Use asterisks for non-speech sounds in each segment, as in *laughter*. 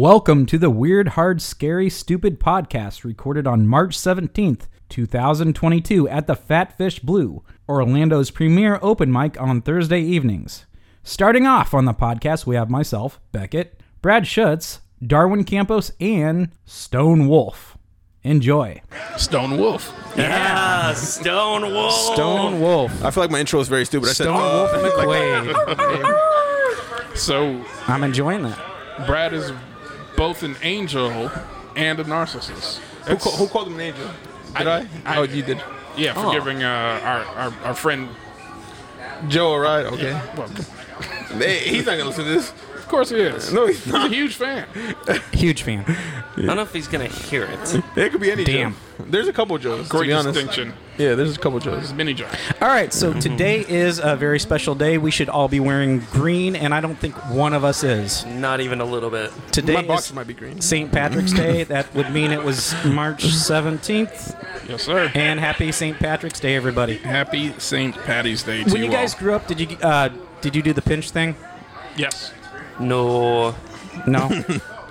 Welcome to the Weird, Hard, Scary, Stupid podcast recorded on March 17th, 2022 at the Fatfish Blue, Orlando's premier open mic on Thursday evenings. Starting off on the podcast, we have myself, Beckett, Brad Schutz, Darwin Campos, and Stone Wolf. Enjoy. Stone Wolf. *laughs* Yeah, Stone Wolf. Stone Wolf. I feel like my intro is very stupid. I said, Stone "Oh." Wolf McQuaid. So *laughs* I'm enjoying that. Brad is both an angel and a narcissist. Who, ca- who called him an angel? Did I? I- I- oh, you did. Oh. Yeah, for giving uh, our, our our friend. Joe, right? Okay. Well, Hey, he's not gonna listen to this. of course he is. No, he's he's not. a huge fan. Huge fan. I don't know if he's gonna hear it. It could be any. Damn. Joe. There's a couple Joes. to Great be honest. distinction. Yeah, there's a couple Joes. It's mini jar. All right, so today is a very special day. We should all be wearing green, and I don't think one of us is. Not even a little bit. Today my box is might be green. St. Patrick's Day. That would mean it was March 17th. Yes, sir. And happy St. Patrick's Day, everybody. Happy St. Patty's Day to When you, you guys all. grew up, did you uh, did you do the pinch thing? Yes. No. *laughs* No,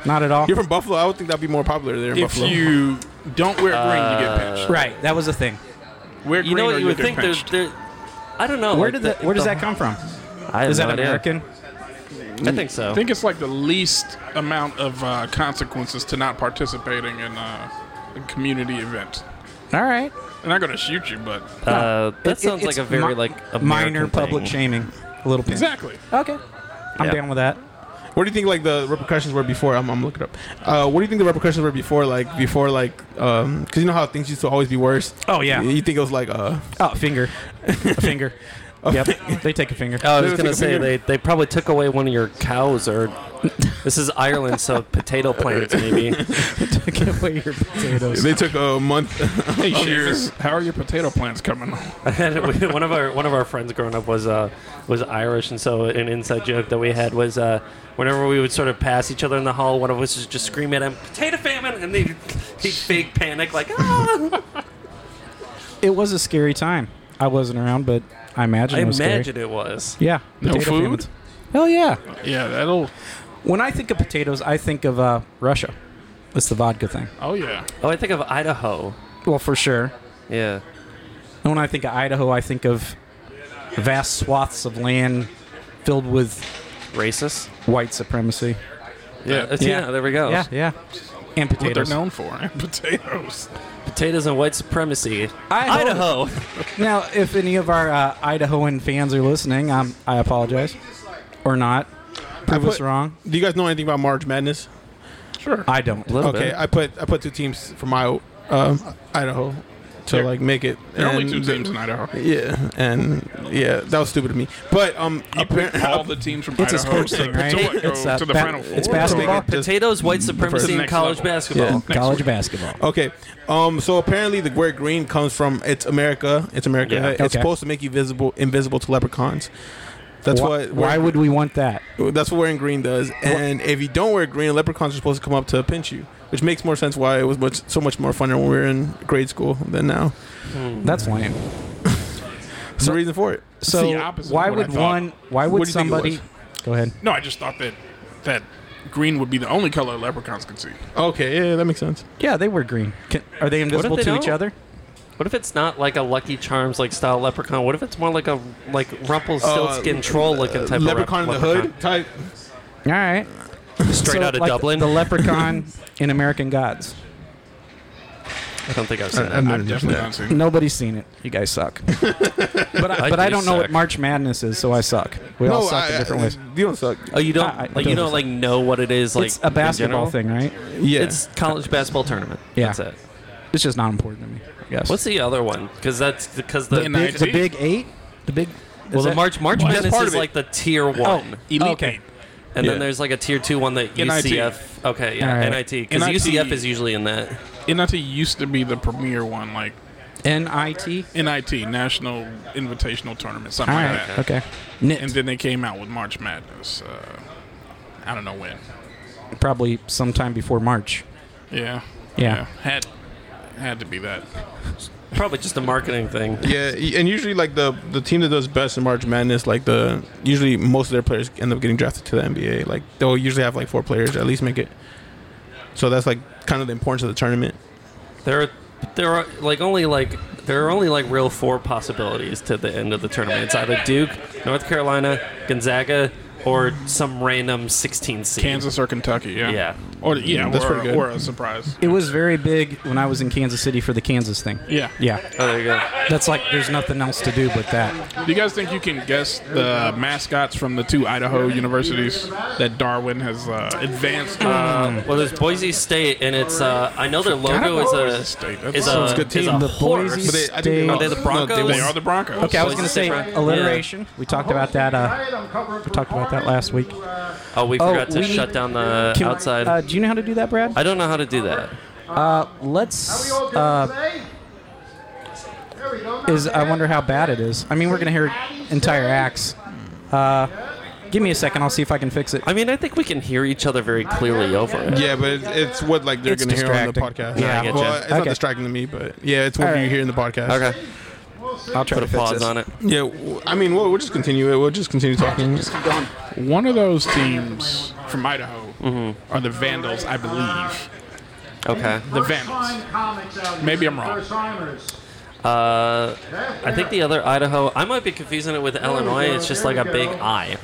not at all. You're from Buffalo. I would think that'd be more popular there in If Buffalo. you don't wear green, you get pinched. Right, that was the thing. Wear green You know or what you would get think there's pinched. there. I don't know. Where like did the- that? Where does the- that come from? I have Is that no idea. American? I think so. I think it's like the least amount of uh, consequences to not participating in uh, a community event. All right. They're not going to shoot you, but uh, that It- it- sounds like it's a very mi- like American minor thing. public shaming. A little pinch. exactly. Okay. I'm Yeah. down with that. what do you think like the repercussions were before? I'm, I'm looking up. Uh, what do you think the repercussions were before? Like before, like because you know how things used to always be worse. Oh, yeah. You think it was like uh, Oh, finger. A *laughs* finger. yep. They take a *laughs* finger. Oh, I was They gonna took a say finger. they, they probably took away one of your *laughs* cows or. this is Ireland, so potato plants maybe. Give away your potatoes. they took a month. *laughs* Hey, Shears, how are your potato plants coming on? *laughs* one of our one of our friends growing up was uh, was Irish, and so an inside joke that we had was uh, whenever we would sort of pass each other in the hall, one of us would just scream at him, "Potato famine!" and they he'd fake panic like, "Ah!" It was a scary time. I wasn't around, but I imagine I it was scary. imagine it was. Yeah. No Potato food? famines. Hell yeah. Yeah, that'll. When I think of potatoes, I think of uh, Russia. It's the vodka thing. Oh yeah. Oh, I think of Idaho. Well, for sure. Yeah. And when I think of Idaho, I think of vast swaths of land filled with Racist. white supremacy. Yeah. Uh, yeah. There we go. Yeah, yeah. And what they're potatoes. known for, *laughs* potatoes. Potatoes and white supremacy. Idaho. Idaho. *laughs* Now, if any of our uh, Idahoan fans are listening, um, I apologize. Or not. Prove I us put- wrong. Do you guys know anything about March Madness? Sure. I don't. Little Okay, bit. I put I put two teams from my um, Idaho to There- like make it. there are only and two the- teams in Idaho. *laughs* Yeah, and yeah, that was stupid of me. But um, You picked all apparently, the teams from It's a Idaho sports to, thing, right? to what, go It's, uh, to the ba- final four. it's basketball. Oh, Potatoes, white first- supremacy, and Next college level. basketball. Next College week. basketball. *laughs* okay, um, so apparently the word green comes from it's America. It's America. Yeah. It's Okay. supposed to make you visible, invisible to leprechauns. That's why, what. why would we want that? That's what wearing green does. And if you don't wear green, leprechauns are supposed to come up to pinch you, which makes more sense. Why it was much, so much more funner when we were in grade school than now. That's lame. That's the reason for it. So the opposite of why what I would thought. one? Why would What do you think it somebody? was? Go ahead. No, I just thought that that green would be the only color leprechauns could see. Okay, yeah, that makes sense. Yeah, they were green. Can, are they invisible they to each don't? other? What if it's not like a Lucky Charms like style leprechaun? What if it's more like a like Rumpelstiltskin Uh, troll looking type leprechaun in of the rep- hood type. All right. straight So, out of like, Dublin? The leprechaun *laughs* in American Gods. I don't think I've seen that. I've definitely not seen. Nobody's seen it. You guys suck. *laughs* but I, I but I do don't know what suck. March Madness is, so I suck. We all suck in different ways. You don't suck. Oh, you don't I- I like you don't- don't like know what it is like it's a in basketball general? thing, right? Yeah. It's college basketball tournament. Yeah. That's it. It's just not important to me. I guess. What's the other one? Because that's because the, The big, NIT? the Big Eight? The Big. well the March March Well, that's Madness part is of it. like the tier Oh, one, Elite Okay. and Yeah. then there's like a tier two one that NIT. UCF. Okay, All yeah, right. NIT because NIT. UCF is usually in that. Eight. NIT used to be the premier one, like N I T. NIT National Invitational Tournament, All something like right. that. Okay. And Knit. then they came out with March Madness. Uh, I don't know when. Probably sometime before March. Yeah. Yeah. Had Had to be that. Probably just a marketing thing. Yeah, y- and usually like the the team that does best in March Madness, like the usually most of their players end up getting drafted to the NBA. Like they'll usually have like four players at least make it. So that's like kind of the importance of the tournament. There, are, there are like only like there are only like real four possibilities to the end of the tournament. It's either Duke, North Carolina, Gonzaga, or some random 16 seed. Kansas or Kentucky, yeah. Yeah. Or yeah, That's or, pretty good. or a surprise. It was very big when I was in Kansas City for the Kansas thing. Yeah. Yeah, Oh, there you go. that's like there's nothing else to do but that. Do you guys think you can guess the mascots from the two Idaho universities that Darwin has uh, advanced? Uh, well, there's Boise State, and it's uh, I know their logo is about a Boise State. That is uh, sounds a, good is team. a The horse. Boise But they, I think State- won- Are they the Broncos? won- they are the Broncos. Okay, I was Boise gonna say State, right? alliteration. We talked about that. Uh, we talked about that last week. Oh, we forgot to we- shut down the Can- outside. Uh, do you know how to do that, Brad? I don't know how to do that. Uh, let's. Uh, is I wonder how bad it is. I mean, we're gonna hear entire acts. Uh, give me a second. I'll see if I can fix it. I mean, I think we can hear each other very clearly over it. Yeah, but it's, it's what like they're It's gonna hear on the distracting. podcast. Yeah. I get well, you. it's not Okay. distracting to me, but yeah, it's what All right. you hear in the podcast. Okay. I'll try Put to a fix pause this. on it. Yeah, w- I mean, we'll, we'll just continue it. We'll just continue talking. One of those teams from Idaho are the Vandals, I believe. Okay. The Vandals. Maybe I'm wrong. Uh, I think the other Idaho. I might be confusing it with Illinois. It's just like a big I.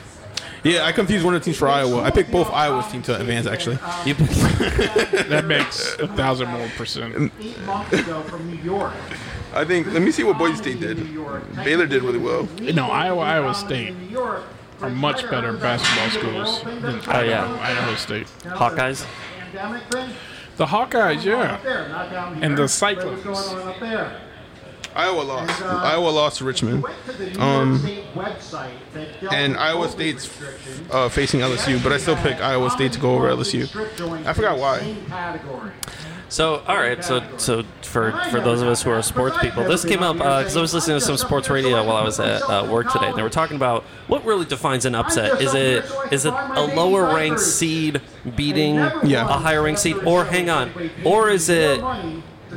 Yeah, I confused one of the teams for Iowa. I picked both Iowa's team to advance actually. *laughs* You picked That makes a thousand more percent. eight months ago from New York. I think. Let me see what Boise State did. Baylor did really well. No, Iowa, Iowa State New York are much better basketball schools than Idaho, Oh, yeah. Idaho State. Hawkeyes. pandemic thing. The Hawkeyes, yeah. There, not down here. And the What's going Cyclones. on up there? Iowa lost. Iowa lost to Richmond, Went to the New Um, York State website that dealt and with Iowa COVID State's restrictions. uh, facing LSU. But I still pick Iowa State to go over LSU. I forgot why. Same category. So all right. So so for for those of us who are sports people, this came up because I was listening to some sports radio while I was at uh, work today, and they were talking about what really defines an upset. Is it is it a lower ranked seed beating Yeah. a higher ranked seed, or hang on, or is it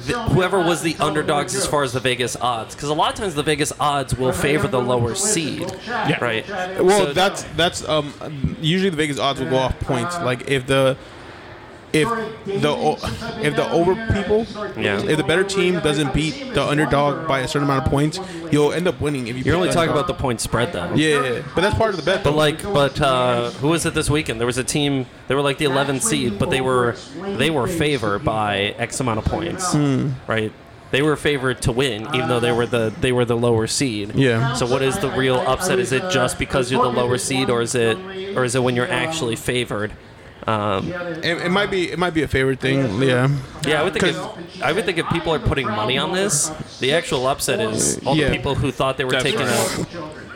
th- whoever was the underdogs as far as the Vegas odds, because a lot of times the Vegas odds will favor the lower seed, right? Well, So- that's that's um usually the Vegas odds will go off points. Like if the if the o- if the over people Yeah. if the better team doesn't beat the underdog by a certain amount of points, you'll end up winning. If you You're only beat talking about the point spread, though. yeah, yeah, yeah. but that's part of the bet. But though. like, but uh, who was it this weekend? There was a team. They were like the 11th seed, but they were they were favored by X amount of points, Hmm. right? They were favored to win, even though they were the they were the lower seed. Yeah. So what is the real upset? Is it just because you're the lower seed, or is it or is it when you're actually favored? Um, it, it might be it might be a favorite thing. Yeah, yeah, I would think if, I would think if people are putting money on this, the actual upset is all Yeah. the people who thought they were taking a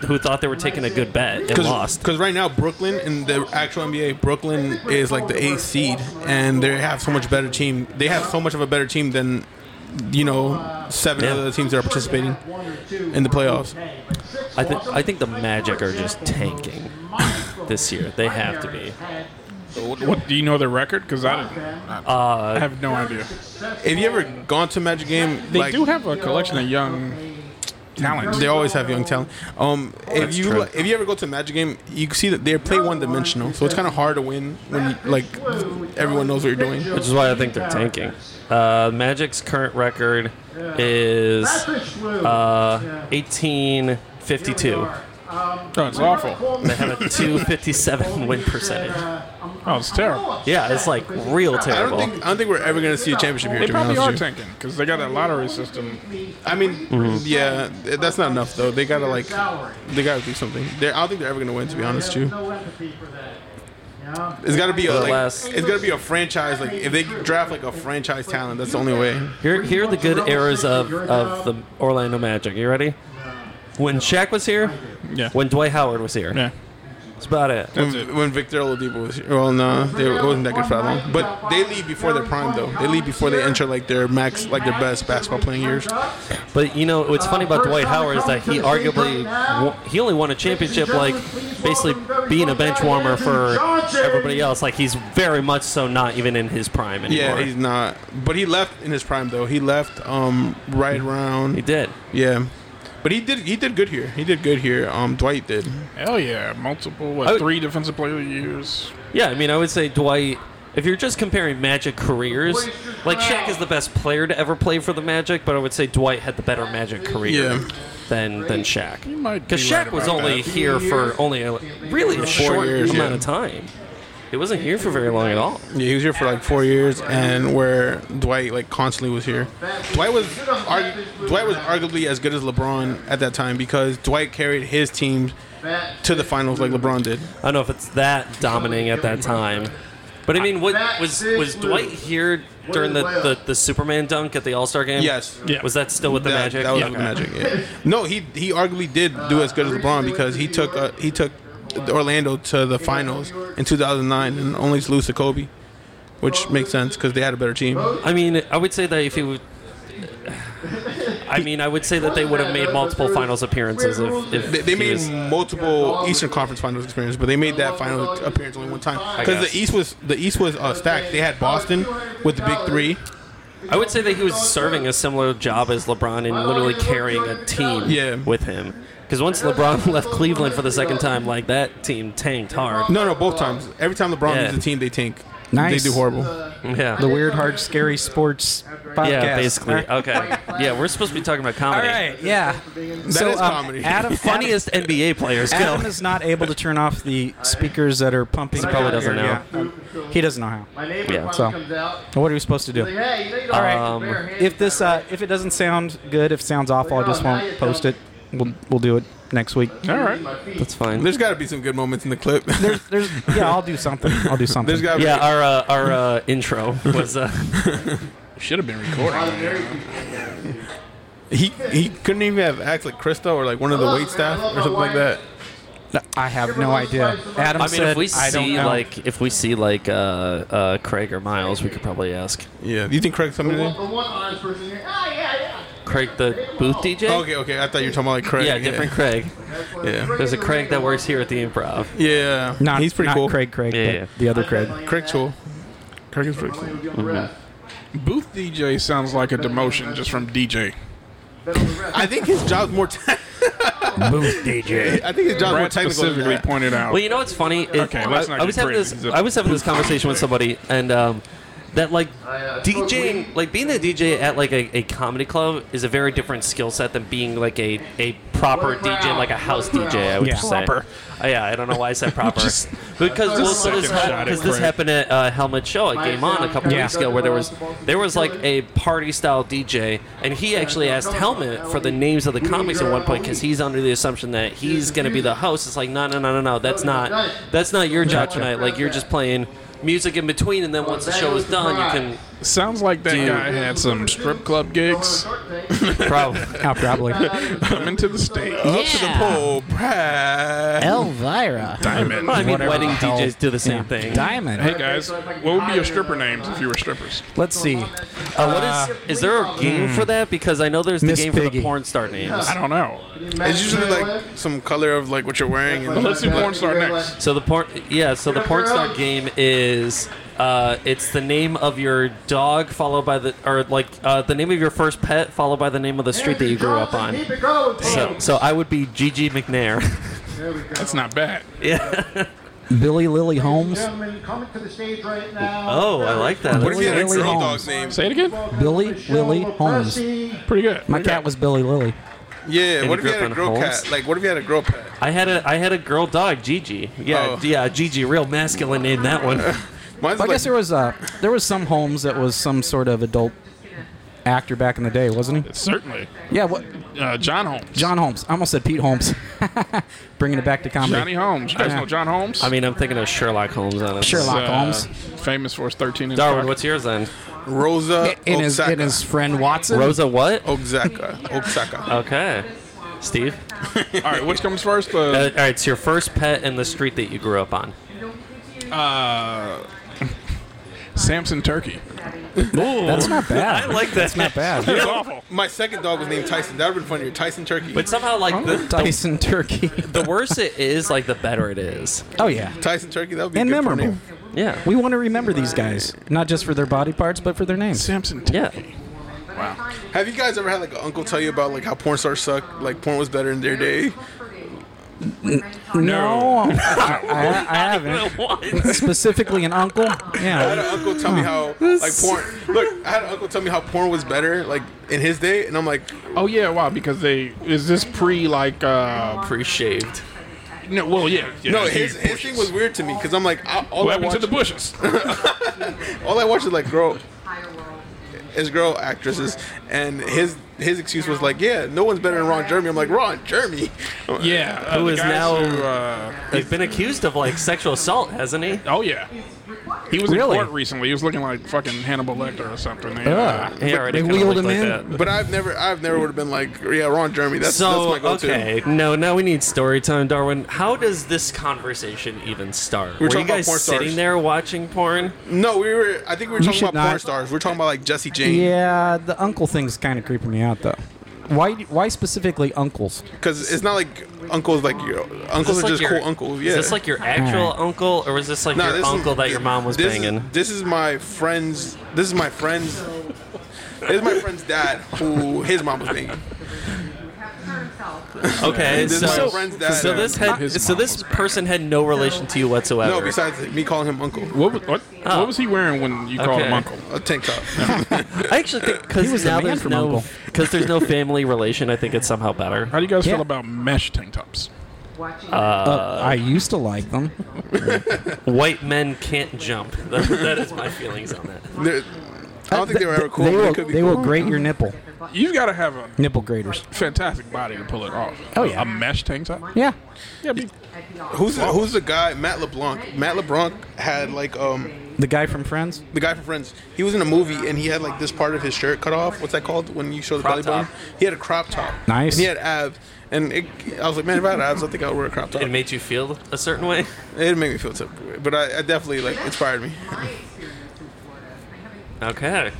who thought they were taking a good bet and lost. because right now Brooklyn in the actual NBA, Brooklyn is like the eighth seed, and they have so much better team. They have so much of a better team than you know seven Yeah. other teams that are participating in the playoffs. I think I think the Magic are just tanking this year. They have to be. What, what do you know their record? Because I didn't. I have no idea. Have you ever gone to a Magic game? They like, do have a collection of young talent. They always have young talent. Um, if you if you ever go to a Magic game, you can see that they play one dimensional, so it's kind of hard to win when you, like everyone knows what you're doing. Which is why I think they're tanking. Uh, Magic's current record is uh, 18 52. Oh, it's awful. They have a 257 win percentage. Oh, it's terrible. Yeah, it's like real I don't terrible. think I don't think we're ever gonna see a championship here. They to be probably honest are with you. tanking because they got that lottery system. I mean, yeah, th- that's not enough though. They gotta like, they gotta do something. They're, I don't think they're ever gonna win, to be honest with you. No empathy for that. It's gotta be a The like, last- it's gotta be a franchise. Like, if they draft like a franchise talent, that's the only way. Here, here are the good eras of, of the Orlando Magic. You ready? When Shaq was here, Yeah. when Dwight Howard was here. Yeah. That's about it. When, it. when Victor Oladipo was here, well, no, they, it wasn't that good for that long. But they leave before their prime though. They leave before they enter like their max, like their best basketball playing years. But you know what's funny about Dwight Howard is that he arguably wo- he only won a championship like basically being a bench warmer for everybody else. Like he's very much so not even in his prime anymore. Yeah, he's not. But he left in his prime though. He left um right around. he did. Yeah. But he did he did good here. He did good here. Um Dwight did. Hell yeah, multiple what, Oh. three defensive player of the years. Yeah, I mean, I would say Dwight. If you're just comparing Magic careers, like Shaq is the best player to ever play for the Magic, but I would say Dwight had the better Magic career Yeah. than than Shaq. might be Because Shaq right was about only that. here for only a, really a short years, amount yeah. of time. He wasn't here for very long at all. Yeah, he was here for like four years, and where Dwight like constantly was here. Dwight was argu- Dwight was arguably as good as LeBron at that time because Dwight carried his team to the finals like LeBron did. I don't know if it's that dominating at that time. But I mean, what was was Dwight here during the, the, the Superman dunk at the All Star game? Yes. Yeah. Was that still with the that, Magic? That was Yeah. with the Magic. Yeah. No, he he arguably did do as good as LeBron because he took uh, he took Orlando to the finals in 2009 and only to lose to Kobe, which makes sense because they had a better team. I mean, I would say that if he would. I mean, I would say that they would have made multiple finals appearances if, if They, they he made was- multiple Eastern Conference Finals experience, but they made that final appearance only one time because guess. the East was the East was uh, stacked. They had Boston with the big three. I would say that he was serving a similar job as LeBron and literally carrying a team Yeah. with him. Because once LeBron *laughs* left Cleveland for the second time, like that team tanked hard. No, no, both times. Every time LeBron Yeah. leaves the team, they tank. Nice. They do horrible. Yeah. The Weird Hard Scary Sports podcast. yeah, basically. *laughs* Okay. Yeah, we're supposed to be talking about All comedy. right, yeah. um, That is comedy. *laughs* Adam, Funniest NBA players Adam killed. is not able to turn off the speakers that are pumping. He probably out here, doesn't know. yeah. Um, He doesn't know how. My neighbor Yeah, Um, finally so. comes out. What are we supposed to Like, do? hey, you know, you don't All have to right. bare hands If this, uh, if it doesn't sound good, if it sounds awful, I just won't post it. We'll, we'll do it next week. All right. my feet. That's fine. There's got to be some good moments in the clip. *laughs* There's, there's, yeah, I'll do something. I'll do something. There's got to Yeah, our uh, our uh, intro was. Uh, Should have been recording. be. He he couldn't even have acts like Krista or like one of the wait staff or something like that. I have no idea. *laughs* Adam I mean, said, if we I don't see know. like if we see like uh, uh, Craig or Miles, we could probably ask Yeah. Do you think Craig's coming in? The one honest person here. Ah, yeah, Craig the booth DJ. Oh, Okay, okay. I thought you were talking about like Craig. Yeah, different Craig. Yeah. There's a Craig that works here at the Improv. Yeah. not, he's pretty not cool. Craig, Craig, Yeah, but yeah. the other Craig. Craig's cool. Craig is pretty cool. Mm-hmm. Booth DJ sounds like a demotion just from DJ. I think his job's more. Te- DJ. *laughs* I think his job's more Brad technical. than specifically that. pointed out. Well, you know what's funny? It- Okay, let's I, not I get was having crazy. this. I was having this conversation with somebody, and um, that like DJing, like being a DJ at like a, a comedy club, is a very different skill set than being like a, a proper DJ, like a house DJ. I would Yeah. just say. Proper. Uh, yeah, I don't know why I *laughs* said proper. because well, so this, second shot hap- at cause this Craig. happened at uh, Helmet Show at Game On a couple Yeah. weeks ago, where there was there was like a party style DJ, and he actually asked Helmet for the names of the comics at one point because he's under the assumption that he's going to be the host. It's like no, no, no, no, no. That's not that's not your job tonight. Like you're just playing music in between, and then once the show is done, you sounds like that guy had some strip club gigs. *laughs* can probably. Oh, probably. Coming to the stage. Up to the pole, Brad. Elvira. Diamond. Well, I mean, Whatever wedding the hell. DJs do the same thing. Diamond. Hey guys, what would be your stripper names if you were strippers? Let's see. Uh, what is? Is there a game for that? Because I know there's the Miss game for the Piggy. porn star names. I don't know. It's usually like some color of like what you're wearing. And Let's do porn star next. So the porn, yeah. So the porn star game is, uh, it's the name of your dog followed by the, or like uh, the name of your first pet followed by the name of the street that you grew up on. Keep it going. So, so I would be Gigi McNair. That's not bad. yeah. Billy Lily Holmes. Gentlemen, coming to the stage right now. *laughs* Oh, I like that. What if That's- you had a Lily girl Holmes. dog's name? Say it again. Billy Lily Holmes. Pretty good. My cat was Billy Lily. Yeah. Maybe What if you had a Griffin girl Holmes? cat? Like what if you had a girl pet? I had a I had a girl dog, Gigi. Yeah, Oh. yeah, Gigi, real masculine name that one. Mine's Well, I like, guess there was uh, there was some Holmes that was some sort of adult actor back in the day, wasn't he? Certainly. Yeah. What? Uh, John Holmes. John Holmes. I almost said Pete Holmes. *laughs* Bringing it back to comedy. Johnny Holmes. You guys know John Holmes? I mean, I'm thinking of Sherlock Holmes. Honestly. Sherlock. Uh, Holmes. Famous for his 13 inch Darwin, cock. what's yours then? Rosa in Oxaca. his in his friend Watson. Rosa, what? Oxaca. Oxaca. Okay, Steve. All right, which comes first? Uh, Uh, all right, so your Uh, first pet and the street that you grew up on. uh, Samson Turkey. That's not I bad. like that. Not bad. That's awful. My second dog was named Tyson. That would have been funnier. Tyson Turkey. But somehow, like Oh, the, Tyson Turkey. the worse it is, like the better it is. Oh yeah. Tyson Turkey, that would be And a good memorable. name. Yeah. We want to remember these guys, not just for their body parts, but for their names. Samson Yeah. Turkey. Wow. Have you guys ever had like an uncle tell you about like how porn stars suck? Like porn was better in their day. No, I, I, I haven't. What? Specifically, an uncle. I had Yeah. an uncle tell me Oh. how like porn. Look, I had an uncle tell me how porn was better like in his day, and I'm like, Oh yeah, wow. Because they is this pre like uh Pre-shaved. no well yeah, yeah no, huge his, his bushes. thing was weird to me because I'm like, I, all What I happened watched, to the bushes? all I watched is like girl, is girl actresses, and his his excuse was like, yeah, no one's better than Ron Jeremy. I'm like Ron Jeremy. yeah. uh, Who the is guys now- who, uh, He's been accused of like sexual assault, hasn't he? oh yeah. He was Really? in court recently. He was looking like fucking Hannibal Lecter or something. They, Yeah. uh, He already they kinda wheeled looked him like in. that. But I've never, I've never would have been like, yeah, Ron Jeremy. That's, So that's my go-to. okay, no, now we need story time, Darwin. How does this conversation even start? We're Were talking you about guys porn stars. sitting there watching porn? No, we were. I think we were talking should about not- porn stars. We We're talking about like Jesse Jane Yeah, the uncle thing's kind of creeping me out, though. Why? Why specifically uncles? because it's not like uncles. Like your uncles Is this are like just your- cool uncles. Yeah. Is this like your actual uncle, or was this like your this is- uncle that your mom was this banging? Is, this is my friend's. This is my friend's. This is my friend's dad who his mom was banging. okay, This so is my friend's dad. so this had His so mom this person had no relation to you whatsoever. no, besides me calling him uncle. What was, what, Oh. what was he wearing when you called him Okay. uncle? A tank top. *laughs* I actually *laughs* think He because was the now man there's from no Uncle. *laughs* because there's no family relation. I think it's somehow better. How do you guys Yeah. feel about mesh tank tops? Uh, I used to like them. White men can't jump. *laughs* That, that is my feelings on that. They're- I don't think they were ever cool. They but will, it could be they cool. will grate your nipple. You've got to have a Nipple graters. fantastic body to pull it off. Oh, yeah. a mesh tank top. Yeah. Yeah, be, Who's the, who's the guy? Matt LeBlanc. Matt LeBlanc had like um The guy from Friends. the guy from Friends. He was in a movie and he had like this part of his shirt cut off. What's that called when you show the Crop belly top. button? He had a crop top. Nice. And he had abs. And it, I was like, man, if I had abs, I think I would wear a crop top. It made you feel a certain way. It made me feel type of weird, but I, I definitely like inspired me. Okay.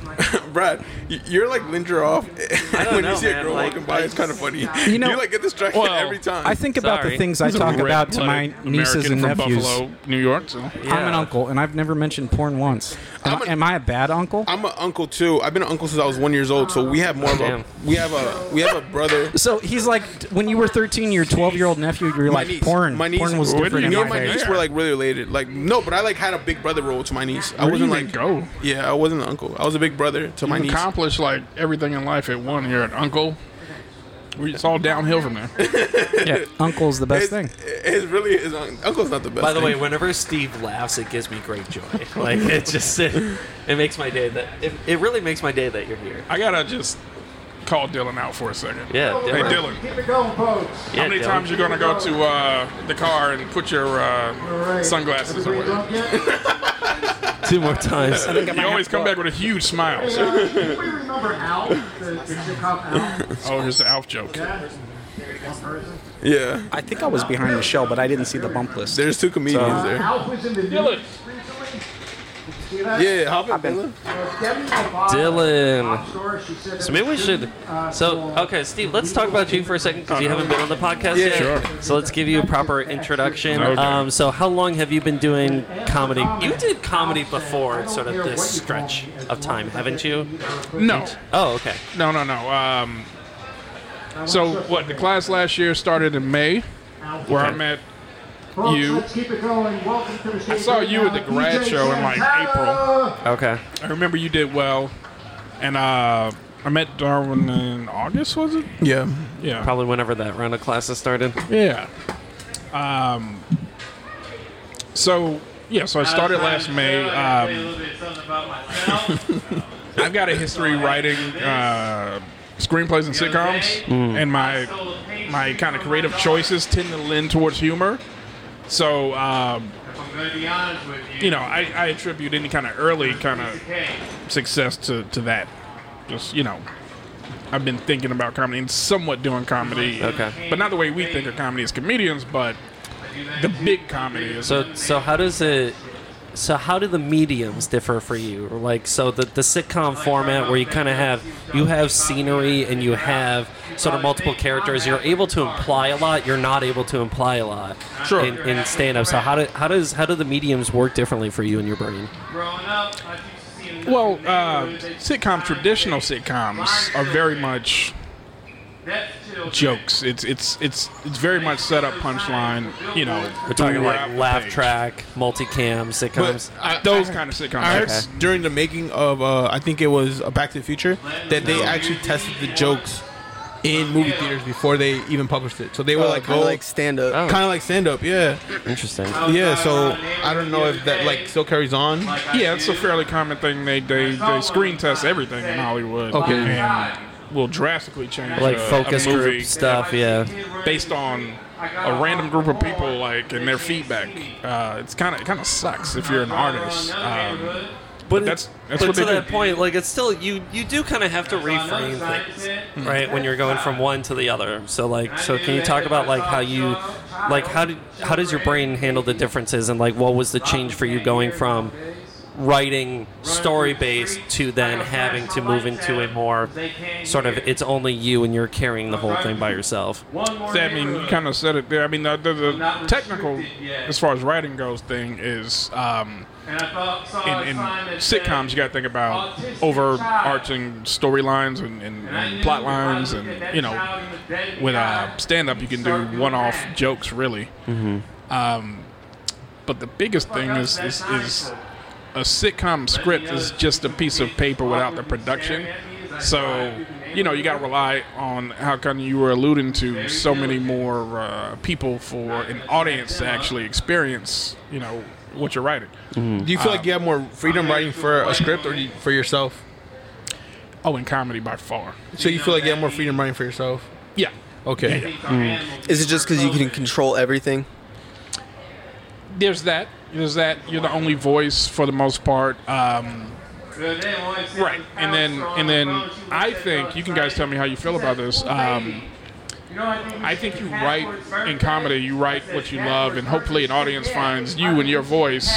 Brad, y- you're like linger off don't *laughs* when know, you see man, a girl like, walking by. It's kind of funny. You You know- like get distracted Well, every time. I think about Sorry. the things I He's a talk about to my red-blooded nieces American and from nephews. Buffalo, New York. So. I'm an Yeah. uncle, and I've never mentioned porn once. Am, I'm I- an- am I a bad uncle? I'm an uncle too. I've been an uncle since I was one years old, so we have more of a Damn. we have a we have a *laughs* brother. so he's like, when you were 13, your 12 year old nephew, you were My like, niece, porn. my niece, porn was Where do different you in my Me get and my day. hair? niece were like really related. Like no, but I like had a big brother role to my niece. I Where do you wasn't even like go? yeah, I wasn't an uncle. I was a big brother to my You niece. "Oh, accomplished like everything in life at one. You're an uncle. We- It's all downhill from there. Yeah, uncle's the best It's, thing. it's really his un- uncle's not the best. By the way, thing. whenever Steve laughs, it gives me great joy. *laughs* Like it just *laughs* it, it makes my day. That it, it really makes my day that you're here. I gotta just call Dylan out for a second. Yeah. Hey Dylan. Dylan, Keep it going, folks. Yeah, how many Dylan. times you gonna go to uh, the car and put your All uh, right. sunglasses *laughs* Everybody away? drunk yet? Two more times. You always come uh, back with a huge smile. Hey, So. uh, can we remember Al, the, the sitcom Al. Oh, here's the Alf joke. Yeah. One person. yeah, I think I was behind the shell, but I didn't see the bump list. there's two comedians Uh, there. Alf was in the news Dylan. recently. Did you see that? Yeah, hop in, Dylan. So Debbie Lovato, Dylan. pop star, she said *laughs* So that maybe we she, should. uh, So for- okay, Steve, let's talk about you for a second because you haven't been on the podcast Yeah, yet. sure. So let's give you a proper introduction. Okay. Um, so how long have you been doing comedy? You did comedy before sort of this stretch of time, haven't you? No, Oh, okay. no, no, no. Um, so what? The class last year started in May, where I met Folks, you. Let's keep it going. Welcome to the stage. saw right you now, at the grad DJ show in, like, Santana. Okay. I remember you did well, and uh, I met Darwin in August, was it? Yeah, Yeah, Probably whenever that round of classes started. Yeah. Um. So yeah, so I started last May. Um, *laughs* I've got a history writing uh, screenplays and sitcoms, and my my kind of creative choices tend to lean towards humor. So um, you know, I, I attribute any kind of early kind of success to to that. Just you know, I've been thinking about comedy and somewhat doing comedy. Okay. But not the way we think of comedy as comedians, but the big comedy is So so how does it? So how do the mediums differ for you? Like so the the sitcom format where you kind of have you have scenery and you have sort of multiple characters. You're able to imply a lot. You're not able to imply a lot Sure. in, in stand up. So how do how does how do the mediums work differently for you and your brain? Well, uh, sitcom traditional sitcoms are very much jokes. It's it's it's it's very much set up punchline. You know, We're talking throughout like the laugh page. track, multicam sitcoms. But I- Those I- kind of sitcoms. I heard Okay. during the making of, uh, I think it was uh, Back to the Future, that they actually tested the jokes in movie theaters before they even published it. So they were like, kind go, of like stand up. kind of like stand up, yeah, Interesting. yeah. So I don't know if that like still carries on. Yeah, it's a fairly common thing. They they, they screen test everything in Hollywood. Okay. And will drastically change Like a- focus a movie group stuff, yeah. based on a random group of people like and their feedback. Uh, it's kind of it kind of sucks if you're an artist. Um, But that's- it- that's but what they to do. that point, like it's still you you do kind of have to reframe um, things, Mm. right? When you're going from one to the other. So like, so can you talk about like how you, like how did how does your brain handle the differences and like what was the change for you going from writing story based to then having to move into a more sort Mm. of it's only you and you're carrying the whole thing by yourself. So, I mean, you kind of said it there. I mean, the, the, the technical, as far as writing goes, thing is um, in, in sitcoms, you got to think about overarching storylines and, and, and plot lines, and you know, with uh, stand-up, you can do one-off jokes, really. Um, but the biggest thing is, is is a sitcom script is just a piece of paper without the production. So, you know, you got to rely on how kind of you were alluding to so many more uh, people for an audience to actually experience, you know, what you're writing. Do you feel like you have more freedom writing for a script or do you- for yourself? Oh, in comedy by far. So you feel like you have more freedom writing for yourself? Yeah. Okay. mm. Is it just because you can control everything? There's that. There's that. You're the only voice for the most part. Um, right. And then, and then I think you can guys tell me how you feel about this. Um, I think you write in comedy, you write what you love, and hopefully an audience finds you and your voice,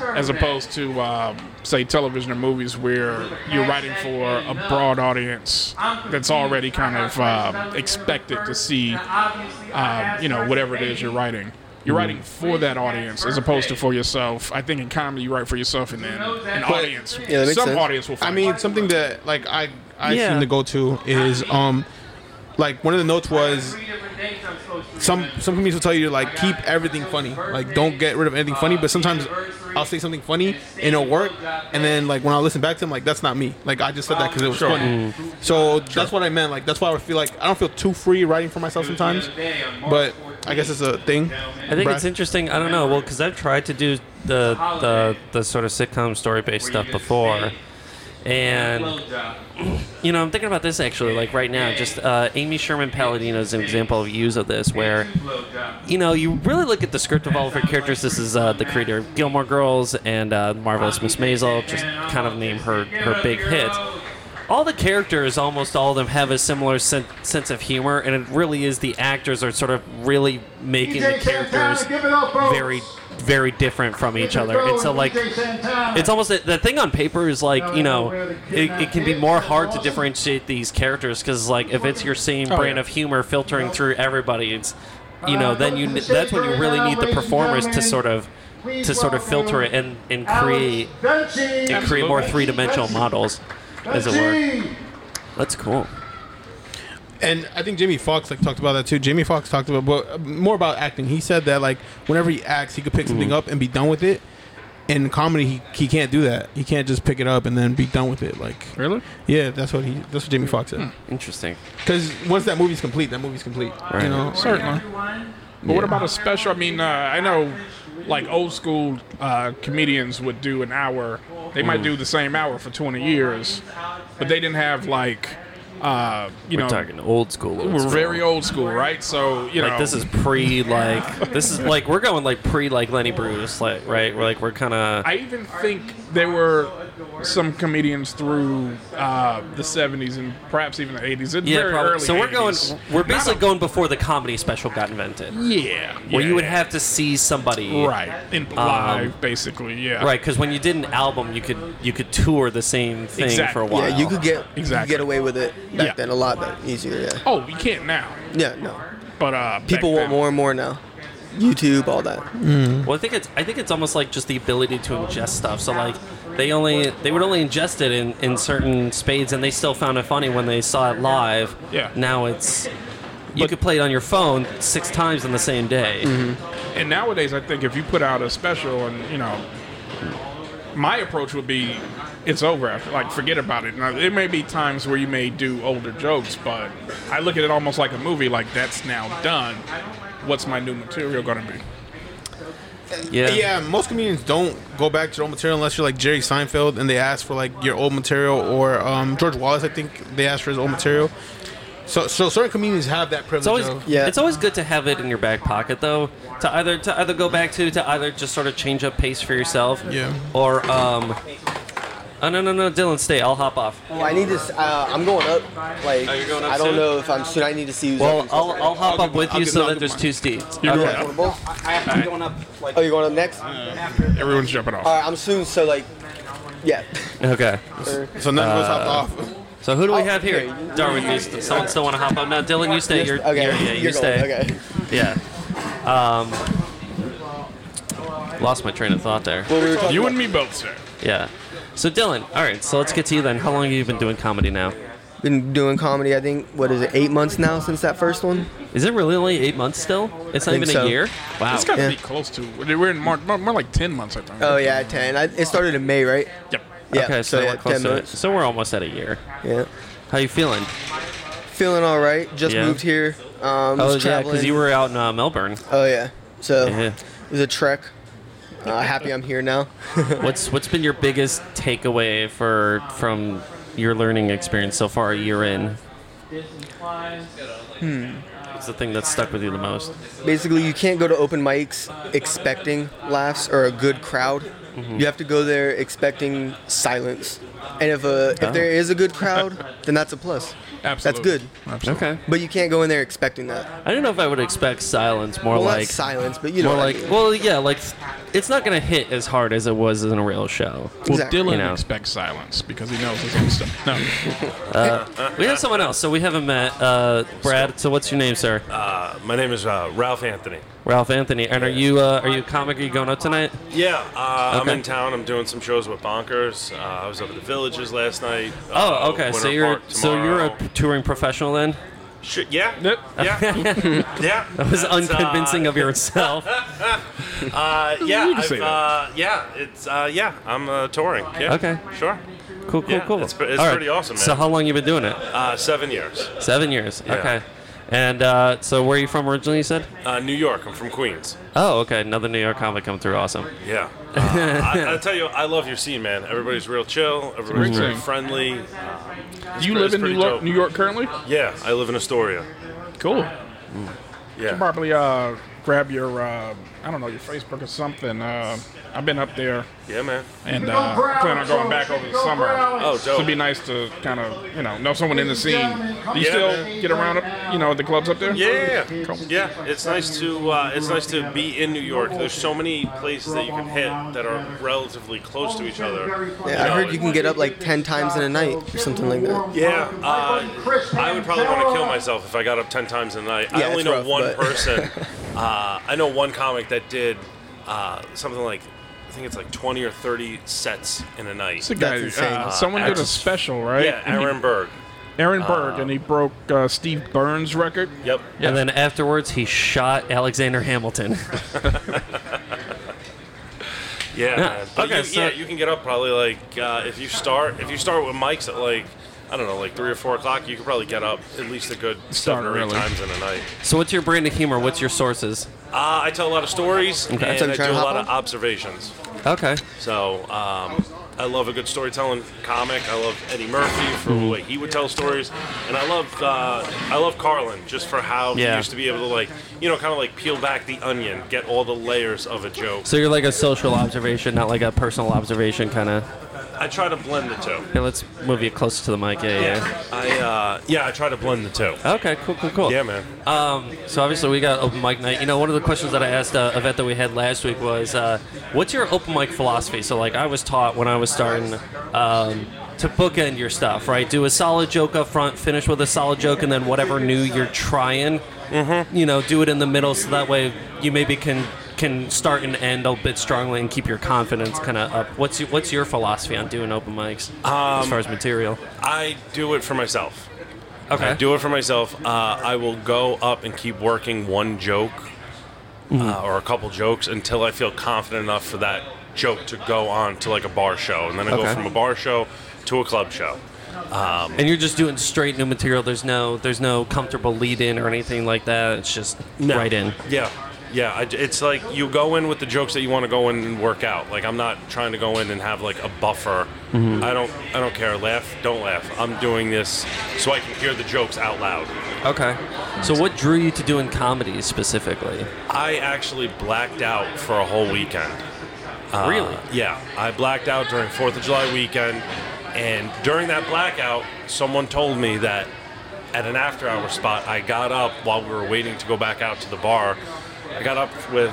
as opposed to um, say television or movies where you're writing for a broad audience that's already kind of uh, expected to see, uh, you know, whatever it is you're writing. You're writing for that audience as opposed to for yourself. I think in comedy you write for yourself, and then an audience, Yeah, that makes some sense. audience will. I Find mean, you. something that like I I Yeah. seem to go to is um like one of the notes was some some comedians will tell you to like keep everything funny. Like don't get rid of anything funny, but sometimes I'll say something funny and it'll work and then like when I listen back to them like that's not me. Like I just said that cuz it was funny. So that's what I meant. Like that's why I feel like I don't feel too free writing for myself sometimes. But I guess it's a thing. I think Brad? it's interesting. I don't know. Well, because I've tried to do the the, the sort of sitcom story based stuff before, and you know, I'm thinking about this actually. Like right now, just uh, Amy Sherman Palladino is an example of use of this, where you know you really look at the script of all of her characters. This is uh, the creator of Gilmore Girls and uh, Marvelous Miss Maisel. Just kind of name her her big hits. Oh, All the characters, almost all of them, have a similar sen- sense of humor, and it really is the actors are sort of really making the characters very very different from each other and so like it's almost that the thing on paper is like you know it, it can be more hard to differentiate these characters because like if it's your same Oh, brand of humor filtering through everybody it's you know then you that's when you really need the performers to sort of to sort of filter it and and create and create more three-dimensional models as it were that's cool And I think Jamie Foxx like talked about that too. Jamie Foxx talked about but uh, more about acting. He said that like whenever he acts, he could pick something up and be done with it. In comedy, he, he can't do that. He can't just pick it up and then be done with it. Like really. yeah, that's what he that's what Jamie Foxx said. interesting Because once that movie's complete, that movie's complete. You Right. know, Certainly. But what about a special? I mean, uh, I know like old school uh, comedians would do an hour. They might do the same hour for 20 years, but they didn't have like, uh, you know, we're talking old school old we're school. very old school, right? So, you know, Like this is pre like *laughs* this is like we're going like pre like Lenny Bruce like right we're like we're kind of I even think they were some comedians through uh, the 70s and perhaps even the 80s. It's Yeah, very probably. early So we're going. 80s. We're basically going before the comedy special got invented, Yeah. where yeah, you would yeah. have to see somebody. Right. In live, basically, yeah. Right, because when you did an album, you could you could tour the same thing Exactly. for a while. Yeah, you could get you could Exactly. get away with it back Yeah. then a lot better, easier. Yeah, Oh, you can't now. yeah, no. But uh, back People want then- more and more now. YouTube, all that. Well, I think it's I think it's almost like just the ability to ingest stuff. So like they only they would only ingest it in, in certain spades, and they still found it funny when they saw it live. Yeah. Now it's you could play it on your phone six times in the same day. Mm-hmm. And nowadays, I think if you put out a special, and you know, my approach would be, it's over. After, like, forget about it. Now, there may be times where you may do older jokes, but I look at it almost like a movie. Like that's now done. What's my new material going to be? Yeah. Yeah, most comedians don't go back to their old material unless you're like Jerry Seinfeld and they ask for like your old material or um, George Wallace. I think they asked for his old material. So, so certain comedians have that privilege. It's always of, Yeah. it's always good to have it in your back pocket though to either to either go back to to either just sort of change up pace for yourself. Yeah. Or um. Oh no no no Dylan stay I'll hop off. Well, I need to. s- Uh, I'm going up. Like, Oh, you're going up I don't soon? know if I'm. Should I need to see who's Well up? I'll I'll hop I'll up give- with I'll you give- so I'll that give there's two mine. Steves. You're Okay. going up. Portable? I'm going up like Oh, you're going up next. Everyone's jumping off. All right, I'm soon. So like, yeah. Okay. Or- So none of us hopped off. So who do we Oh, have here? okay, you- Darwin, you st- someone still want to hop up now? Dylan, you stay. You're, okay, you're- yeah, you you're stay. going. Okay. Yeah. Um, lost my train of thought there. Well, we were talking you about- and me both, sir. Yeah. So Dylan, all right. So let's get to you then. How long have you been doing comedy now? been doing comedy. I think what is it, eight months now since that first one? Is it really only eight months still? It's not Think even so. a year. Wow. It's got to Yeah. be close to. We're in March. More, more like ten months, I think. Oh yeah, ten. I, it started in May, right? Yep. Yeah. okay, so, yeah, we're close 10 to it. months. So we're almost at a year. Yeah. How you feeling? Feeling all right. Just Yeah. moved here. Um, Oh was yeah, traveling. because you were out in uh, Melbourne. Oh yeah. So Yeah. it was a trek. Uh, happy I'm here now. What's what's been your biggest takeaway for from your learning experience so far a year in? Hmm. What's the thing that stuck with you the most? Basically, you can't go to open mics expecting laughs or a good crowd. Mm-hmm. You have to go there expecting silence. And if a Oh. if there is a good crowd, then that's a plus. Absolutely. That's good. Absolutely. Okay. But you can't go in there expecting that. I don't know if I would expect silence, more well, like not silence, but you know. more what I like mean. well, yeah, like it's not gonna hit as hard as it was in a real show. Well, Exactly. Dylan You know. expects silence because he knows his own stuff. No, We have someone else, so we haven't met uh, Brad. So what's your name, sir? My name is uh, Ralph Anthony. Ralph Anthony. And are you uh, are you a comic? Are you going out tonight? Yeah, uh, Okay. I'm in town. I'm doing some shows with Bonkers. Uh, I was up at the Villages last night. Oh, uh, okay. So Winter you're Park so you're tomorrow. a touring professional then? Shit, yeah, Yep. yeah, yeah. *laughs* That was That's, uh, unconvincing of yourself. Uh, yeah, to I've, say that. uh, yeah. It's uh, yeah. I'm uh, touring. Yeah. Okay. Sure. *laughs* Cool, cool, Yeah, cool. it's pre- it's All right. pretty awesome, So man. how long you been doing it? Uh, seven years. Seven years. Yeah. Okay. And uh, so where are you from originally? You said? Uh, New York. I'm from Queens. Oh, okay. Another New York comic come through. Awesome. Yeah. Uh, *laughs* I, I tell you, I love your scene, man. Everybody's real chill. Everybody's very scene. friendly. Do you It's live in New pretty York, dope. New York currently? Yeah, I live in Astoria. Cool. Yeah. Probably uh, grab your uh, I don't know your Facebook or something. Uh, I've been up there Yeah, man. and uh, plan on going back over the summer. Oh, So dope. it'd be nice to kind of you know know someone in the scene. Do you Yeah, still man. get around up you know at the clubs up there? Yeah, yeah, yeah. yeah. It's nice to uh, it's nice to be in New York. There's so many places that you can hit that are relatively close to each other. Yeah, I heard you can get up like 10 times in a night or something like that. Yeah, uh, I would probably want to kill myself if I got up ten times a night. I Yeah, only it's know rough, one but- *laughs* person. Uh, I know one comic that did uh, something like I think it's like twenty or thirty sets in a night. It's a guy. That's insane. uh, someone did a Axel- special, right? Yeah, And he- Aaron Berg. Aaron Berg, and he broke uh, Steve Burns' record. Yep. And then afterwards, he shot Alexander *laughs* Hamilton. Yeah. man. But Okay, You, so- yeah, you can get up probably like uh, if you start if you start with mics at like I don't know like three or four o'clock. You could probably get up at least a good Start seven or eight early. times in a night. so what's your brand of humor? What's your sources? Uh, I tell a lot of stories So and you I do trying a to hop lot of on? observations. Okay. So um, I love a good storytelling comic. I love Eddie Murphy for the way he would tell stories, and I love uh, I love Carlin just for how Yeah. he used to be able to like you know kind of like peel back the onion, get all the layers of a joke. So you're like a social observation, not like a personal observation kind of. I try to blend the two. Yeah, let's move you closer to the mic. Yeah, yeah. I uh, yeah, I try to blend the two. Okay, cool, cool, cool. Yeah, man. Um, so obviously we got open mic night. You know, one of the questions that I asked uh, Yvette that we had last week was, uh, "What's your open mic philosophy?" So like I was taught when I was starting um, to bookend your stuff, right? Do a solid joke up front, finish with a solid joke, and then whatever new you're trying, you know, do it in the middle so that way you maybe can can start and end a bit strongly and keep your confidence kind of up. What's your, what's your philosophy on doing open mics as far as material? I do it for myself. Okay. I do it for myself. Uh, I will go up and keep working one joke uh, Mm-hmm. or a couple jokes until I feel confident enough for that joke to go on to like a bar show, and then I Okay. go from a bar show to a club show. And you're just doing straight new material. There's no there's no comfortable lead in or anything like that. It's just No. right in. Yeah, yeah. I, it's like you go in with the jokes that you want to go in and work out. Like I'm not trying to go in and have like a buffer. Mm-hmm. I don't. I don't care. Laugh. Don't laugh. I'm doing this so I can hear the jokes out loud. Okay. So what drew you to doing comedy specifically? I actually blacked out for a whole weekend. Uh, Really? Yeah. I blacked out during 4th of July weekend. And during that blackout, someone told me that at an after hour spot, I got up while we were waiting to go back out to the bar. I got up with,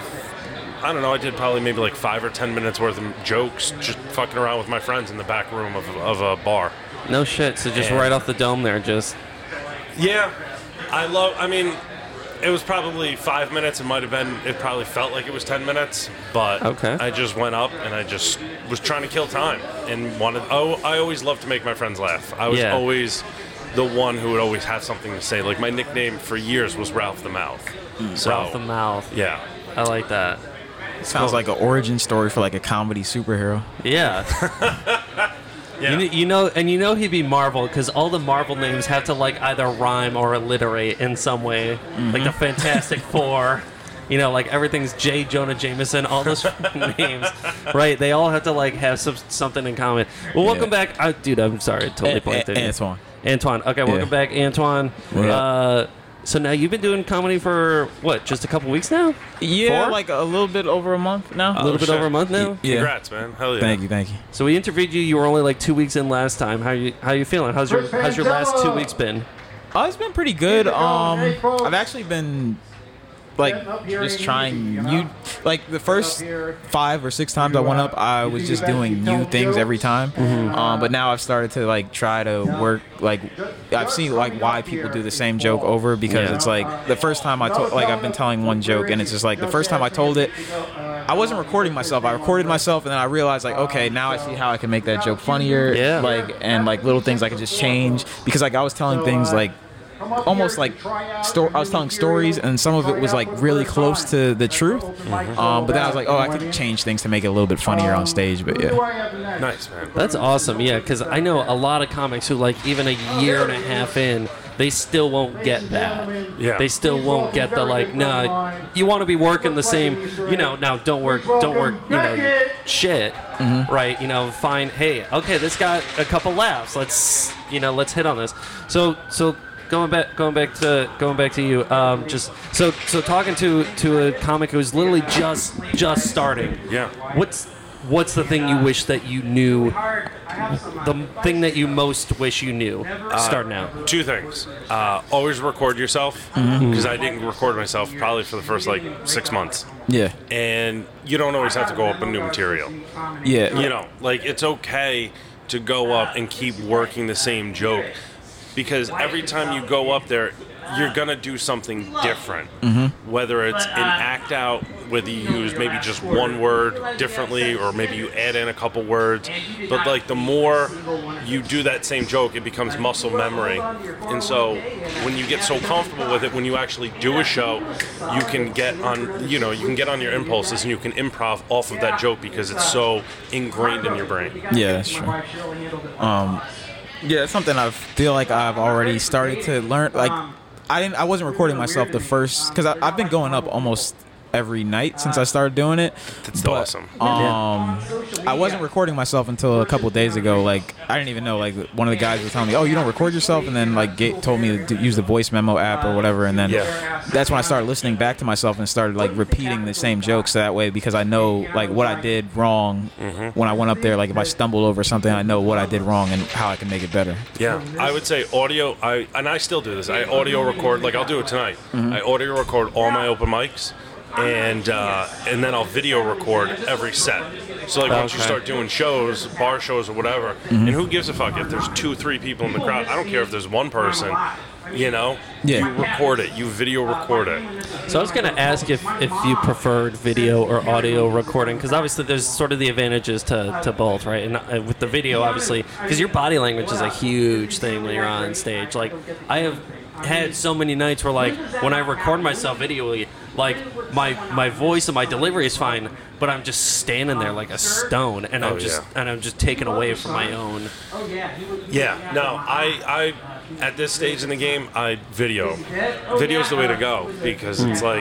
I don't know, I did probably maybe like five or 10 minutes worth of jokes just fucking around with my friends in the back room of, of a bar. No shit. So just Yeah. right off the dome there, just Yeah, I love. I mean, it was probably five minutes. It might have been. It probably felt like it was ten minutes. But Okay. I just went up and I just was trying to kill time and wanted. Oh, I always love to make my friends laugh. I was Yeah. always the one who would always have something to say. Like my nickname for years was Ralph the Mouth. Mm. So, Ralph the mouth. Yeah. I like that. Sounds like an origin story for like a comedy superhero. *laughs* Yeah. You, kn- you know, and you know he'd be Marvel because all the Marvel names have to like either rhyme or alliterate in some way, Mm-hmm. like the Fantastic Four. You know, like everything's J. Jonah Jameson. All *laughs* those names, right? They all have to like have some, something in common. Well, welcome back, I, dude. I'm sorry, I totally A- blanked A- on you. Antoine. Antoine. Okay, welcome Yeah. back, Antoine. What up? Uh, so now you've been doing comedy for what? Just a couple weeks now? Yeah, Four? like a little bit over a month now. a little bit shit. over a month now. yeah. Congrats, man. Hell yeah. Thank you, thank you. So we interviewed you. You were only like two weeks in last time. How you how you feeling? How's your how's your last two weeks been? Oh, it's been pretty good. Keep it Um, going, hey, folks. I've actually been like Getting up here just ain't trying easy, you new. know? Like the first up here. five or six times I You, went uh, up, I you was do just that, you doing new don't things do. every time. Mm-hmm. Um, but now I've started to like try to work. Like I've seen like why people do the same joke over because Yeah. it's like the first time I told like I've been telling one joke and it's just like the first time I told it, I wasn't recording myself. I recorded myself, and then I realized like, okay, now I see how I can make that joke funnier. Yeah. Like and like little things I can just change because like I was telling things like almost like sto- I was telling stories, and some of it was like really close to the truth. Um, but then I was like, oh, I could change things to make it a little bit funnier on stage. But yeah. Nice, man. That's awesome. Yeah, because I know a lot of comics who like even a year and a half in, they still won't get that. Yeah. They still won't get the like. Nah, you want to be working the same. You know, now don't work. Don't work. You know, shit. Right. You know, find. Hey, okay, this got a couple laughs. Let's you know, let's hit on this. So so. Going back, going back to going back to you. Um, just so so talking to to a comic who's literally just just starting. Yeah. What's what's the thing you wish that you knew the thing that you most wish you knew Uh, starting out. Two things. Uh, always record yourself because I didn't record myself probably for the first like six months. Yeah. and you don't always have to go up with new material. Yeah. You know, like it's okay to go up and keep working the same joke because every time you go up there, you're gonna do something different. Whether it's an act out, whether you use maybe just one word differently, or maybe you add in a couple words. But like the more you do that same joke, it becomes muscle memory. And so when you get so comfortable with it, when you actually do a show, you can get on, you know, you can get on your impulses and you can improv off of that joke because it's so ingrained in your brain. Yeah, that's true. Um, yeah, it's something I feel like I've already started to learn. Like, I didn't, I wasn't recording myself the first because I've been going up almost every night since I started doing it. That's But, awesome. Um, I wasn't recording myself until a couple days ago. Like I didn't even know. Like one of the guys was telling me, "Oh, you don't record yourself," and then like get, told me to do- use the voice memo app or whatever. And then Yeah. that's when I started listening back to myself and started like repeating the same jokes that way because I know like what I did wrong Mm-hmm. when I went up there. Like if I stumbled over something, I know what I did wrong and how I can make it better. Yeah, I would say audio. I and I still do this. I audio record. Like I'll do it tonight. I audio record all my open mics, and uh, and then I'll video record every set. So like once you Okay. start doing shows, bar shows or whatever, and who gives a fuck if there's two, three people in the crowd? I don't care if there's one person. You know, Yeah. you record it. You video record it. So I was going to ask if, if you preferred video or audio recording, because obviously there's sort of the advantages to, to both, right? And uh, with the video, obviously, because your body language is a huge thing when you're on stage. Like, I have had so many nights where, like, when I record myself videoly, like, my, my voice and my delivery is fine, but I'm just standing there like a stone, and I'm Oh, just yeah. and I'm just taken away from my own. Oh, Yeah. No, I I at this stage in the game, I video. Video's the way to go because it's Mm.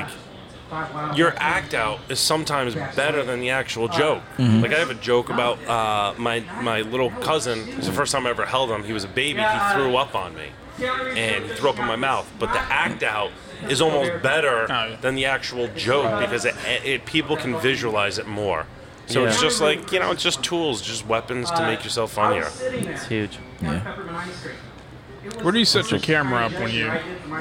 like your act out is sometimes better than the actual joke. Mm-hmm. Like I have a joke about uh, my my little cousin. It was the first time I ever held him. He was a baby. He threw up on me, and he threw up in my mouth. But the act out is almost Oh, better than the actual joke because it, it people can visualize it more. So it's Yeah. just like you know, it's just tools, just weepons to make yourself funnier. It's huge. Where do you set your camera up when you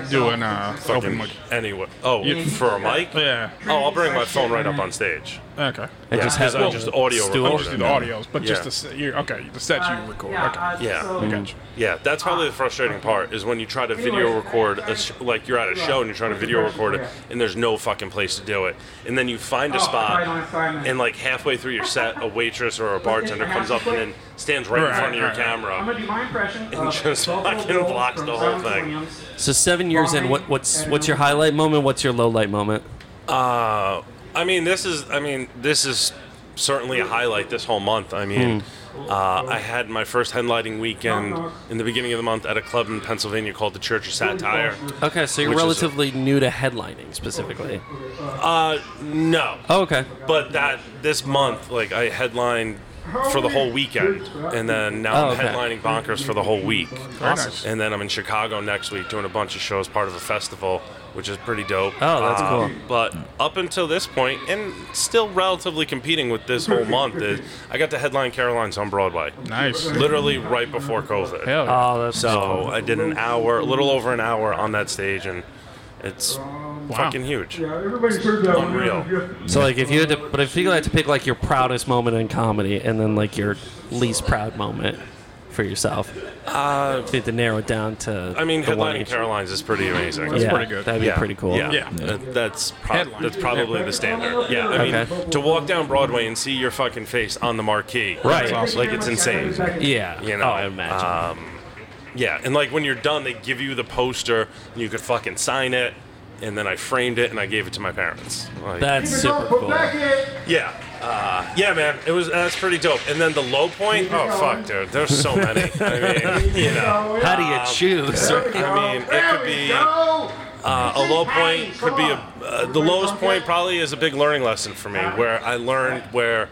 do an uh, open mic? Anyway, oh, You- for a mic? Yeah. Oh, I'll bring my phone right up on stage. Okay. I Yeah, just 'cause have I just audio stool. record I'll just do the audios, but Yeah. just the set, you okay, the set you record. uh, Okay. Yeah. Mm-hmm. Gotcha. Yeah, that's probably the frustrating part is when you try to video record, a sh- like you're at a show and you're trying to video record it, and there's no fucking place to do it. And then you find a spot, and like halfway through your set, a waitress or a bartender comes up and then stands right in Right, front of your right, right. camera. do my impression And just fucking blocks the whole thing. So seven years in, what, what's what's your highlight moment? What's your low light moment? Uh, I mean, this is. I mean, this is certainly a highlight this whole month. I mean, Hmm. uh, I had my first headlighting weekend in the beginning of the month at a club in Pennsylvania called the Church of Satire. Okay, so you're Which is a- relatively new to headlining specifically. Uh, no, Oh, okay. but that this month, like I headlined for the whole weekend, and then now Oh, I'm okay. headlining Bonkers for the whole week. nice. And then I'm in Chicago next week doing a bunch of shows, part of a festival, which is pretty dope. Oh, that's Uh, cool. But up until this point, and still relatively competing with this whole month, is I got to headline Caroline's on Broadway, Nice. literally right before COVID. Hell Uh, yeah. Oh, that's So I did an hour, a little over an hour on that stage, and it's fucking huge. Uh, Unreal. So like if you had to, but if you had to pick like your proudest moment in comedy and then like your least proud moment for yourself, uh, if you had to narrow it down to. I mean, the one headlining each. Caroline's is pretty amazing. yeah, pretty good. That'd be pretty cool. Yeah, Yeah. That- that's prob- Headline. that's probably the standard. Yeah, I mean, Okay. to walk down Broadway and see your fucking face on the marquee, Right. Like it's insane. Yeah. You know, oh, I imagine. Yeah, and like when you're done, they give you the poster, and you could fucking sign it. And then I framed it and I gave it to my parents. Like, that's super cool. yeah, uh, yeah, man, it was that's pretty dope. And then the low point, oh fuck, dude, there's so many. I mean, you know. How do you choose? I mean, it could be uh, a low point. Could be a uh, the lowest point. Probably is a big learning lesson for me, where I learned where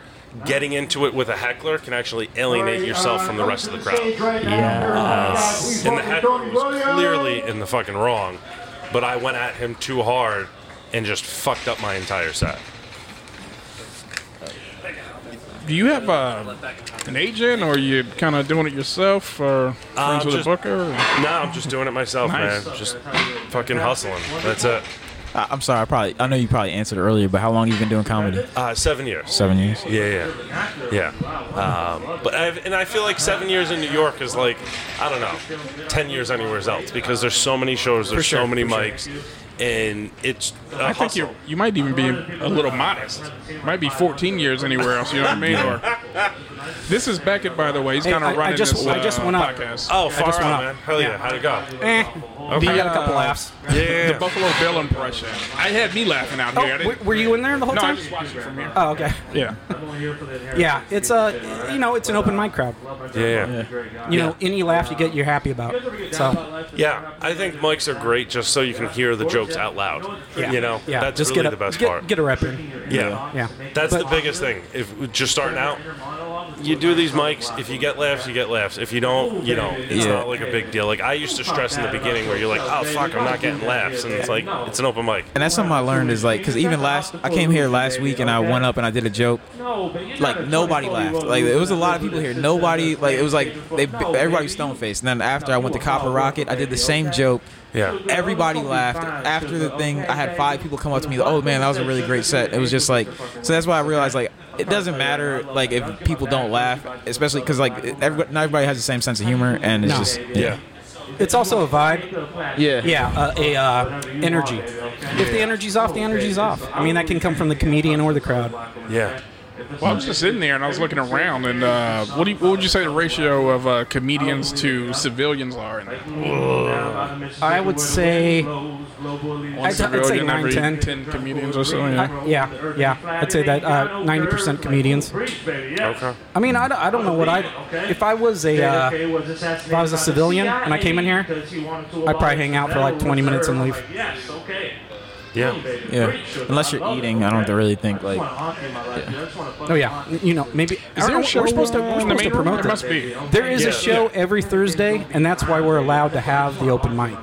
getting into it with a heckler can actually alienate yourself uh, from the Uh, rest of the crowd. Yes. And the heckler was clearly in the fucking wrong, but I went at him too hard and just fucked up my entire set. Do you have uh, an agent, or you kind of doing it yourself, or Uh, friends with just- a booker? or- No, I'm just doing it myself, Nice. man. Just fucking hustling. That's it. I, I'm sorry. I probably I know you probably answered earlier, but how long you been doing comedy? Uh, seven years. Seven years. Yeah, yeah, yeah. Um, but I've, and I feel like seven years in New York is like I don't know, ten years anywhere else because there's so many shows, there's so many mics, and it's. a I think *laughs* hustle. you you might even be a little modest. Might be 14 years anywhere else. You know what I mean? Or This is Beckett, by the way. He's kind I- I of running just- this I just uh, went up. podcast. Oh, far just went out, up. man. Hell yeah. How'd it go? Eh. You got a couple laughs. Yeah. The Uh, Buffalo Bill impression. I had me laughing out here. I Uh, W- didn't, were you in there the Oh, whole no, I time? just watched it from here. Oh, okay. Yeah. Yeah, it's a you know it's an open mic crowd. yeah. yeah. You know any laugh you get, you're happy about. So Yeah, I think mics are great just so you can hear the jokes out loud. yeah, You know, yeah, that's just really get a, the best get, part. Get a rep in. yeah. Yeah, That's But- the biggest thing. If just starting out, you do these mics. If you get laughs, you get laughs. If you don't, you know, it's Yeah. not like a big deal. Like I used to stress in the beginning where you're like, oh fuck, I'm not getting laughs, and it's like it's an open mic. And that's something I learned is like, because even last, I came here last week and I went up and I did a joke. Like, nobody laughed. Like, it was a lot of people here. Nobody, like, it was like, they, everybody was stone faced. And then after I went to Copper Rocket, I did the same joke. Yeah. Everybody laughed. After the thing, I had five people come up to me, oh man, that was a really great set. It was just like, so that's why I realized, like, it doesn't matter, like, if people don't laugh, especially because, like, everybody, not everybody has the same sense of humor. And it's No. just, Yeah. It's also a vibe. yeah. Yeah, uh, a uh, energy. If the energy's off, the energy's off. I mean that can come from the comedian or the crowd. Yeah. Well, I was just sitting there and I was looking around, and uh, what, do you, what would you say the ratio of uh, comedians to civilians are? In there? I would say One I'd say civilian nine, every 10. comedians or so. Yeah. Uh, yeah, yeah. I'd say that uh, 90% comedians. Okay. I mean, I, don't- I don't know what I. If I was a, uh, if I was a civilian and I came in here, I'd probably hang out for like 20 minutes and leave. Yeah. Yeah. Unless you're eating, I don't really think, like, Oh yeah, you know maybe. I don't know, we're supposed to, we're in the supposed main to room? promote There must this. be. There is Yeah. a show every Thursday, and that's why we're allowed to have the open mic.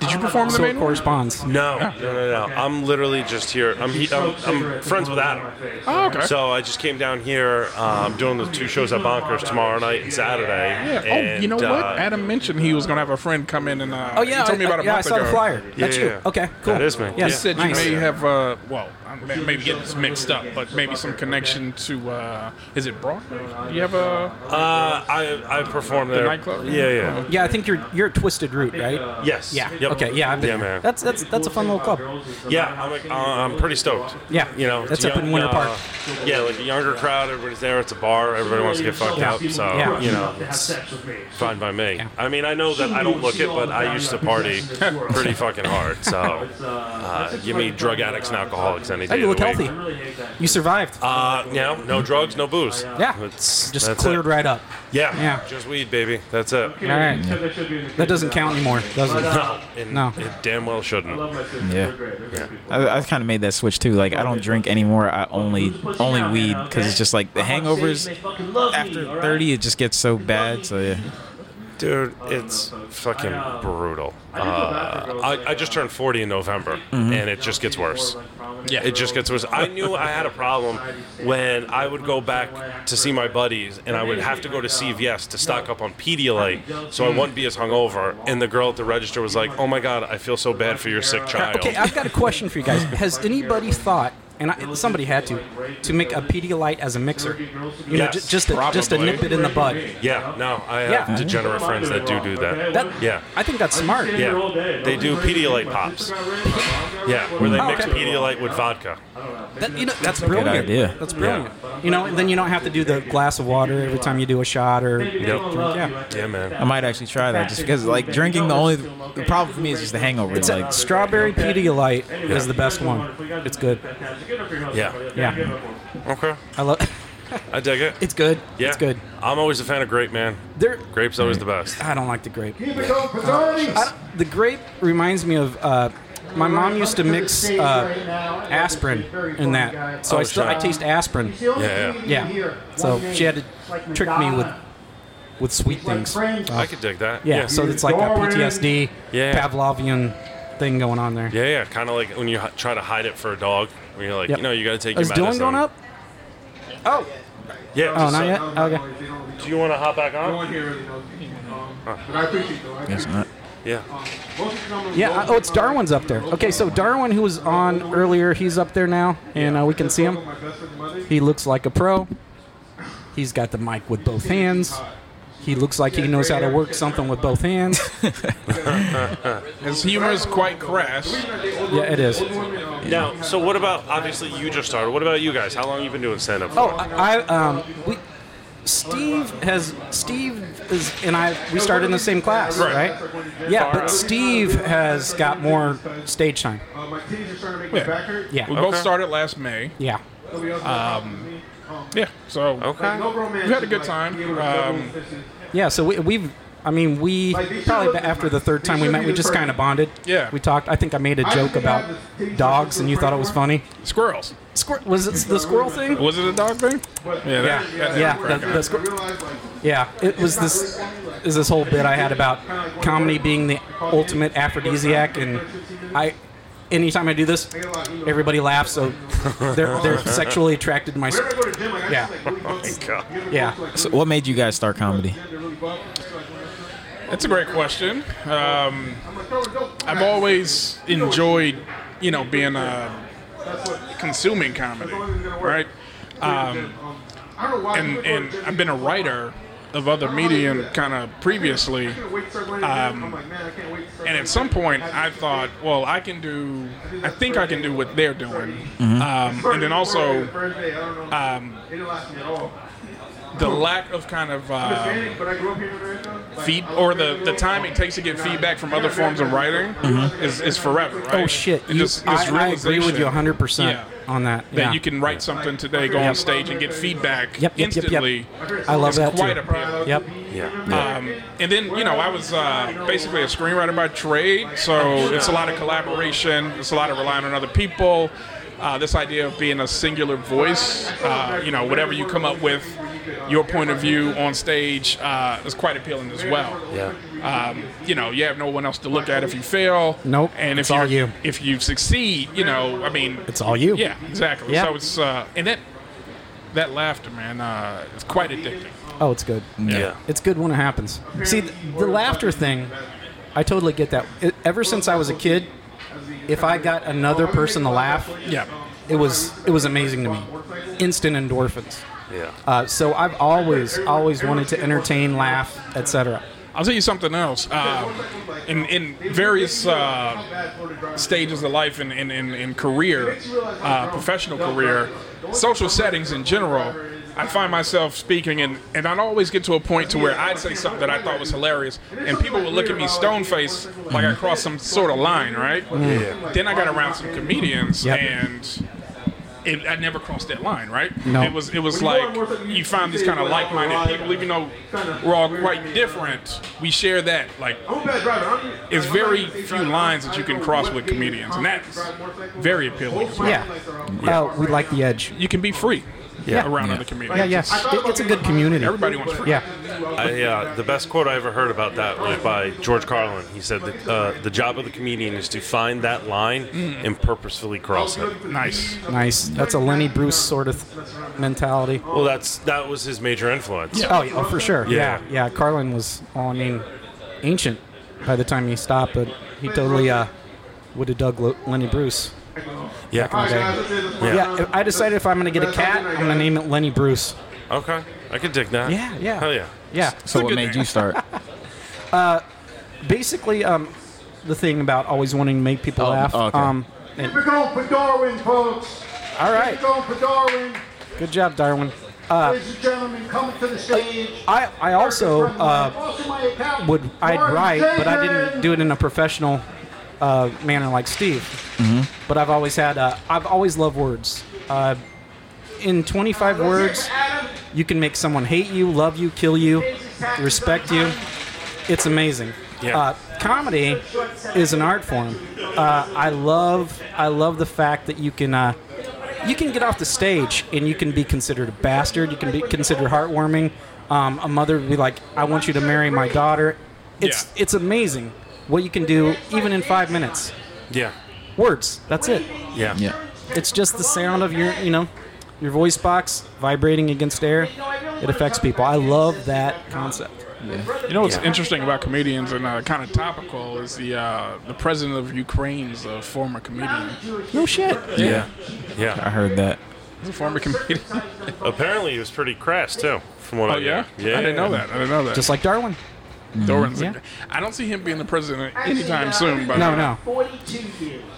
Did you perform in the So it main room? corresponds. No, no, no, no. I'm literally just here. I'm, he, I'm, I'm friends with Adam. Oh, okay. So I just came down here. Uh, I'm doing the two shows at Bonkers tomorrow night and Saturday. Yeah. Oh, you know And, what? uh, Adam mentioned he was going to have a friend come in and uh, Oh yeah, he told me I- about a yeah, month I saw ago. the flyer. Yeah, That's yeah, you. yeah. Okay, cool. That is me. He Yes. Yeah. said nice. you may have, uh, well, I'm may- maybe getting this mixed up, but maybe some connection to, uh, is it Broadway? You have a, Uh, I I performed there. nightclub? Yeah, yeah. Yeah, I think you're you're at Twisted Root, right? Yes. Yeah. Yep. Okay. Yeah. I've been yeah, there. man. That's that's that's a fun little club. yeah, I'm, like, uh, I'm pretty stoked. Yeah. You know, That's it's a up in young- Winter uh, Park. Yeah, like a younger crowd. Everybody's there. It's a bar. Everybody wants to get fucked up. So Yeah. you know, it's fine by me. I mean, I know that I don't look it, but I used to *laughs* party pretty fucking hard. So uh, give me drug addicts and alcoholics any day. Hey, you look of the healthy. week. You survived. Uh, you know, no drugs, no booze. Yeah. It's, Just that's cleared it. right up. Yeah. Yeah. Just weed, baby. That's it. All right. uh, That doesn't count anymore, does it? No. It, No. It damn well shouldn't. Yeah. I, I kind of made that switch too. Like I don't drink anymore. I only only weed because it's just like the hangovers after thirty. It just gets so bad. So yeah. Dude, it's fucking brutal. Uh, I, I just turned 40 in November, Mm-hmm. and it just gets worse. Yeah, it just gets worse. I knew I had a problem when I would go back to see my buddies, and I would have to go to CVS to stock up on Pedialyte so I wouldn't be as hungover. And the girl at the register was like, "Oh my god, I feel so bad for your sick child." Okay, I've got a question for you guys. Has anybody thought, and I, somebody had to, to make a Pedialyte as a mixer? You know, Yes, ju- just to, just to nip it in the bud. yeah, no, I have Yeah. degenerate friends that do do that. That, Yeah. I think that's smart. Yeah, they do Pedialyte pops. Yeah, where they Oh, mix okay. Pedialyte with vodka. That, you know, that's brilliant. idea. That's brilliant. You know, and then you don't have to do the glass of water every time you do a shot or. Yeah. Yeah, man. I might actually try that just because like drinking the only the problem for me is just the hangover. It's like a strawberry Pedialyte is the best one. It's good. Yeah. Yeah. Okay. I love. I dig it. *laughs* It's good. yeah. It's good. I'm always a fan of grape, man. There. Grape's always the best. I don't like the grape. I don't- the grape reminds me of uh, my mom used to mix uh, aspirin in that, so Oh, I still I sure. taste aspirin. Yeah, yeah. Yeah, so she had to trick me with with sweet things. Uh, I could dig that. Oh. Yeah, so it's like a PTSD Yeah. Pavlovian thing going on there. Yeah, yeah. Kind of like when you h- try to hide it for a dog. When you're like, Yep. you know, you got to take Is your Dylan medicine. going up? Oh, Yeah. oh, not just so- yet. Okay. Do you want to hop back on? um, it's not. Yeah. Yeah. uh, Oh, it's Darwin's up there. Okay, so Darwin, who was on earlier, he's up there now, and uh, we can see him. He looks like a pro. He's got the mic with both hands. He looks like he knows how to work something with both hands. His humor is quite crass. yeah, it is. Now, so what about obviously you just started? What about you guys? How long you been doing stand up? Oh, I, I um, we, Steve has Steve is and I we started in the same class, right? Yeah, but Steve has got more stage time. Yeah. Yeah. We both Okay. started last May. Yeah. Um, yeah, so Okay. we had a good time. Um, Yeah, so we, we've, I mean, we probably ba- after the third time we met, we just kind of bonded. Yeah. We talked. I think I made a joke about dogs, and you thought it was funny. squirrels. Squir- was it the squirrel thing? Was it a dog thing? Yeah. that- Yeah, that- yeah, the, the squir- yeah. It was this is this whole bit I had about comedy being the ultimate aphrodisiac, and I, anytime I do this, everybody laughs, so they're *laughs* they're sexually attracted to my. squ- Yeah, yeah. So what made you guys start comedy? That's a great question. Um, I've always enjoyed, you know, being uh, consuming comedy, right? Um, and and I've been a writer of other medium kind of previously. Um, and at some point, I thought, well, I can do. I think I can do what they're doing. Um, and then also, um, the lack of kind of. Uh, feed or the, the time it takes to get feedback from other forms of writing is, is forever. Right? Oh shit! And You, this- this I, I agree with you realization 100 percent Yeah. on that. That yeah. you can write something today, go on stage, and get feedback Yep, yep, yep, instantly. yep. I love is that quite too. appealing. Yep. Yeah. Um, and then you know I was uh, basically a screenwriter by trade, so it's a lot of collaboration. It's a lot of relying on other people. Uh, this idea of being a singular voice, uh, you know, whatever you come up with, your point of view on stage uh, is quite appealing as well. Yeah. Um, you know, you have no one else to look at if you fail. Nope, And if it's all you you. if you succeed, you know, I mean, It's all you. yeah, exactly. Yeah. So it's uh, and that that laughter, man, uh, it's quite addicting. Oh, it's good. Yeah. It's good when it happens. See, the, the laughter thing, I totally get that. It, ever since I was a kid, if I got another person to laugh, Yeah. it was it was amazing to me. Instant endorphins. Yeah. Uh, so I've always always wanted to entertain, laugh, etc. I'll tell you something else. Uh, in in various uh, stages of life and in, in, in career, uh, professional career, social settings in general, I find myself speaking and, and I'd always get to a point to where I'd say something that I thought was hilarious and people would look at me stone faced like I crossed some sort of line, right? Yeah. Then I got around some comedians Mm. Yep. and it, I never crossed that line, right? No. It was it was like you find these kind of like-minded people, even though we're all quite different. We share that. Like, it's very few lines that you can cross with comedians, and that's very appealing. Yeah. Oh, we like the edge. You can be free around other comedians. Yeah, yeah. It, it's a good community. Everybody wants free. Yeah. I, uh, the best quote I ever heard about that was by George Carlin. He said, that, uh, "The job of the comedian is to find that line Mm. and purposefully cross it." Nice. Nice. That's a Lenny Bruce sort of mentality. Well, that's that was his major influence. Oh, yeah, oh, for sure. Yeah. Yeah. yeah, Carlin was, well, I mean, ancient by the time he stopped, but he totally uh, would have dug Lo- Lenny Bruce. Yeah. Yeah. if- I decided if I'm going to get a cat, I'm going to name it Lenny Bruce. Okay. I can dig that. Yeah, yeah. Hell yeah. Yeah. So what made you start? Basically, um, the thing about always wanting to make people Oh, laugh. oh, okay. Um, and, We're going for Darwin, folks. all We're right. going for Darwin. Good job, Darwin. Ladies and gentlemen, coming to the stage. I, I also uh, would I'd write, but I didn't do it in a professional uh, manner like Steve. But I've always had uh, I've always loved words. Uh, in 25 words, you can make someone hate you, love you, kill you, respect you. It's amazing. Yeah. Uh, comedy is an art form. Uh, I love I love the fact that you can. Uh, you can get off the stage and you can be considered a bastard. You can be considered heartwarming. Um, a mother would be like, "I want you to marry my daughter." It's Yeah. it's amazing what you can do even in five minutes. Yeah. Words. That's it. Yeah. Yeah. It's just the sound of your you know your voice box vibrating against air. It affects people. I love that concept. You know what's Yeah. interesting about comedians and uh, kind of topical is the uh, the president of Ukraine's a former comedian. No shit. Yeah. I Yeah. heard that. He's a former comedian. Apparently, he was pretty crass too. From what Oh I yeah? heard. yeah, I didn't know that. I didn't know that. Just like Darwin. Doran's like- I don't see him being the president anytime soon. But No, no.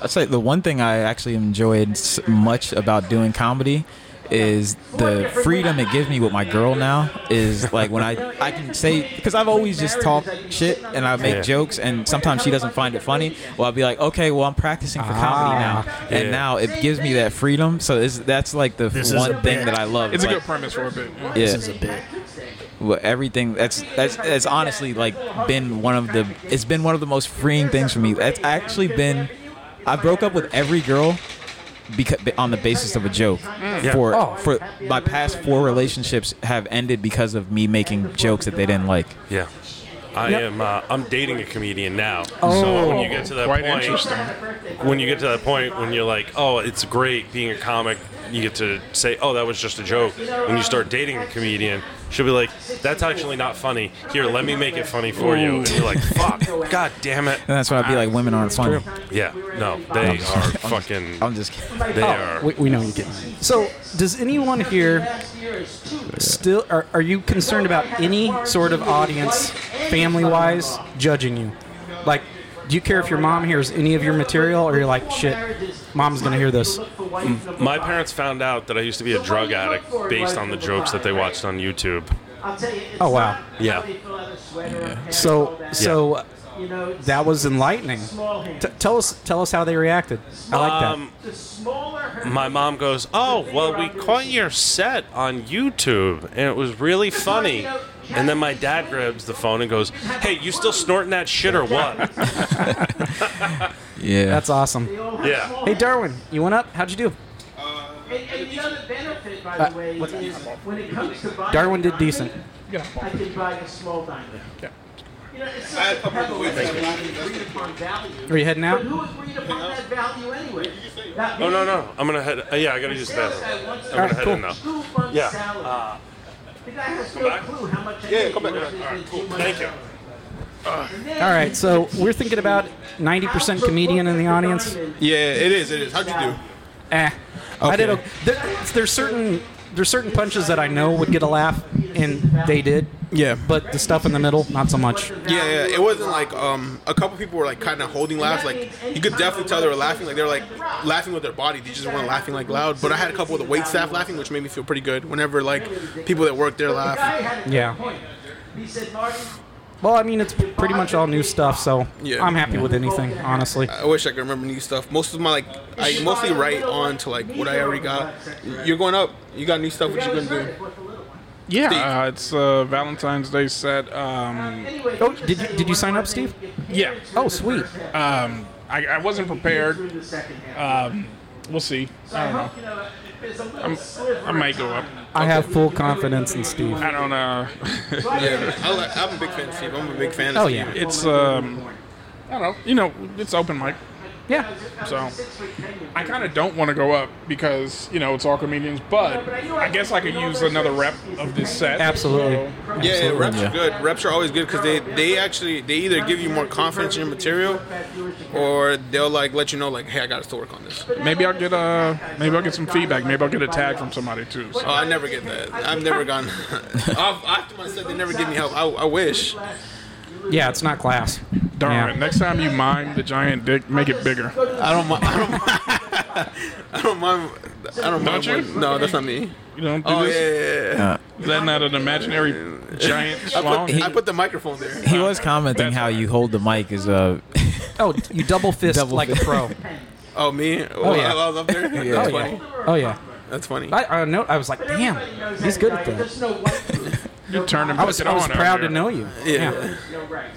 I'd say the one thing I actually enjoyed s- much about doing comedy is the freedom it gives me with my girl now is like when I, I can say because I've always just talked shit and I make Yeah. jokes and sometimes she doesn't find it funny well I'll be like okay well I'm practicing for comedy now and Yeah. now it gives me that freedom so it's, that's like the This is a one thing bit. that I love It's a Like, good premise for a bit. yeah. yeah. This is a bit. Well, everything that's that's that's honestly like been one of the it's been one of the most freeing things for me. That's actually been I broke up with every girl because on the basis of a joke. For for my past four relationships have ended because of me making jokes that they didn't like. yeah. I am. Uh, I'm dating a comedian now. Oh. so when you get to that Quite point, *laughs* interesting. when you get to that point when you're like, oh, it's great being a comic, you get to say, oh, that was just a joke. When you start dating a comedian, she'll be like, that's actually not funny. Here, let me make it funny for you. And you're like, fuck, god damn it. And that's why I'd be like, women aren't funny. Yeah, no, they are fucking. I'm just kidding. Oh, They are. Oh, We, we know you did. So, does anyone here still are, are you concerned about any sort of audience, family-wise, judging you? Like, do you care if your mom hears any of your material, or you're like, shit, mom's gonna hear this? My parents found out that I used to be a drug addict based on the jokes that they watched on YouTube. Oh wow. Yeah. So, so that was enlightening. T- tell us, tell us how they reacted. I like that. Um, my mom goes, "Oh, well, we caught your set on YouTube, and it was really funny." And then my dad grabs the phone and goes, "Hey, you still snorting that shit or what?" Yeah. That's awesome. Yeah. Hey, Darwin, you went up. How'd you do? And the other benefit, Uh, by the way, is when it comes to buying Darwin did a diner, decent. I can buy a small diner. You know, it's I such had a a couple pebble of that's weeks. agreed upon value. Are you heading But out? who agreed upon that value anyway? Not Oh me. no no, I'm gonna head. Uh, yeah, I gotta use the Sales bathroom. guy wants I'm gonna to head in now. two months' Yeah, salary. uh, The guy has no back? clue how much I Yeah, made come back. versus All right, the cool. two months' Thank you. salary. All right, so we're thinking about 90% comedian in the audience. *laughs* Yeah, it is. It is. How'd you do? Eh, I did. Okay. Okay. There, there's certain there's certain punches that I know would get a laugh, and they did. Yeah. But the stuff in the middle, not so much. Yeah, yeah. It wasn't like um a couple people were like kind of holding laughs. Like you could definitely tell they were laughing. Like they were like laughing with their body. They just weren't laughing like loud. But I had a couple of the wait staff laughing, which made me feel pretty good. Whenever like people that work there laugh. Yeah. He said, Martin, Well, I mean, it's pretty much all new stuff, so Yeah. I'm happy with anything, honestly. I wish I could remember new stuff. Most of my like I mostly write on to like what I already got. You're going up. You got new stuff. What you gonna do? Yeah, uh, it's uh, Valentine's Day set. Um, Oh, did you, did you sign up, Steve? yeah, Oh, sweet. um, I, I wasn't prepared. the second half. Um, we'll see. I don't know. You know, there's a little I'm, I might go up. I have full confidence in Steve. I don't uh, know. Yeah, I li- I'm a big fan of Steve. I'm a big fan. Of Oh Steve. yeah, *laughs* It's um, I don't know. You know, it's open mic, yeah. so I kind of don't want to go up because you know it's all comedians. But I guess I could use another rep of this set. Absolutely. Yeah, yeah, Absolutely. reps are good. Reps are always good because they they actually they either give you more confidence in your material, or they'll like let you know like, hey, I got to still work on this. So maybe I'll get uh, maybe I'll get some feedback. Maybe I'll get a tag from somebody too. So. Oh, I never get that. I've never gotten. *laughs* I've- After my set, they never give me help. I, I wish. Yeah, it's not class. Darn Yeah. it. Next time you mime the giant dick, make it bigger. I don't. mi- I don't. I don't *laughs* mind. I don't mind. Don't you? when- No, that's not me. You don't do Oh yeah, this? yeah, yeah. Letting out an imaginary giant I, schlong. put, I put the microphone there. He was commenting That's how you hold the mic is uh Oh, you double fist Double like a fist. pro. Oh me? Oh yeah. I, I was up there. That's Yeah. funny. Oh yeah. That's funny. I, I know. I was like, damn, he's good at that. There's no white food, You turn and I was, put I it was on out proud to there. know you. Yeah. *laughs* no rice.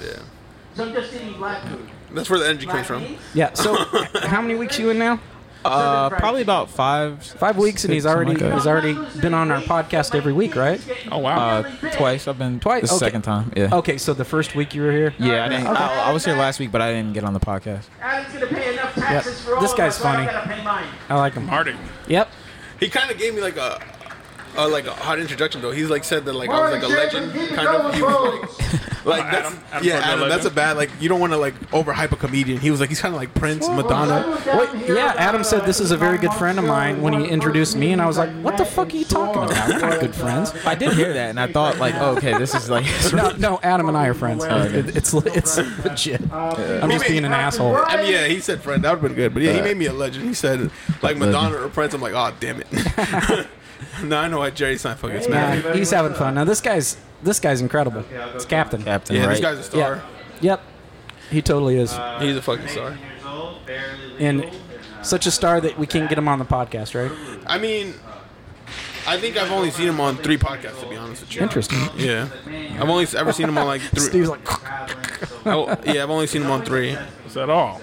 So I'm just eating black food. That's where the energy comes Black from. meat, Yeah. *laughs* So, how many weeks you in now? uh probably about five Five weeks, and he's six, something already like he's that. already been on our podcast every week, right? Oh wow. uh, twice. I've been Twice? This is the Okay. second time. Yeah. Okay, so the first week you were here. Yeah, I, didn't, I, I was here last week, but I didn't get on the podcast. Adam's gonna pay enough taxes Yeah. for all This of guy's us, so I funny. gotta pay mine. I like him. Marty. Yep. He kind of gave me like a, *laughs* a like a hot introduction though. He's like said that like I was like a legend. Kind of. He was like, Like Adam- that's, Oh, Adam yeah, Cordell Adam, that's a Legend. bad like you don't want to like overhype a comedian. He was like he's kind of like Prince, Madonna. Wait, yeah, Adam said this is a very good friend of mine when he introduced me, and I was like, what the fuck are you talking about? We're not good friends. I did hear that, and I thought like, oh, okay, this is like. *laughs* No, no, Adam and I are friends. okay. It- it's it's *laughs* legit. I'm just being an asshole. I mean, yeah, he said friend. That would have been good. But yeah, he made me a legend. He said like Madonna or Prince. I'm like, oh damn it. *laughs* no, I know why Jerry's not fucking smart. Nah, he's having fun. Now this guy's this guy's incredible. It's Captain. Captain, Yeah, right? this guy's a Yeah. star. Yep. He totally is. He's a fucking star. and such a star that we can't get him on the podcast, right? I mean, I think I've only seen him on three podcasts to be honest with you. Interesting. Yeah, I've only ever seen him on like three. Steve's like, Oh, yeah, I've only seen him on three. Is that all?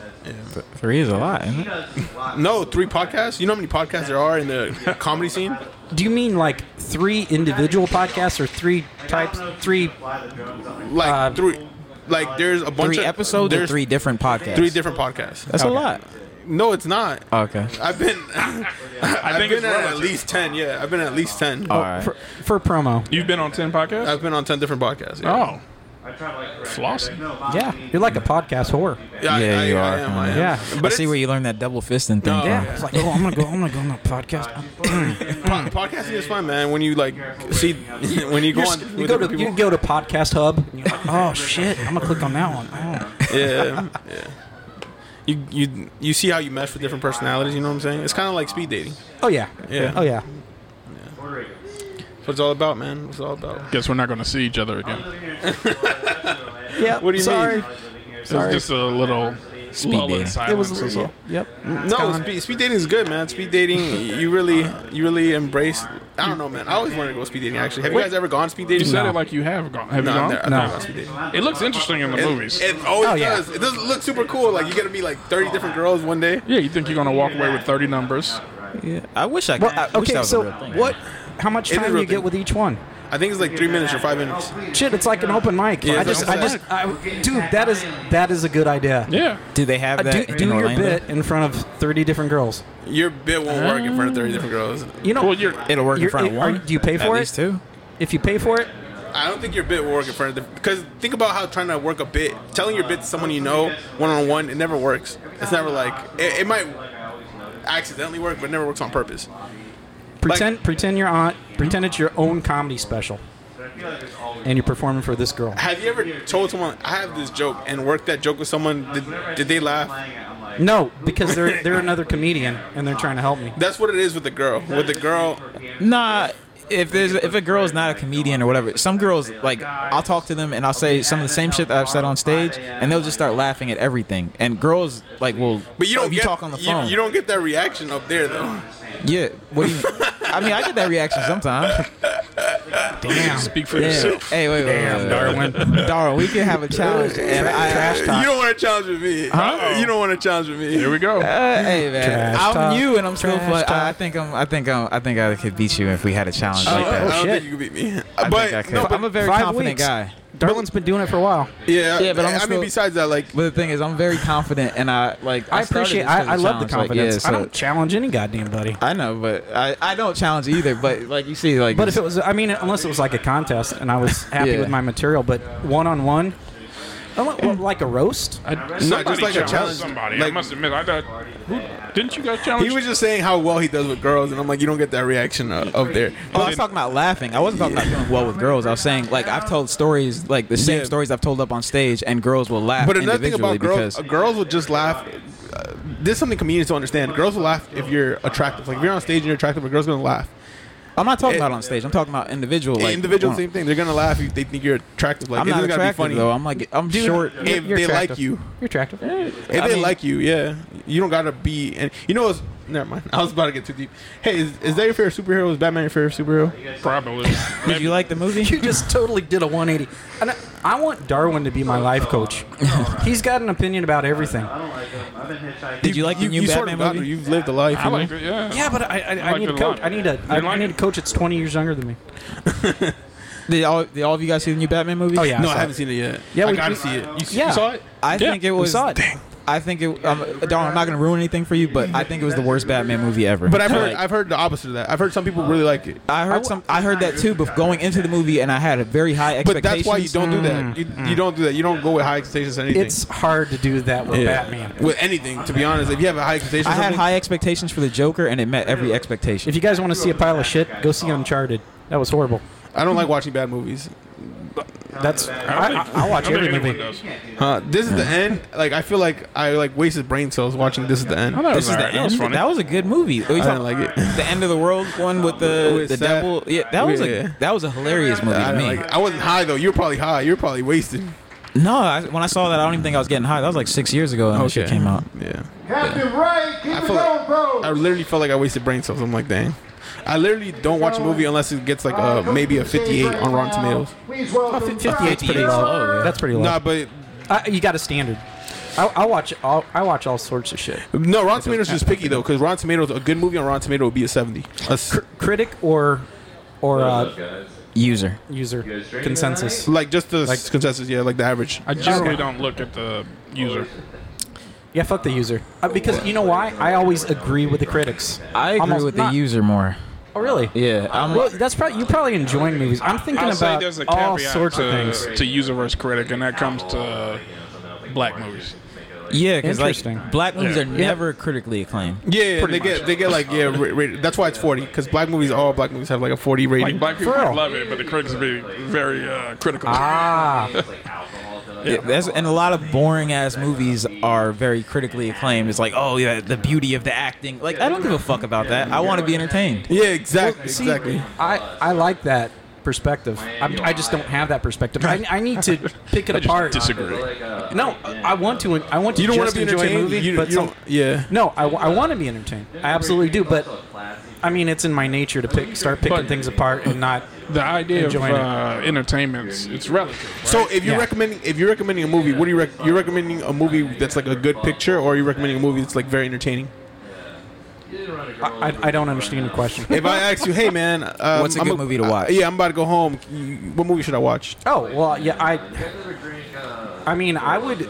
Three is a lot. Isn't it? No, three podcasts. You know how many podcasts there are in the comedy scene? do you mean like three individual podcasts or three types? Three? Like Uh, three. Like there's a bunch of Three episodes or There's three *laughs* different podcasts. three different podcasts. That's Okay. a lot. No, it's not. Oh, Okay. *laughs* I've been. I have think been it's at at relative. least ten. Yeah, I've been at at least ten. All right. For, for promo. You've been on ten podcasts. I've been on ten different podcasts. Yeah. oh, flossing. Yeah, you're like a podcast whore. I- Oh. Yeah, I, you I are. am, I am. Yeah. But But I see it's- where you learned that double fisting thing. No. from. Yeah. It's like, oh, I'm gonna go. I'm gonna go on a Uh, podcast. po- podcasting is fun, man. When you like see, *laughs* when you go on, You with go different to people. you go to Podcast Hub. And you're like, oh shit, I'm gonna click on that one. Oh. yeah, yeah. You you you see how you mesh with different personalities. You know what I'm saying? It's kind of like speed dating. Oh yeah. Yeah. Oh yeah. That's what it's all about, man. What's all about? Guess we're not going to see each other again. Yeah. What do you sorry. mean? It's just a little lull dating. in silence. It was. or so. Yep. No, speed, speed dating is good, man. Speed dating, you really you really embrace. I don't know, man. I always wanted to go speed dating. Actually, have you guys ever gone speed dating? You said it like you have gone. Have no, you I've gone? never, I've No. never gone speed dating. It looks interesting in the movies. It always Oh, yeah. does. It does look super cool. Like you get to meet like thirty different girls one day. yeah, you think you're going to walk away with 30 numbers? Yeah. I wish I. Well, I wish that uh, okay. was So a real thing. what? How much It is time do real you get thing. with each one? I think it's like three minutes or five minutes. Shit, it's like an open mic. I Yeah, it's just, I an just, I, dude, that is that is a good idea. Yeah. do they have Uh, that do in do your Orlando? bit in front of thirty different girls. Your bit won't work in front of thirty different girls. You know, Well, you're. It'll work in you're- front of are- one. do you pay At for least it? two. If you pay for it, I don't think your bit will work in front of the because think about how trying to work a bit, telling your bit to someone you know one on one, it never works. It's never like it, it might accidentally work, but it never works on purpose. pretend pretend you're on pretend it's your own comedy special, and you're performing for this girl. Have you ever told someone I have this joke and worked that joke with someone? Did, did they laugh? No, because they're they're another comedian and they're trying to help me. That's what it is with the girl. With the girl, Nah. If there's if a girl's not a comedian or whatever, some girls like I'll talk to them and I'll say some of the same shit that I've said on stage, and they'll just start laughing at everything. And girls like will, but you Oh, don't if you get, talk on the you- phone. You, don't get that reaction up there though. yeah. What do you? I mean, I get that reaction sometimes. Damn. Speak for Yeah. yourself. Hey, wait, wait, wait, Darwin. Darwin, we can have a challenge. And I, You don't want to challenge with me. You don't want to challenge with me. Here we go. Uh, hey man, Trash I'm talk. you and I'm still Trash fun. I, I talk. think I'm. I think I'm. I think I could beat you if we had a challenge like I that. don't shit. think you can beat me. I but think I could. no, but I'm a very five confident weeks. guy. Darwin's been doing it for a while. yeah, Yeah, but I'm I still- mean, besides that, like But the thing is, I'm very confident, and I like. I, started appreciate. this 'cause I, I of love the challenge. Like, yeah, confidence. I so- don't challenge any goddamn buddy. I know, but I, I don't challenge either. But like you see, like But if it was, I mean, unless it was like a contest and I was happy Yeah. with my material, but one on one, like a roast. I, just like a challenge. Somebody. I Like- must admit, I got. Who, didn't you guys challenge? he was just saying how well he does with girls, and I'm like, you don't get that reaction uh, up there. well, I was talking about laughing. I wasn't talking about doing well with girls. I was saying like I've told stories like the same Yeah. stories I've told up on stage, and girls will laugh. But another thing individually about girls, because girls will just laugh. Uh, this is something comedians don't understand. Girls will laugh if you're attractive. Like if you're on stage and you're attractive, a girl's gonna laugh. I'm not talking it- about on stage. I'm talking about individual. Like Individual, one- same thing. They're gonna laugh if they think you're attractive. Like I'm it not doesn't gotta be attractive funny. though. I'm like I'm short. if You're they attractive. like you, You're attractive. if I they mean- like you, yeah, you don't gotta be. And you know, what's, never mind. *laughs* I was about to get too deep. Hey, is, is that your favorite superhero? Is Batman your favorite superhero? probably. Did you like the *laughs* movie? You just totally did a 180. And I, I want Darwin to be my life *laughs* coach. He's got an opinion about everything. Did you like the new you sort Batman of got movie? her. You've lived a life. I you know? liked it, yeah. Yeah, but I, I, I, liked need it a a coach. lot. I need a I, Didn't I like need a it. coach that's 20 years younger than me. Did all, did all of you guys see the new Batman movie? Oh yeah. no, saw I it. haven't seen it yet. Yeah, I we- gotta we- see it. You, yeah. you saw it? I Yeah, think it We was. saw it. I think it. I'm, I'm not gonna ruin anything for you, but I think it was the worst Batman movie ever. But I've heard Like, I've heard the opposite of that. I've heard some people really like it. I heard some. I heard that too. But going into the movie, and I had a very high But expectations. that's why you don't do that. You, Mm. you don't do that. You don't go with high expectations. or Anything. It's hard to do that with Batman. with anything. To be honest, if you have a high expectation, I had something- high expectations for the Joker, and it met every expectation. If you guys want to see a pile of shit, go see Uncharted. That was horrible. I don't like watching bad movies. That's I, I, I'll watch I don't every think movie. anyone does. Huh, this is the end. Like I feel like I like wasted brain cells watching this is the end. That was this is the alright. That end. was funny. That was a good movie. Are you I didn't talking- like it. The end of the world one with the With the Seth. devil. Yeah, that was Yeah. a that was a hilarious movie I, to didn't me. like it. I wasn't high though. You were probably high. You were probably wasted. No, I, when I saw that, I don't even think I was getting high. That was like six years ago when that shit came out. Yeah. Captain Ray, keep I it feel going, bro. I literally felt like I wasted brain cells. I'm like, dang. I literally don't watch a movie unless it gets like Uh, a, come maybe to a the stage 58 right on Rotten now. Tomatoes. Please welcome 58's pretty Frank low. Miller. That's pretty low. Nah, but I, you got a standard. I, I watch all I watch all sorts of shit. no, Rotten Tomatoes is picky though, because Rotten Tomatoes, a good movie on Rotten Tomato would be a 70. A s- Critic or or uh, User. user consensus. like just the s- consensus, yeah, like the average. I generally don't look at the user. Yeah, fuck the user. Uh, because you know why? I always agree with the critics. I agree Almost with not- the user more. Oh, really? Yeah, I'm, Well, that's probably you're probably enjoying movies. I'm thinking I'll say about there's a caveat all sorts to, of things. to user versus critic, and that comes to black movies. yeah, because Interesting. like um, black movies Yeah. are never critically acclaimed. Yeah, Pretty they much. get they get like yeah, ra- rated. that's why it's 40 because black movies, all black movies have like a 40 rating. Like black people For real. love it, but the critics would be very uh, critical. Ah, Yeah, that's, and a lot of boring ass movies are very critically acclaimed. It's like, oh yeah, the beauty of the acting. Like, I don't give a fuck about that. I want to be entertained. yeah, exactly, See, exactly. I, I like that perspective. I'm, I just don't have that perspective. I, I need to pick it I just apart. disagree. No, I want to. I want to. You don't want just to be enjoy a entertained. movie, you, but you some- don't, yeah. no, I, want to be entertained. I absolutely do. But I mean, it's in my nature to pick, start picking But- things apart and not. The idea of Enjoying it. uh, entertainment's it's relative. So if you're Yeah. recommending if you're recommending a movie, what do you rec- you're recommending a movie that's like a good picture, or are you recommending a movie that's like very entertaining? I, I, I don't understand the question. If I ask you, hey man, um, What's a I'm good movie to watch? uh, yeah, I'm about to go home. You- What movie should I watch? Oh well, yeah. I. I mean, I would.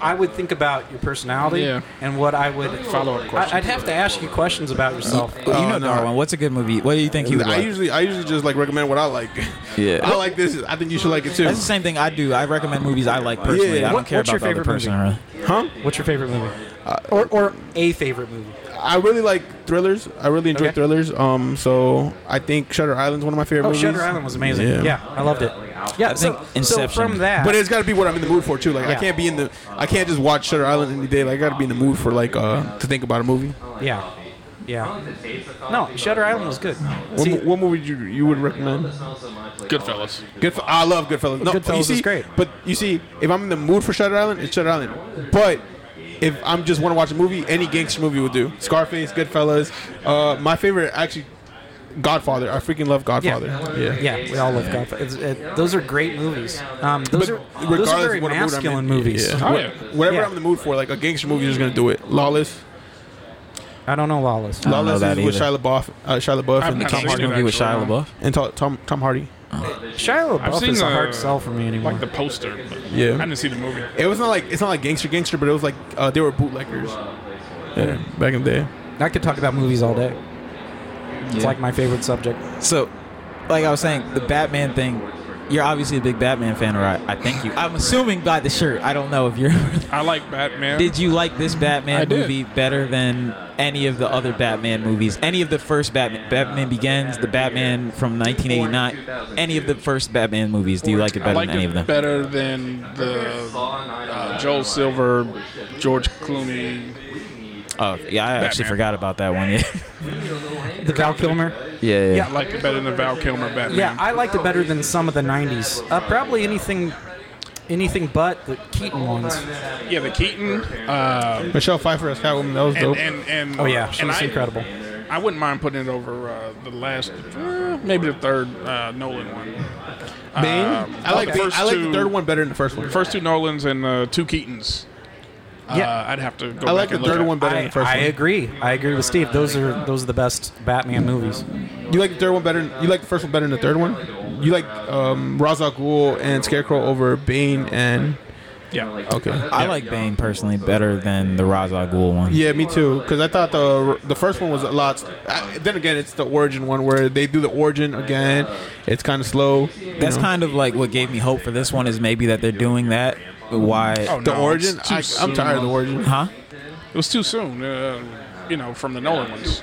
I would think about your personality Yeah. and what I would follow up. I'd have to ask you questions about yourself. you know, no. Darwin. What's a good movie? What do you think you would I like? usually I usually just like recommend what I like. Yeah. *laughs* I like this. I think you should like it too. That's the same thing I do. I recommend movies I like personally. Yeah. I don't What- care what's about your the other favorite person. movie? really. Huh? What's your favorite movie? or, or a favorite movie? I really like thrillers. I really enjoy Okay. thrillers. Um, so I think Shutter Island's one of my favorite Oh, movies. Shutter Island was amazing. Yeah, Yeah. I loved it. Yeah, so, think so Inception. from that, But it's got to be what I'm in the mood for too. Like I Yeah. can't be in the I can't just watch Shutter Island any day. Like I got to be in the mood for like uh to think about a movie. yeah, yeah. No, Shutter Island was good. What, See, mo- what movie you you would recommend? Goodfellas. Goodf- I love Goodfellas. No, Goodfellas you is see, great. But you see, if I'm in the mood for Shutter Island, it's Shutter Island. But if I'm just want to watch a movie, any gangster movie would do. Scarface, Goodfellas. Uh, my favorite, actually, Godfather. I freaking love Godfather. Yeah. yeah, we all love Godfather. It's- it- those are great movies. Um, those But are those are regardless very of what mood I'm in, masculine movies. yeah. Oh, yeah. Whatever Yeah. I'm in the mood for, like a gangster movie, is gonna do it. Lawless, I don't know Lawless. don't know Lawless that is with Shia either. LaBeouf, uh, Shia LaBeouf I've and not Tom seen Hardy, it. Movie with Shia Actually. LaBeouf. and Tom, Tom Tom Hardy. Shia I've LaBeouf seen is a the- hard sell for me anymore. Like the poster. but Yeah. I didn't see the movie. It was not like it's not like gangster gangster, but it was like uh, they were bootleggers. Yeah, back in the day. I could talk about movies all day. It's like my favorite subject. So, like I was saying, the Batman thing. You're obviously a big Batman fan, or I, I think you. I'm assuming by the shirt. I don't know if you're. I like Batman. did you like this I Batman did. movie better than any of the other Batman movies? Any of the first Batman, Batman Begins, the Batman from 1989, any of the first Batman movies? Do you like it I better like than any it of them? better than the uh, Joel Silver, George Clooney. Oh, yeah, I actually Batman. forgot about that one. *laughs* Yeah, The Val Kilmer. yeah, I liked it better than the Val Kilmer Batman. Yeah, I liked it better than some of the '90s. Uh, probably anything, anything but the Keaton ones. Yeah, the Keaton. Uh, Michelle Pfeiffer as Catwoman, that was and, dope. and, and Oh yeah, she and was I- incredible. I wouldn't mind putting it over uh, the last, uh, maybe the third uh, Nolan one. Bane? Um, I like the Bane. first I like two- the third one better than the first one. First two Nolans and uh, two Keatons. Yeah. uh, I'd have to go. I back like the and look third at- one better than I, the first I one. agree. I agree with Steve. Those are those are the best Batman movies. You like the third one better. You like the first one better than the third one. You like um, Ra's al Ghul and Scarecrow over Bane and Yeah. Okay. I like Bane personally better than the Ra's al Ghul one. Yeah, me too. Because I thought the the first one was a lot. I, then again, it's the origin one where they do the origin again. It's kind of slow. you That's know. kind of like what gave me hope for this one is maybe that they're doing that. Why? Oh, the no, origin. it's too I, I'm soon. tired of the origin. Huh? It was too soon. Uh, you know, from the Nolan ones.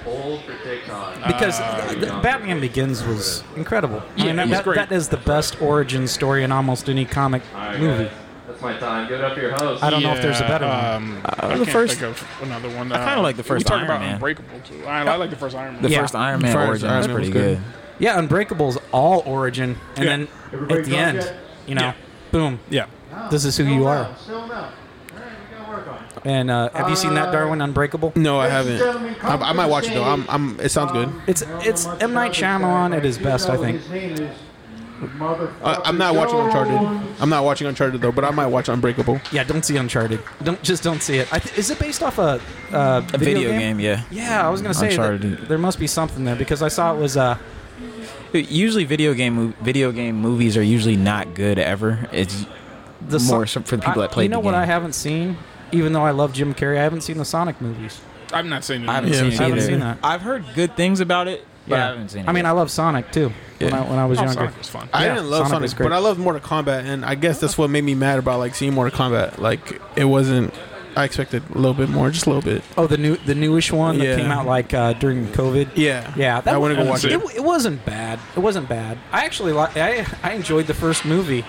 because th- Batman Begins was incredible. I mean, Uh, Yeah, that, it was that- great. that is the best origin story in almost any comic movie. That's my time. Give it up for your host. Um, I don't know if there's a Yeah, better one. Um, I the can't first- think of another one. uh, I kinda like the first We talked Iron about Man. Unbreakable too. I, I like the first Iron Man. The Yeah. first Iron Man First origin Iron was Man pretty was good. good. Yeah, Unbreakable's all origin, and Yeah. then Everybody at the drunk end, yet? you know, Yeah. boom, yeah. this is who you are. Still no. All right, we gotta work on it. And uh, have you seen that Darwin Unbreakable? No, I Ladies and haven't. gentlemen, I, come I to might the watch it though. stage. I'm, I'm. It sounds good. It's it's M Night Shyamalan at his best, I think. I, Uh, I'm not watching Uncharted. I'm not watching Uncharted though, but I might watch Unbreakable. Yeah, don't see Uncharted. Don't just don't see it. I th- is it based off a, uh, A video, game, yeah. Yeah, I was gonna say that Uncharted. there must be something there because I saw it was uh, Usually, video game mov- video game movies are usually not good ever. It's the Son- More so for the people I- that played You know the what game. I haven't seen, even though I love Jim Carrey, I haven't seen the Sonic movies. I've not seen it. I haven't Yeah, seen I it. haven't either. seen that. I've heard good things about it, but I haven't seen it. I mean, I love Sonic too. When, Yeah. I, when I was Oh, younger, Sonic was fun. I Yeah, didn't love Sonic Sonic, was great. but I loved Mortal Kombat, and I guess that's what made me mad about like seeing Mortal Kombat. Like it wasn't. I expected a little bit more, just a little bit. oh the new the newish one that Yeah. came out like uh, during COVID. Yeah. Yeah, that I want to go was- watch it. it. w- It wasn't bad. It wasn't bad. I actually li- I I enjoyed the first movie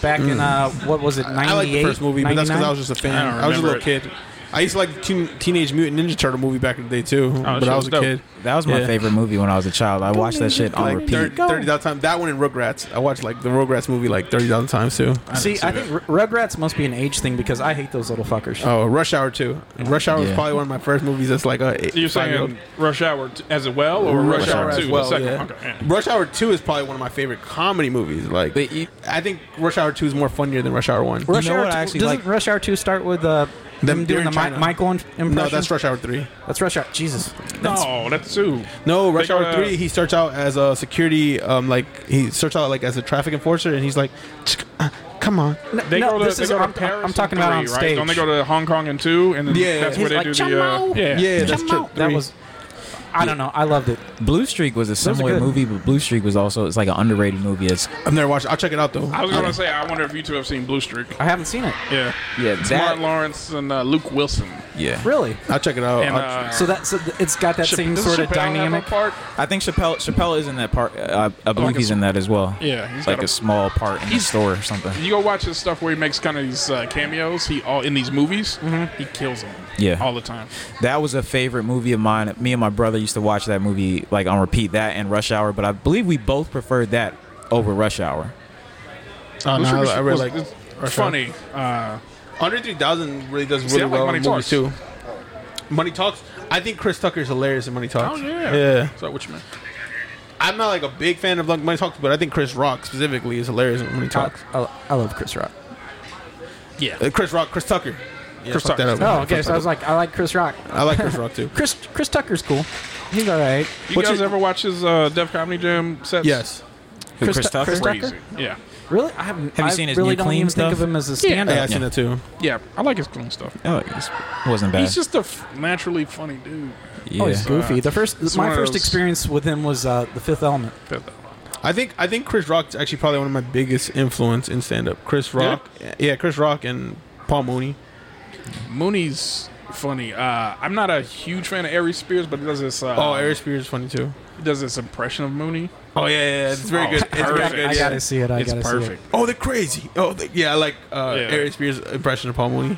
back Mm. in uh what was it ninety eight? I like the first movie, but that's because I was just a fan. I don't I, was just a little remember kid. I used to like the teen, Teenage Mutant Ninja Turtle movie back in the day too, that but shit was I Oh, was a dope. kid. that was my yeah. favorite movie when I was a child. I watched that shit on Like repeat. 30, 30,000 times. That one in Rugrats. I watched like the Rugrats movie like thirty thousand times too. See, I think R- Rugrats must be an age thing because I hate those little fuckers. Oh, Rush Hour too. Rush Hour was Yeah. probably one of my first movies. That's like a You're five-year-old. saying Rush Hour t- as well, or Rush, Hour as Two? well, the second. yeah. Okay, yeah. Rush Hour Two is probably one of my favorite comedy movies. Like, But you- I think Rush Hour Two is more funnier than Rush Hour One. Rush know Hour what I 2 actually doesn't like? Rush Hour two start with uh, them, they're doing in the Mi- China. Michael in- impression? No, that's Rush Hour Three. That's Rush Hour. Jesus, No, that's two. No, Rush They go Hour to- Three. He starts out as a security, um, like he starts out like as a traffic enforcer, and he's like, "Tsk, uh, "Come on." They no, go to, this they is go to I'm, Paris. I'm in talking about on three, stage. Right? Don't they go to Hong Kong and two, and then Yeah. that's where He's they like, do the uh, "Chamo." yeah. Yeah, that's true. that was. I don't know. I loved it. Blue Streak was a similar good. movie, but Blue Streak was also it's like an underrated movie. It's I've never watched. it. I'll check it out though. I was gonna say, I wonder if you two have seen Blue Streak. I haven't seen it Yeah, yeah, it's that Martin Lawrence and uh, Luke Wilson. yeah. really. I'll check it out. And, I'll- uh, So that's so th- it's got that Chap- same does sort of Chappelle have a dynamic. part? I think Chappelle Chappelle is in that part. Uh, I believe Like a he's in that as well. Yeah, he's like got a, a- small part in the store or something. You go watch his stuff where he makes kind of these uh, cameos. He all in these movies. Mm-hmm. He kills them. Yeah. all the time. Oh, That was a favorite movie of mine. Me and my brother used to watch that movie like on repeat. That and Rush Hour, but I believe we both preferred that over Rush Hour. oh, no, Blue I, Streak I was- really like. it's funny. Uh, Under three thousand really does really See, I like well Money in movies Talks. too. Money Talks. I think Chris Tucker is hilarious in Money Talks. oh yeah, Yeah. So what you mean? I'm not like a big fan of like Money Talks, but I think Chris Rock specifically is hilarious when he I, talks. I, I love Chris Rock. Uh, Chris Rock, Chris Tucker. Yeah, Chris fuck Tucker. that up. Oh, okay. So I was like, I like Chris Rock. I like Chris Rock *laughs* too. Chris Chris Tucker's cool. He's all right. You What's guys your- ever watch his uh, Def Comedy Jam sets? Yes. Who, Chris Chris, Tu- Tucker? Chris Tucker? Crazy. Yeah, Really, I haven't. Have you I seen his really new don't Clean even think stuff? of him as a stand-up. Yeah, I seen that too. yeah. I like his clean stuff. Oh, it's- it wasn't bad. He's just a f- naturally funny dude. yeah. Oh, he's goofy. The first, It's one my of first those- experience with him was uh, the Fifth Element. uh, I think I think Chris Rock is actually probably one of my biggest influence in stand up. Chris Rock. Yeah? Chris Rock and Paul Mooney. Mooney's funny. Uh, I'm not a huge fan of Ari Spears, but he does this. Uh, Oh, Eric Spears is funny too. he does this impression of Mooney. Oh yeah, yeah, yeah. it's very Oh, good. It's very perfect. good. I yeah. gotta see it. I it's gotta perfect. Oh, they're crazy. Oh, they, yeah, I like uh, Yeah. Eric Spears' impression of Paul Mooney.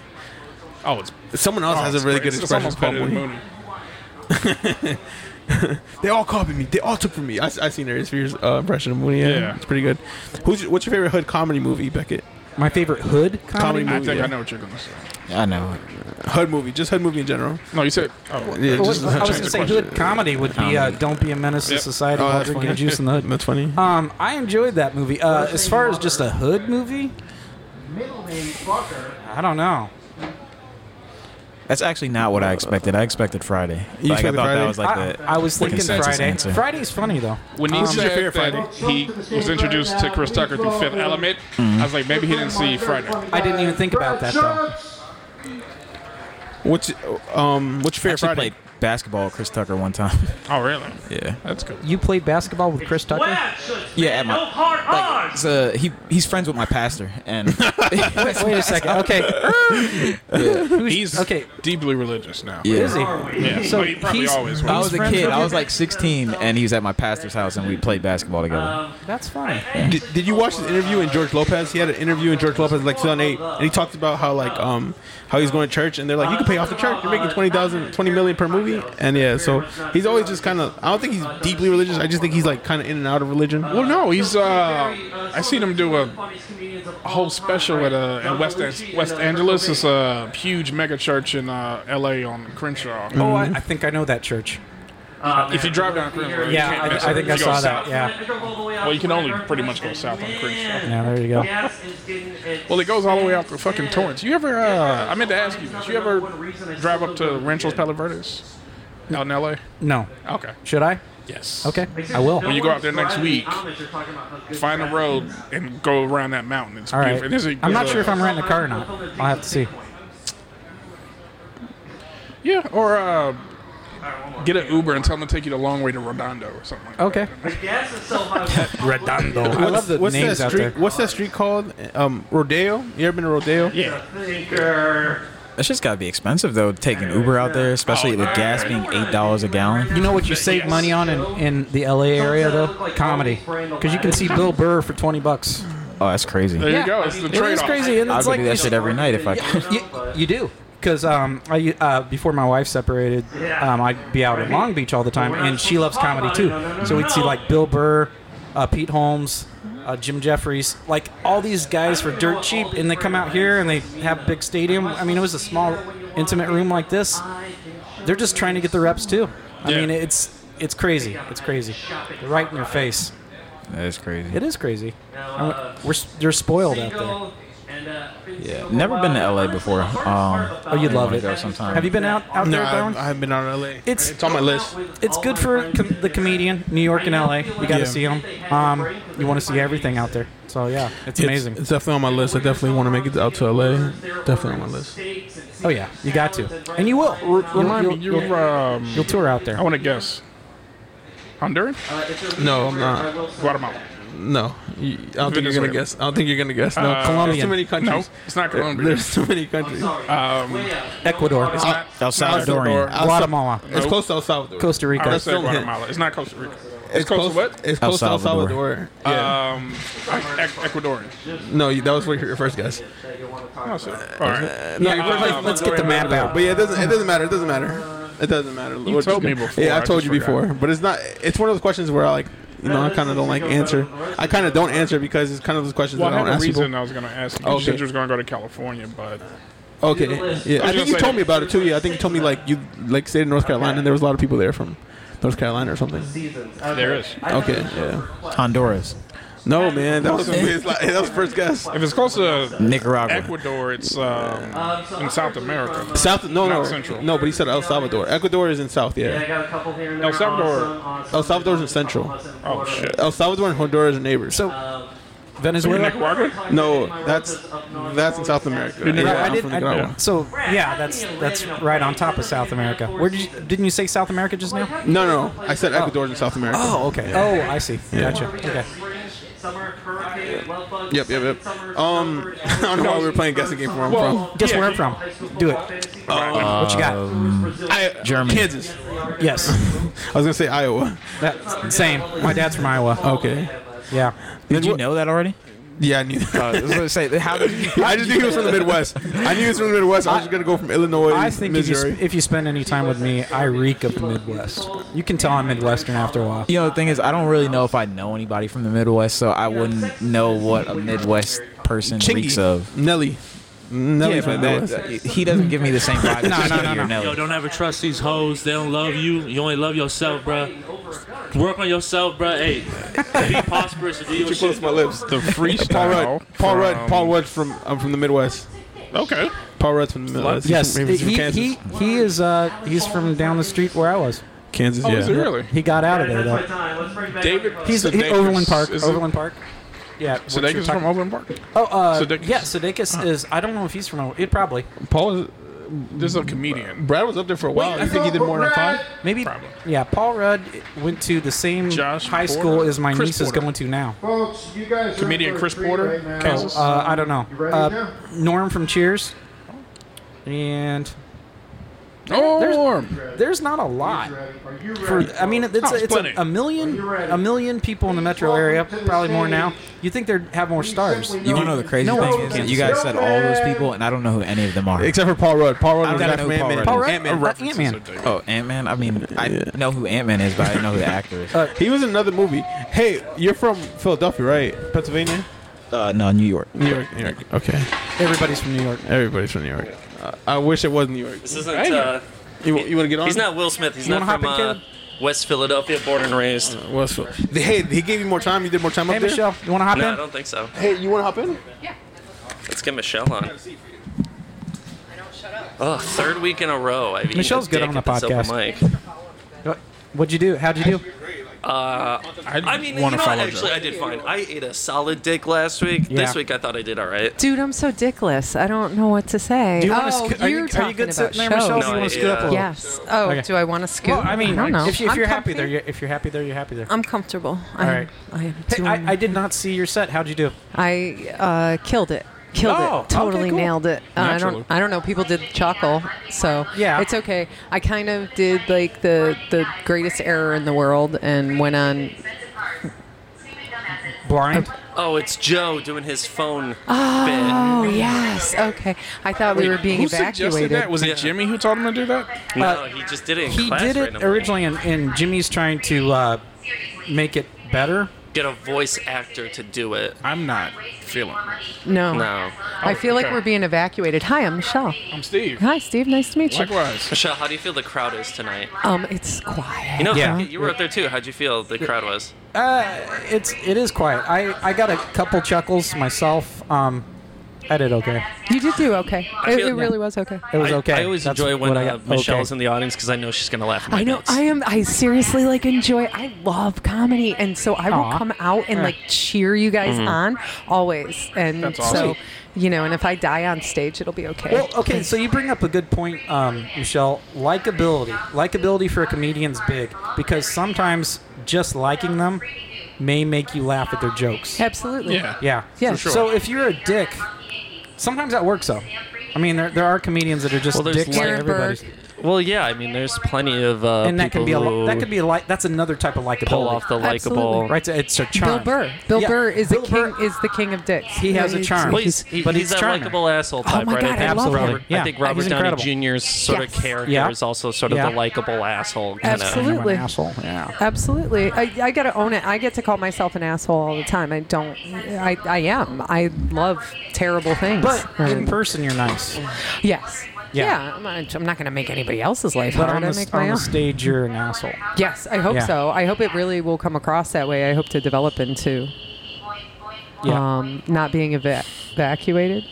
Oh, it's Someone else oh, has it's a really great. It's good expression almost of Paul better than Mooney. Mooney. They all copied me. They all took from me. I, I seen Eric Spears' uh, impression of Mooney. Yeah, Yeah. it's pretty good. Who's your, what's your favorite hood comedy movie, Beckett? see it. My favorite hood comedy. Comedy I movie. think yeah. I know what you're gonna say. I know. Hood movie, just hood movie in general. No, you said. Oh, Yeah, Well, just I was change gonna the say question. hood comedy would be uh, "Don't be a menace Yep. to society Oh, while that's drinking funny. juice in the hood." that's funny. Um, I enjoyed that movie. Uh, as far as just a hood movie, Middle name fucker. I don't know. That's actually not what I expected. I expected Friday. You Like, I expected thought Friday? that was like I, the. I was the thinking consensus Friday. answer. Friday's funny though. When he Um, said that he was introduced to Chris Tucker through Fifth Element, I was like, maybe he didn't see Friday. I didn't even think about that though. What's um what's I your favorite actually Friday? played basketball with Chris Tucker one time. Oh, really? yeah. That's cool. You played basketball with Chris Tucker? *laughs* Yeah, at my. Like, it's, uh, he he's friends with my pastor, and Wait, wait a second. *laughs* Okay. Who's- He's okay. deeply religious now. Is he? Yeah, So but he probably he's- always I was. was a friends kid. with I him? was like 16, and he was at my pastor's house, and we played basketball together. That's fine. *laughs* Did, did you watch the interview in George Lopez? He had an interview in George Lopez like 2008, and he talked about how like um how he's going to church, and they're like, you can pay off the church. You're making 20,000, 20 million per movie, and yeah. So he's always just kind of. I don't think he's deeply religious. I just think he's like kind of in and out of religion. Well, no, he's. Uh, I seen him do a whole special at uh, in West West Angeles. It's a huge mega church in uh, L.A. on Crenshaw. Oh, I, I think I know that church. uh, If you drive down Crenshaw, you can't Yeah, miss I, I it. think You I go saw south. that. Yeah. Well, you can only pretty much go south on Crenshaw. Yeah, there you go. Well, it goes all the way out to fucking Torrance. You ever? Uh, I meant to ask you this. You ever drive up to Ranchos Palo Verdes out in L.A.? No. Okay. Should I? Yes. Okay. I will. When you go out there next week, find a road and go around that mountain. It's All right. beautiful. There's a- I'm not there's sure a- if I'm renting a car or not. I'll have to *laughs* see. Yeah, or uh, get an Uber and tell them to take you the long way to Redondo or something. Like Okay. Redondo. I love the what's names that out street? there. What's that street called? Um, Rodeo. You ever been to Rodeo? that. Yeah. That's just gotta be expensive though, taking Uber out there, especially with gas being eight dollars a gallon. You know what you save money on in, in the LA area though? Comedy, because you can see Bill Burr for twenty bucks. Oh, that's crazy. There I Yeah. you go. It's the It trade is off. crazy, and would it's do like that shit every night if I could. you, you do because um, I uh, before my wife separated, um, I'd be out in Long Beach all the time, and she loves comedy too. So we'd see like Bill Burr, uh, Pete Holmes, uh, Jim Jeffries, like all these guys for dirt cheap, and they come out here and they have a big stadium. I mean, it was a small, intimate room like this. They're just trying to get the reps too. I Yeah. mean, it's it's crazy. It's crazy. They're right in your face. That's crazy. It is crazy. I'm- We're s- they're spoiled out there. Yeah, never been to LA before. Um, Oh, you'd love wanna it. go sometime. Have you been out out No, there, Bowen? I, I haven't been out of LA. It's- it's on my list. It's good for com- the comedian, New York and LA. You got to Yeah. see 'em. see them. Um, you want to see everything out there. So yeah, it's amazing. It's, it's definitely on my list. I definitely want to make it out to LA. Definitely on my list. oh yeah, you got to, and you will. You'll, Remind me, you'll- you're. you'll- Um, you'll tour out there. I want to guess. Honduran? No, I'm not. Guatemala. No, You- I don't think you're Venezuela. gonna guess. I don't think you're gonna guess. No, Uh, There's Colombian. too many No, countries. it's not There- Colombia. *laughs* There's too many countries. Um, Ecuador, El Salvadorian. El Sa- Guatemala, It's close to El Salvador. Costa I would Rica. say Guatemala. It's not Costa Rica. It's close close. to what? It's close to El Salvador. Salvador. Yeah. Um, Ec- Ecuadorian. no, you- that was what your your first guess. Uh, Oh, so- all right. No, Yeah, let's, let's get the map out. But yeah, it doesn't. It doesn't matter. It doesn't matter. It doesn't matter. You We're told just me gonna- before, Yeah, I I told just you before. forgot. But it's not. It's one of those questions where I like. You know, I kind of don't like answer. I kind of don't answer because it's kind of those questions Well, that I I don't had a ask reason people. I was going to ask you. Okay. You said you was going to go to California, but Okay. Yeah, I gonna think you say- told me about it too. Yeah, I think you told me like you like stayed in North Carolina and there was a lot of people there from North Carolina or something. Uh, there is. Okay. Yeah. Honduras, No, man, that was his, that was first guess. If it's close to Nicaragua. Ecuador, it's um, in South America. South, no, no, Not Central. no, but he said El Salvador. Ecuador is in South, yeah. El Salvador. El Salvador's in Central. Oh shit. El Salvador and Honduras are neighbors. So Venezuela. Nicaragua? no, that's that's in South America. Yeah, I I'm did, from I- Nicaragua. so yeah, that's that's right on top of South America. Where did you, didn't you say South America just now? No, no, I said Ecuador's in South America. Oh, okay. Oh, I see. Gotcha. Okay. Yep, yep, yep. Um, *laughs* I don't know why we were playing guessing game for him from. Guess where I'm from. Do it. What you got? uh, I, Germany. Kansas. Yes. I was gonna say Iowa. That, same. My dad's from Iowa. Okay. Oh, Yeah. Did you know that already? Yeah, I knew. Uh, I was gonna say, how did you? I just knew he was from the Midwest. I knew he was from the Midwest. I was just gonna go from Illinois, I think if you, Missouri. sp- if you spend any time with me, I reek of the Midwest. You can tell I'm Midwestern after a while. You know, the thing is, I don't really know if I know anybody from the Midwest, so I wouldn't know what a Midwest person reeks of. Nelly. Nelly Yeah, from but the that, Midwest. he doesn't give me the same vibe. No, as no, you no, or no. Nelly. Yo, don't ever trust these hoes. They don't love you. You only love yourself, bro. Work on yourself, bro. Hey, be prosperous and do your Too close shit. to my lips. The freestyle. Paul Rudd. Paul Rudd. from- Paul Rudd's from. I'm from the Midwest. Okay. Paul Rudd's from uh, he's Yes, from- he's from he, Kansas. he he is uh he's from down the street where I was. Kansas, Oh, yeah. is it really? He got out of there That's my though. time. Let's bring back David- everybody. He's he, Sudeikis, Overland Park. is it? Overland Park. Yeah. what you're Sudeikis is talking- from Overland Park. Oh, uh, Sudeikis. yeah. Sudeikis is. I don't know if he's from. It probably. Paul, is- This is a comedian. Brad was up there for a while. you think he did more than five? Maybe. Probably. Yeah. Paul Rudd went to the same Josh high Porter? school as my Chris niece is Porter. going to now. Folks, you guys are Comedian in for a Chris treat Porter, right now. Kansas. Uh, I don't know. You ready Uh, now? Norm from Cheers. And Norm. there's not a lot. Are you ready? For I mean, it's, Oh, it's it's a, plenty. a million, Are you ready? a million people in the metro area, probably more now. You think they'd have more stars? You want to know the crazy No, thing is that you guys said all those people, and I don't know who any of them are. Except for Paul Rudd. Paul Rudd I was gotta after know Paul Ant-Man. Paul Rudd. Rudd, Ant-Man. uh, Ant-Man. Oh, Ant Man. I mean, I know who Ant Man is, but I didn't know who the actor is. Uh, He was in another movie. Hey, you're from Philadelphia, right? Pennsylvania? no, Uh, New York. New York. New York. Okay. Everybody's from New York. Everybody's from New York. Uh, I wish it was New York. This isn't. Uh, You, you want to get on? he's not Will Smith. He's You not wanna from hop in, uh, West Philadelphia, born and raised. What's, hey, he gave you more time. You did more time Hey up there. Michelle, you want to hop No, I in? don't think so. Hey, you want to hop in? Let's get Michelle on. Oh, third week in a row. I've eaten Michelle's a good dick on the at this open podcast. mic. What- Uh, What'd you do? How'd you do? I mean, you know wanna what? follow Actually, I did fine. I ate a solid dick last week. Yeah. This week, I thought I did all right. Dude, I'm so dickless. I don't know what to say. Do you wanna oh, sc- are you- you're are you talking good about sitting there, shows. Michelle? No, you wanna I- uh, scoot up a little? Yes. Oh, Okay. do I want to scoot? Well, I mean, don't know. if, you, if I'm you're happy comfy. there, you're, if you're happy there, you're happy there. I'm comfortable. All I, right. I am Hey, doing. I, I did not see your set. How'd you do? I, uh, killed it. Killed Oh, it. okay, Totally cool. nailed it. Uh, I Naturally. don't. I don't know. People did chuckle, so Yeah. it's okay. I kind of did like the the greatest error in the world and went on. Blind. Oh, it's Joe doing his phone Oh yes. Okay. I thought we were being Who suggested evacuated. that? Was it Yeah. Jimmy who taught him to do that? bit. No, he just did it. In He class did it randomly. originally, and, and Jimmy's trying to uh, make it better. Get a voice actor to do it. I'm not feeling. it. no. No. I feel like okay. we're being evacuated. Hi, I'm Michelle. I'm Steve. Hi, Steve. Nice to meet you. Likewise. Michelle, how do you feel the crowd is tonight? Um, it's quiet. You know, Yeah. you were up there too. How'd you feel the crowd was? Uh, it's it is quiet. I, I got a couple chuckles myself. Um, I did okay. You did do okay. I It, feel- it really was okay. It was I, okay. I always That's enjoy when what I uh, got. Michelle's Okay. in the audience because I know she's gonna laugh. At my I know. Notes. I am. I seriously like enjoy. I love comedy, and so I will Aw. come out and Yeah. like cheer you guys on always. And That's awesome. so, you know, and if I die on stage, it'll be okay. Well, okay, so you bring up a good point, um, Michelle. Likability. Likability for a comedian's big because sometimes just liking them may make you laugh at their jokes. absolutely. Yeah. Yeah. Yeah. For sure. So if you're a dick, sometimes that works though. I mean, there, there are comedians that are just Well, there's dicks to Aaron everybody. Burke. Well, yeah. I mean, there's plenty of uh, And that can be a people li- who that could be a li- that's another type of likability. pull off the likable. Absolutely. right. so It's a charm. Bill Burr. Bill Yeah, Burr is Bill the Burr- king. Is the king of dicks. He has a He's- charm. Well, he's, he, But Oh he's he's, that charming. likable asshole type, my right? God, I I think love Robert, him. Yeah, I think he's Robert Downey incredible. Jr.'s sort Yes. of character Yeah. is also sort of Yeah. the likable asshole. Kind of. Absolutely. asshole. Yeah. Absolutely. I, I got to own it. I get to call myself an asshole all the time. I don't, I, I am. I love terrible things. But in Um, person, you're nice. yes. Yeah. Yeah. I'm not, I'm not going to make anybody else's life But on hard. I the, make on my the own. stage, you're an asshole. Yes, I hope Yeah. so. I hope it really will come across that way. I hope to develop into Yeah. um, not being eva- evacuated.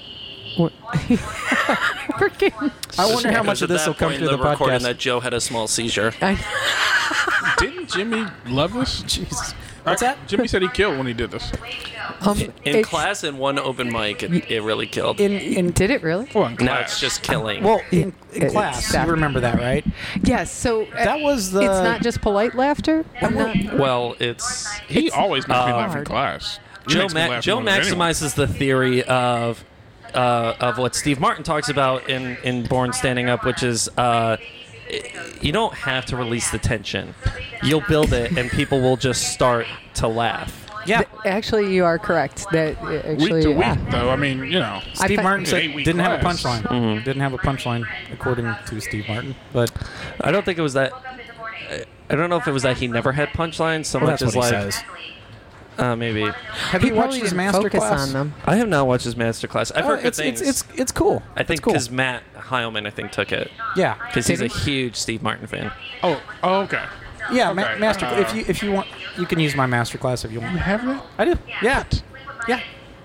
What- *laughs* Freaking. I wonder how Because much of at this that will come point through in the recording podcast. Uh, that Joe had a small seizure. I, Didn't Jimmy love this? *laughs* Jesus. What's that? Jimmy said he killed when he did this. um, In it's- class and one open mic, it, it really killed. *laughs* in in Did it really? Well, in now class. it's just killing. well in, in It's class, you that- remember that, right? Yes. So That was the. it's not just polite laughter. I'm not. well, it's he always makes me laugh in hard. class. He Joe, makes me Ma- laugh Joe more than anyone. maximizes the theory of uh, of what Steve Martin talks about in in Born Standing Up, which is uh, you don't have to release the tension. You'll build it, and people will just start to laugh. yeah. Actually, you are correct. That uh, week actually, to week, yeah. though. I mean, you know. I Steve fe- Mm-hmm. Martin said Eight-week didn't have a class. punchline. Didn't have a punchline according to Steve Martin. But I don't think it was that. uh, I don't know if it was that he never had punchlines so Well, much that's what as he like says. Uh, maybe. have He you probably watched his didn't master focus class? on them. I have not watched his master class. I've heard good Uh, it's, things. it's it's it's cool. I think it's cool. because Matt Heilman, I think, took it yeah, because he's a Did huge Steve Martin fan. Oh, oh okay. yeah. ma- okay, Uh-huh. master, uh, if you if you want, you can use my master class if you want. Have that? I do. Yeah, yeah.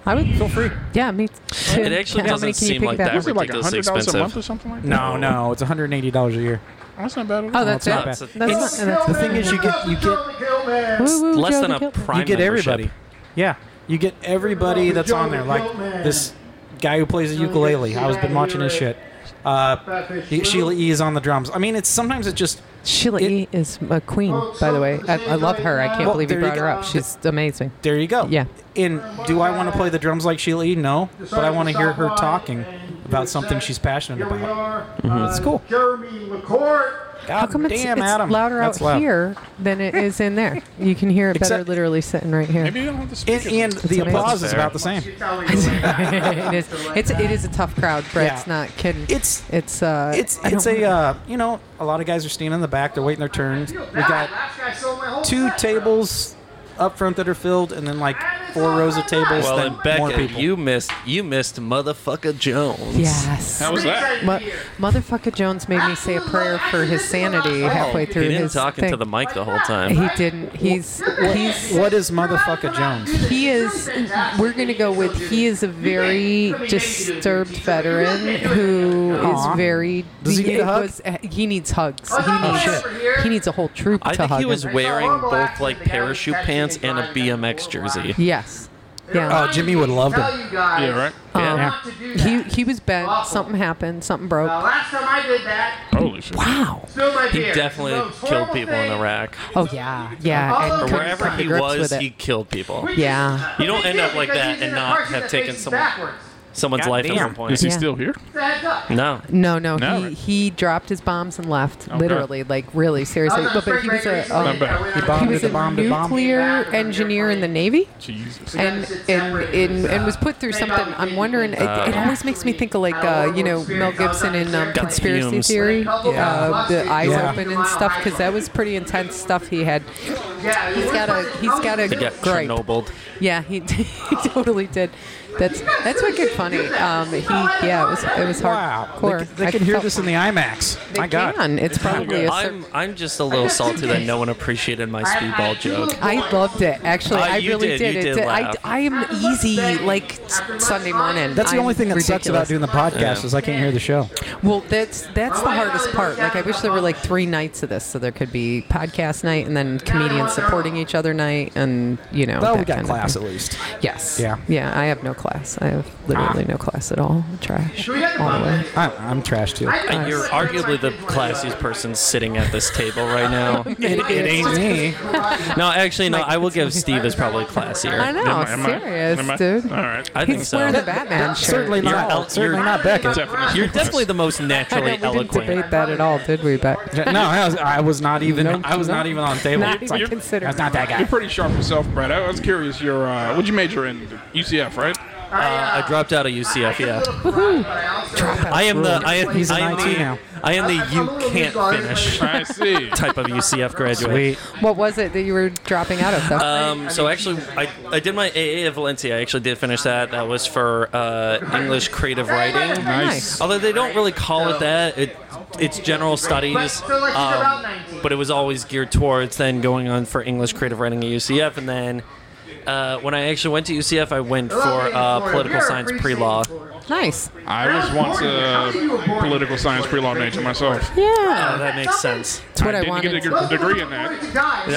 I would feel free. Yeah, me too. It actually How doesn't many can you seem piggyback? like that Was it like $100 a ridiculously expensive. month or something like that? No, no, it's 180 dollars a year. That's not bad at all. Oh, that's No, it. it's That's not not, bad. that's the thing is, you get you get Woo, woo, less Joe than the a Kilt- prime you get membership. everybody. Yeah, you get everybody that's on there. Like this guy who plays the ukulele. I was been watching his shit. Uh, he- Sheila E is on the drums. I mean, it's sometimes it just Sheila E. is a queen, by the way. I, I love her. I can't Well, believe you there you brought her go. up. She's amazing. there you go. Yeah. And do I want to play the drums like Sheila E? No, but I want to hear her talking about something she's passionate about. It's cool. Jeremy McCourt. How come it's, damn, it's Adam, louder that's out loud. here than it is in there? You can hear it better Except- literally sitting right here. Maybe you don't have the And, speakers. and the amazing. applause is Fair. about the same. it is. It's it is a tough crowd. Brett's Yeah. not kidding. It's It's uh. it's I it's don't- a uh, you know a lot of guys are standing in the back. They're waiting their turn. We got two tables up front that are filled, and then like four rows of tables Well, that and Becca, more people. you missed you missed motherfucker Jones. Yes. How was that? Mo- motherfucker Jones made me say a prayer for his sanity halfway Oh. He through didn't his talk thing. into the mic the whole time. He didn't. He's he's what is motherfucker Jones? he is. We're gonna go with he is a very disturbed veteran who Aw. is very. Does he need a hug? was- he needs hugs. He Oh, needs he needs a whole troop I to think hug he was him. wearing both like parachute pants and a BMX jersey. Yes. Yeah. Oh, Jimmy would love Tell to. you guys. Yeah, right. Yeah. not to do that. Um, He he was bent. Awful. Something happened. Something Uh, broke. last time I did that, Holy shit. Wow. spilled my He beer. definitely Those killed horrible people in things. Iraq. Oh yeah. Yeah. Or And Couldn't Wherever come he to was, he killed people. Yeah. You don't They end do, up like because that he's and in a not car seat have that taken faces someone- backwards. someone's life at some Goddamn. Is point. he Yeah. still here? It's a heads up. No. No, no, No, he, right. he dropped his bombs and left, literally, like really seriously. Other But, but he spring was a, breakers, um, Not bad. I He went out he bombed was it, a bombed it, bombed it. nuclear engineer in the Navy, Jesus. and and in, and was put through something. I'm wondering. It, it always makes me think of like uh, you know Mel Gibson in um, Got conspiracy fumes. theory, uh, the eyes Yeah. open and stuff, because that was pretty intense stuff he had. Yeah, He's got a he's got a He got gripe. Chernobyl. Yeah, he, he totally did. That's that's what good funny. Um, he yeah, it was it was hard. Wow, they, c- they can hear this in the IMAX. My God, Can. It's probably a I'm certain. I'm just a little salty that no one appreciated my speedball joke. I loved it. Actually, Uh, I you really did, did. you It did did- I, laugh. I am easy like s- Sunday morning. that's the I'm only thing that sucks about ridiculous. Oh, doing the podcast Yeah. is I can't hear the show. Well, that's that's the hardest part. Like, I wish there were like three nights of this, so there could be podcast night and then comedians supporting each other night, and you know. Oh, that we got kind class Of at least. thing. Yes. Yeah. Yeah. I have no class. I have literally no class at all. Trash. All the way. I'm, I'm trash too. And you're arguably the classiest person sitting at this table right *laughs* now. It, it ain't me. No, actually, no. I will give Steve is probably classier. *laughs* I know. Am I- serious, am I- dude. All right. I think He's wearing the so. Batman shirt. Certainly You're not. out- certainly you're- not Becca. Definition You're of definitely the most *laughs* I know, naturally we didn't debate eloquent. that at all, did we, Beck? No, I was, I was not even. No, I was no. not even on the table. Not It's even like, considered. That's not that You're guy. *laughs* pretty sharp yourself, Brad. I was curious. Your uh, what'd you major in? UCF, *laughs* right? Uh, I dropped out of UCF. Yeah. I am the I am, He's in I am IT the now. I am the you can't finish I see. type of UCF graduate. What was it that you were dropping out of, though? Um, so actually, I, I did my AA at Valencia. I actually did finish that. That was for uh, English creative writing. Nice. Although they don't really call it that. It, it's general studies, um, but it was always geared towards then going on for English creative writing at UCF. And then uh, when I actually went to UCF, I went for uh, political science pre-law. nice. I was once a political science pre-law major myself. Oh, Yeah. that makes sense. That's what I, didn't wanted. get a deg- degree in that.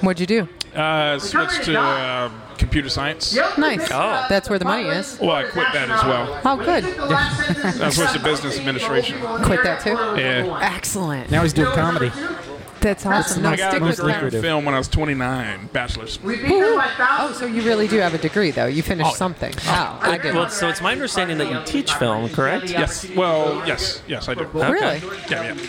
What'd you do? Uh, switched to uh, computer science. Nice. Oh. That's where the money is. Well, I quit that as well. Oh, good. I switched to business administration. Quit that too. Yeah. Excellent. Now he's doing comedy. That's awesome. No, I got stick with mostly that. lucrative. film when I was 29, bachelor's. Woo-hoo. Oh, so you really do have a degree, though. You finished something. Oh, I did. Well, so it's my understanding that you teach film, correct? Yes. Well, yes, yes, I do. Really? Yeah, yeah.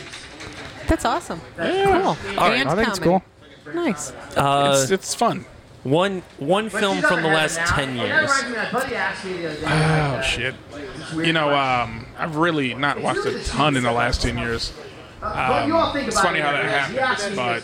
That's awesome. Cool. And I think it's comedy. cool. Nice. Uh, It's, it's fun. one one film from the last ten years. Oh shit. You know, um, I've really not watched a ton in the last 10 years. Um, it's funny how that happens, but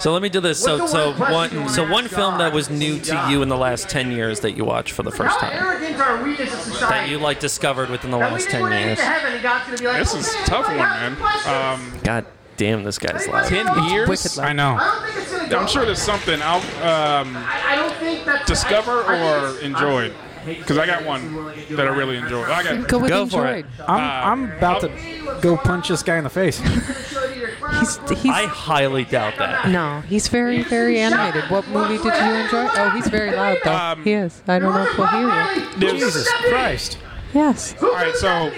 So let me do this. So What's the so one question you wanna one so ask one film that was new to God? you in the last ten years that you watched for the first How time arrogant are we as a society? that you like discovered within the That we last just ten wanna get years. to heaven and God's gonna be like, this is "Okay, a tough one, anybody have man. any questions?" Um, God damn, this guy's loud. 10 Wicked years? love. I know. I don't think it's gonna go I'm sure like there's something I'll um, that. I I don't think that's discover I- I think or it's- enjoy. Because I got one that I really enjoy. I got Go with Go for enjoyed. it. I'm, I'm about to go punch this guy in the face. he's, he's, I highly doubt that. no, he's very, very animated. What movie did you enjoy? Oh, he's very loud, though. Um, he is. I don't know if we'll hear you. Jesus Christ. Yes. All right, so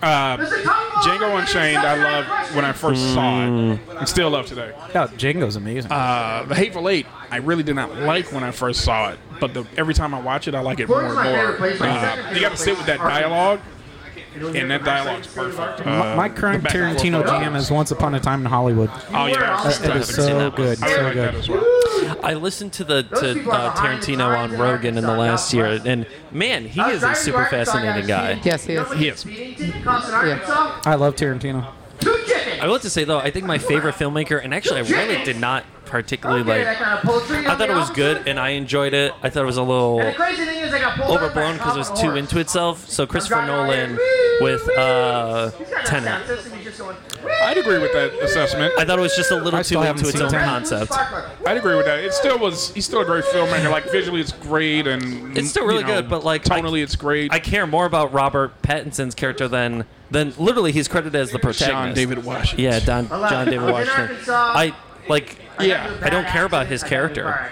uh, Django Unchained, I loved when I first saw it, and still love today. Yeah, Oh, Django's amazing. Mm. Uh, the Hateful Eight, I really did not like when I first saw it, but the, every time I watch it, I like it more and more. Uh, you got to sit with that dialogue, and that dialogue's perfect. my, my current back and forth Tarantino dialogue. jam is Once Upon a Time in Hollywood. Oh yeah, That- that is so good, I so like that good. as well. I listened to the Those to people are uh, behind the Tarantino on times, Rogan in the they're last not year, and man, he I was is a driving super to Arkansas, fascinating I guy. was Yes, he is. He is. Arkansas? I love Tarantino. I will have to say though, I think my favorite filmmaker, and actually, I really did not particularly like. That kind of poultry I on thought the it was officer. good, and I enjoyed it. I thought it was a little The crazy thing is, I got pulled overblown because it was too into itself. So Christopher Nolan with uh, Tenet, I'd agree with that assessment. I thought it was just a I little still too haven't into its seen own Tenet. concept. I'd agree with that. It still was. He's still a great filmmaker. Like visually, it's great, and It's still really you know, good, but like I- tonally, it's great. I care more about Robert Pattinson's character than than literally he's credited as the protagonist. John David Washington. Yeah, Don, Hello. John David I'm in Washington. Arkansas. I like. Yeah. I don't care about his character.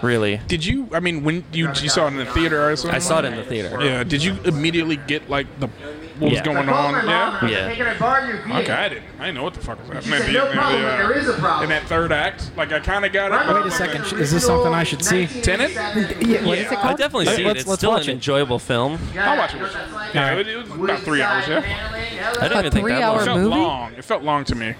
Really, Did you? I mean, when you you saw it in the theater? I, I saw it in the theater. Yeah. Did you immediately get like the what was Yeah. going on? Yeah. Yeah. Okay, I didn't. I didn't know what the fuck was happening. said, in "No problem, the, there is a problem." uh, In that third act, like I kind of got it. Wait but I'm a like, second. sh- Is this something I should see? Tenet? Yeah, What is it I called? definitely Let's- see it. let's- It's let's still watch an it. enjoyed film. I'll watch it with you. Yeah, it, it was about three hours. Yeah. I didn't A even think that three-hour It long. felt movie? long. It felt long to me.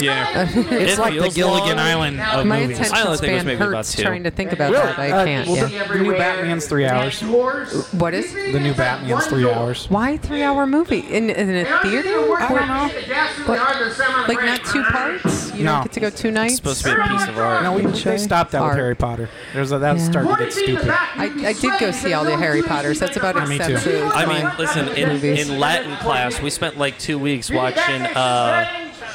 Yeah. It's It like the feels Gilligan long. Island of My movies. I only attention think it was span maybe about hurts two. trying to think about Really? that. I Uh, can't. well, yeah. the, the new Batman's three hours. What is? The new Batman's three hours. Why a three-hour movie Oh. in in a theater? I don't know. Like not two parts? You No. don't get to go two nights. supposed to be a piece of art. No, we, they stopped that with Art. Harry Potter. There's a, that Yeah. started to get stupid. I, I did go see all the Harry Potters. That's about Me too. except to I my mean, listen, in, movies. in Latin class, we spent like two weeks watching, uh,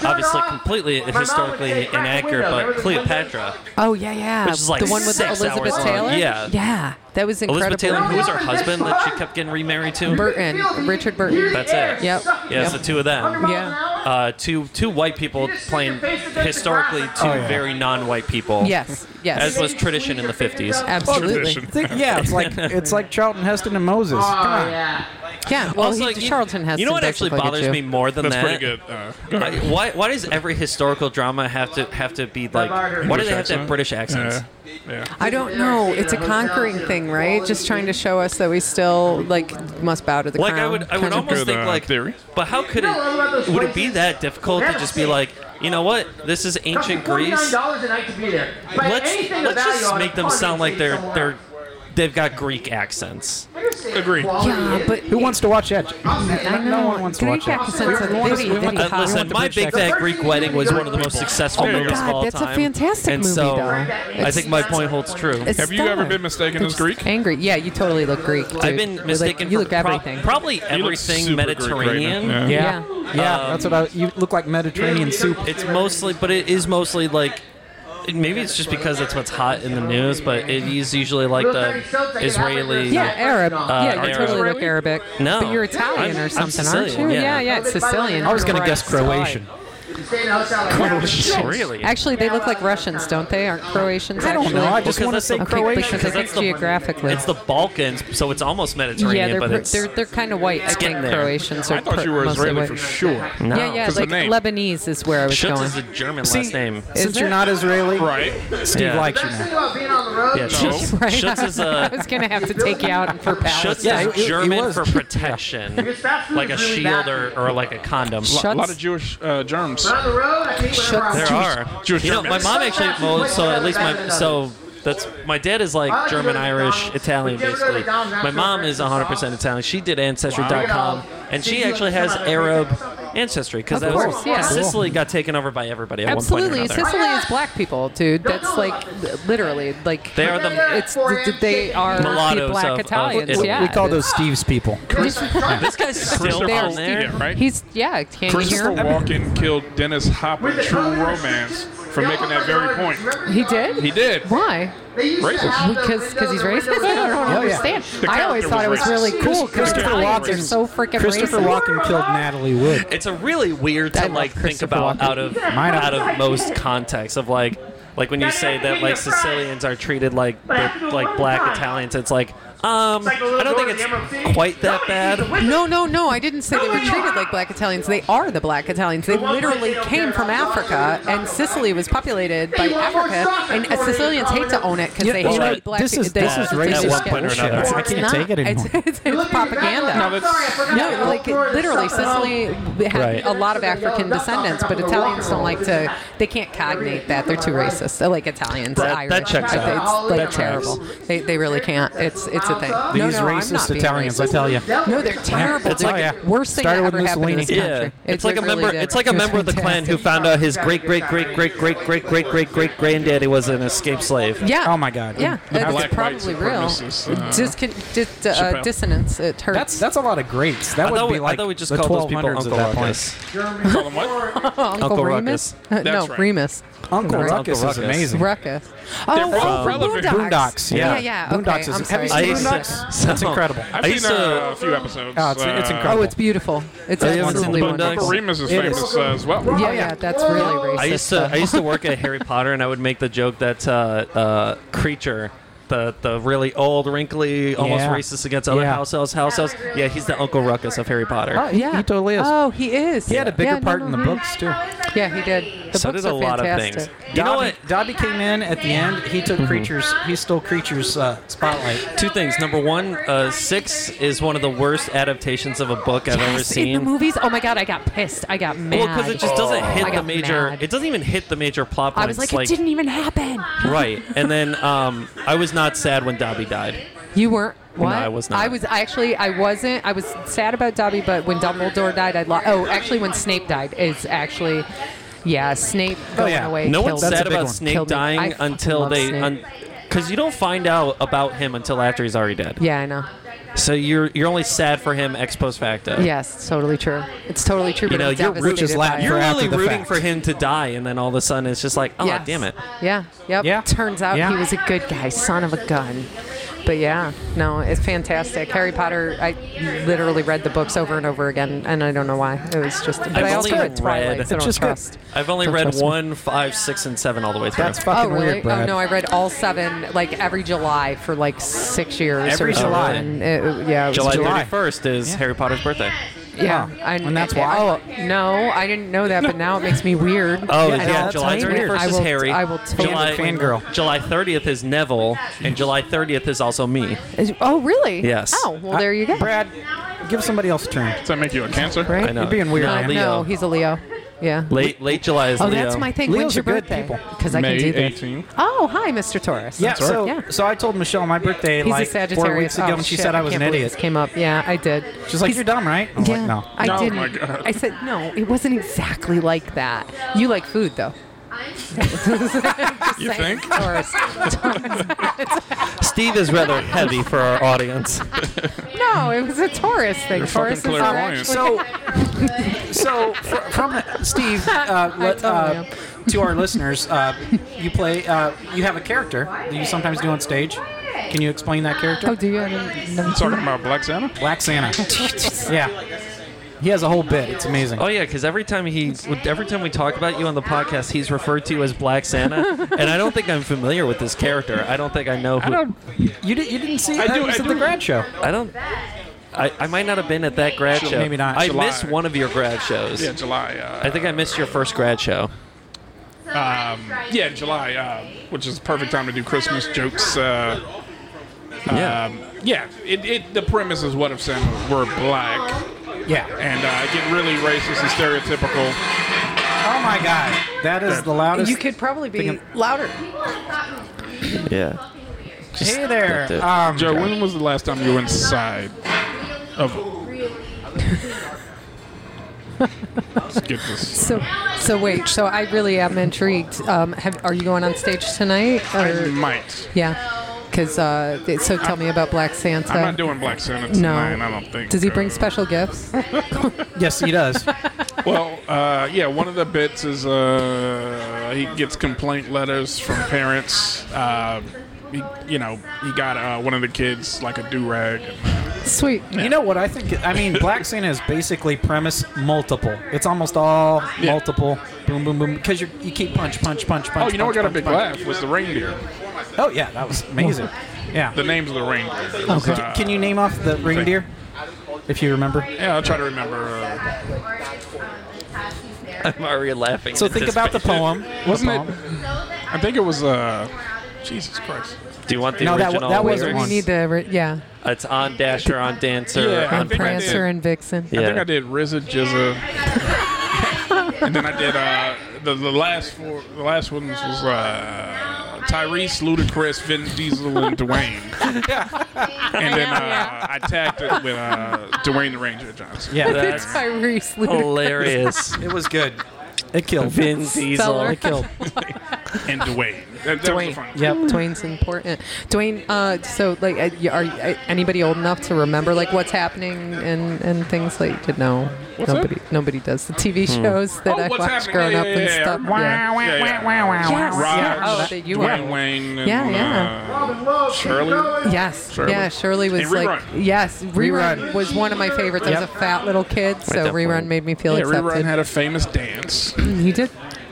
obviously completely historically inaccurate, but Cleopatra. oh yeah, yeah, Which is like the one with six Elizabeth hours long. Taylor. Yeah. yeah, Ah, that was incredible. Elizabeth Taylor, who was her husband that she kept getting remarried to? Burton, Richard Burton. That's it. Yep. Yeah, it's the two of them. Yeah. Uh, two two white people playing historically two very non-white people. Yes. Oh, Yes. As was tradition in the 50s. Absolutely. Think- yeah, it's *laughs* like it's like Charlton Heston and Moses. Come on. Oh, Yeah. Well, Also, he, you- Charlton has. You know what actually bothers me more than That's that? pretty good. Uh, go I- ahead. why, why does every historical drama have to have to be like? Why do they have to have British accents? yeah. I don't know. It's a conquering thing, right? Just trying to show us that we still like must bow to the Like crown. I would, I would kind of- almost Good, think uh, like. theory. But how could it? Would it be that difficult to just be like, you know what? This is ancient Greece. dollars a night to be there. But Let's anything let's of value just on make them Monday sound like they're somewhere. they're they've got Greek accents. Agreed. Yeah, but Who wants to watch that? I know. No one wants to watch Greek that. accents are want very, to- we want very to- Uh, hot. listen, my British Big Fat accent. Greek Wedding was one of the most successful Oh my movies God, of all that's a time. fantastic and movie, so, though. I It's- think my point holds true. It's Have you ever stellar. been mistaken as It's Greek? Angry? Yeah, you totally look Greek. Dude. I've been Like, mistaken you for look pro- everything. probably You look everything super Greek right now. Mediterranean. Yeah, Yeah. Yeah. yeah, Um, that's what I. You look like Mediterranean soup. It's mostly, but it is mostly like. Maybe it's just because that's what's hot in the news, but it is usually like the Israeli. uh, Yeah, Arab. yeah, you Arab. totally look Arabic. No. But you're Italian I'm- or I'm something, aren't you? Sicilian, yeah. yeah, it's Sicilian. I was gonna Right. guess Croatian. Really? Actually, they look like Russians, don't they? Aren't Croatians I don't actually? know. I Well, just 'cause want to that's say the- okay, Croatian. because I Because think that's the- geographically. It's the Balkans, so it's almost yeah, Mediterranean, they're but per- it's. they're they're kind of white. I getting think there. Croatians are I thought per- you were mostly Israeli white. for sure. no. Yeah, yeah, 'Cause the like name. Lebanese is where I was Schutz going. is a German See, last name. since Is you're it? not Israeli, Right. Steve Yeah. likes you now. Yeah, Oh, Schutz, *laughs* Right. Schutz is uh, *laughs* I a. was gonna have to take you out for Schutz Palestine. Yeah, he- is he- he German was. for protection, like a shield or, or like a condom. A lot Schutz? of Jewish uh, germs. On the road, I think Shut whenever There I'm- are. Jewish you know, my Germans. mom actually. Well, so at least my so that's my dad is like German, Irish, Italian, basically. My mom is 100% Italian. She did ancestry.com, and she actually has Arab ancestry because Of that was course, yeah. Sicily got taken over by everybody at Absolutely, one point or another. Sicily is black people, dude. That's like literally like They are the It's th- they are the Mulattoes black of- of Italians. Italy. yeah, we call those that's- Steve's people. this guy's still They are on there. Yeah, right? He's yeah. Can you Christopher hear him? Walken killed Dennis Hopper in True Romance for making that very point. He did? He did. Why? Racist. Because because he's racist. I don't Oh, yeah. understand. The I always character thought it was was really racist. cool because Christopher Italians are Walken's- so freaking Christopher racist. Walken killed Natalie Wood. It's a really weird to like think about out of Mine- out of most contexts of like like when you say that like Sicilians are treated like they're, like black Italians. It's like um I don't think it's quite that bad. No, no, no. I didn't say they were treated like black Italians. They are the black Italians. They literally came from Africa, and Sicily was populated by Africa, and uh, Sicilians hate to own it because they Well, hate that- black this is they- this is they- racist they- bullshit. It's I can't not. take it anymore. *laughs* It's, it's, it's propaganda. No, that's- No, like literally, Sicily had Right. a lot of African descendants, but Italians don't like to. They can't cognate that. They're too racist. They're like Italians, That- Irish. that checks I- out. It's like That checks. terrible. They, they really can't. It's it's a thing. no, These no, I'm racist not being Italians, I racist. tell ya. No, they're terrible. It's They're like- the worst thing that Started with ever happened in this Mussolini. country. Yeah, It- it's like it a really member. did. It's like a It was member of the clan who fantastic. found out his great great great great great great great great great great granddaddy was an escaped slave. Yeah. Oh my God. Yeah, And that's black probably white real. supremacists, uh, Discon- di- uh, Chappelle. dissonance. It hurts. That's that's a lot of greats. That I would thought be we- I like thought we just the called those 1200s people at Uncle that Ruckus. point. *laughs* Uncle, Uncle Ruckus. Remus. Uh, Oh, no, That's right. Remus. Uncle Sorry. Ruckus is Ruckus. amazing. Ruckus. Oh, from- oh, from from Boondocks. Boondocks. Yeah. yeah, yeah. Okay, Boondocks is- I'm have sorry. you seen I used *laughs* to- Boondocks? It's incredible. I've I seen used to- uh, a few episodes. Oh, it's- it's Uh, incredible. Oh, it's beautiful. It's Oh, yeah, absolutely it's wonderful. Boondocks. Remus is It famous is. uh, as well. Yeah, yeah, that's really racist. I used to though. I used to work at Harry Potter, and I would make the joke that uh, uh, creature. The, the really old, wrinkly, almost Yeah. racist against other Yeah. house elves, house elves. Yeah, he's the Uncle Ruckus of Harry Potter. Oh, yeah, he totally is. Oh, he is. He had a bigger Yeah, no, part no, in the no. books too. Yeah, he did. The So books did a are lot of fantastic. things. Dobby, you know what? Dobby came in at the end. He took Mm-hmm. creatures. He stole creatures uh, spotlight. Two things. Number one, uh, six is one of the worst adaptations of a book I've ever Yes, in the seen. movies. Oh my god, I got pissed. I got mad. Well, because it just doesn't I hit the got major. mad. It doesn't even hit the major plot points. I was like, it didn't even happen. right. And then um, I was not sad when Dobby died. You weren't. No, What? I was not. I was I actually. I wasn't. I was sad about Dobby, but when Dumbledore died, I lost. Oh, actually, when Snape died is actually. Yeah, Snape going Oh, yeah. away. no killed one's me. sad about Snake Killed me. I dying fucking until love they, Snape. because you don't find out about him until after he's already dead. yeah, I know. So you're you're only sad for him ex post facto. Yes, it's totally true. It's totally true. You but know, I'm you're devastated rooting, by it. you're really the rooting fact. for him to die, and then all of a sudden it's just like, oh Yes. damn it. Yeah. Yep. Yeah. Turns out Yeah. he was a good guy, son of a gun. But yeah, no, it's fantastic. Harry Potter. I literally read the books over and over again, and I don't know why. It was just. But I've I also only read Twilight. read- so I don't Just good. trust. *laughs* I've only Don't read trust me. one, five, six, and seven all the way through. That's fucking oh really? weird, Brad. Oh no, I read all seven like every July for like six years. Every or something. July. It- yeah, it was July July. thirty first is Harry Potter's birthday. Yeah, Wow. I, And that's why? Oh no, I didn't know that, but now it makes me weird. Oh Yeah, yeah, I know, that's July fine. thirty I first is will- Harry. I will totally July blame her. July thirtieth is Neville, and July thirtieth is also me. Is- Oh really? Yes. Oh well, there you go. Brad, give somebody else a turn. Does that make you a cancer? Right? I know. You're being weird, No, man. no, Leo. he's a Leo. Yeah. Late late July is Oh, Leo. that's my thing. Leos When's are your good birthday? people. Because I can May do this. 18th. Oh, hi, Mr. Taurus. Yeah, right. so Yeah. so I told Michelle my birthday He's like a four Sagittarius. weeks ago, oh, and she shit, said I I was an can't believe This idiot. came up. Yeah, I did. She's like, "You're dumb, right?" I'm yeah, like, "No." I Oh, didn't. my God. I said no. It wasn't exactly like that. You like food though. You think? *laughs* Taurus. Steve is *laughs* rather heavy for our audience. No, it was a Taurus thing. You're fucking Taurus is clairvoyant. our actually. *laughs* So, so fr- from the, Steve *laughs* uh, let, totally uh, to our listeners, uh, you play. Uh, you have a character that you sometimes do on stage. Can you explain that Oh, character? do you? I didn't *laughs* know. You talking about Black Santa? Black *laughs* Santa. yeah, he has a whole bit. It's amazing. Oh yeah, because every time he, every time we talk about you on the podcast, he's referred to you as Black Santa, and I don't think I'm familiar with this character. I don't think I know who. I don't. You, did, you didn't see I that do- was I at do- the grad show. I don't. I, I might not have been at that grad show. Maybe not. I July. missed one of your grad shows. Yeah, July. Uh, I think I missed your first grad show. Um, yeah, July, uh, which is perfect time to do Christmas jokes. Uh, Yeah. um, yeah. It, it the premise is what if Santa were black Yeah. and uh, get really racist and stereotypical. Oh my God, that is the loudest. You could probably be Thinking- louder. Yeah. hey there. That's it. Um, Joe, when was the last time you were inside of? Let's get this. So, so wait. So I really am intrigued. Um, have, are you going on stage tonight? I Or, might. yeah. Because uh, th- so tell me about Black Santa. I'm not doing Black Santa no. tonight. I don't think. Does he uh, bring special gifts? yes, he does. well, uh, yeah, one of the bits is uh, he gets complaint letters from parents. Uh, he, you know, he got uh, one of the kids like a do rag. Sweet. You know what I think? I *laughs* mean, Black Santa is basically premise multiple. It's almost all multiple. Boom, boom, boom. Because you keep punch, punch, punch, punch. Oh, you know what punch, got a punch, big punch. laugh was the reindeer. Oh yeah, that was *laughs* amazing. Yeah. The names of the reindeer. It was, Okay. uh, Can you name off the reindeer, if you remember? Yeah, I'll try to remember. Uh, I'm already laughing. So think about the poem. Wasn't The it? I think it was. Uh, Jesus Christ. Do you want the No, that wa- original? that lyrics? wasn't We need the ri- yeah, It's on Dasher, on Dancer, Yeah, I on think I did. Prancer and Vixen. I think Yeah. I did RZA, Jizza, and then I did uh, the the last four. The last ones was uh, Tyrese, Ludacris, Vin Diesel, *laughs* and Dwayne. And then uh, I tagged it with uh, Dwayne the Ranger Johnson. Yeah. That's It's Tyrese hilarious. It was good. It killed. Vin Diesel. Stellar. It *laughs* killed. And Dwayne. That, that was a fun. Yep. Dwayne's important. Dwayne, uh, so like, uh, y- are uh, anybody old enough to remember like what's happening and, and things like you know? that? nobody nobody does the TV shows that Oh, I what's watched happening? growing Yeah, up yeah, and yeah, stuff. yeah. Yeah. Yeah, yeah. Yes. Raj, Yeah. Oh, that you Dwayne were. Wayne, and, Yeah, yeah. Uh, Shirley. Yes. Shirley. Yeah, Shirley was And like Rerun. yes, rerun, was one of my favorites. I was a fat little kid, so definitely- rerun made me feel Yeah, Rerun accepted. had a famous dance. you did.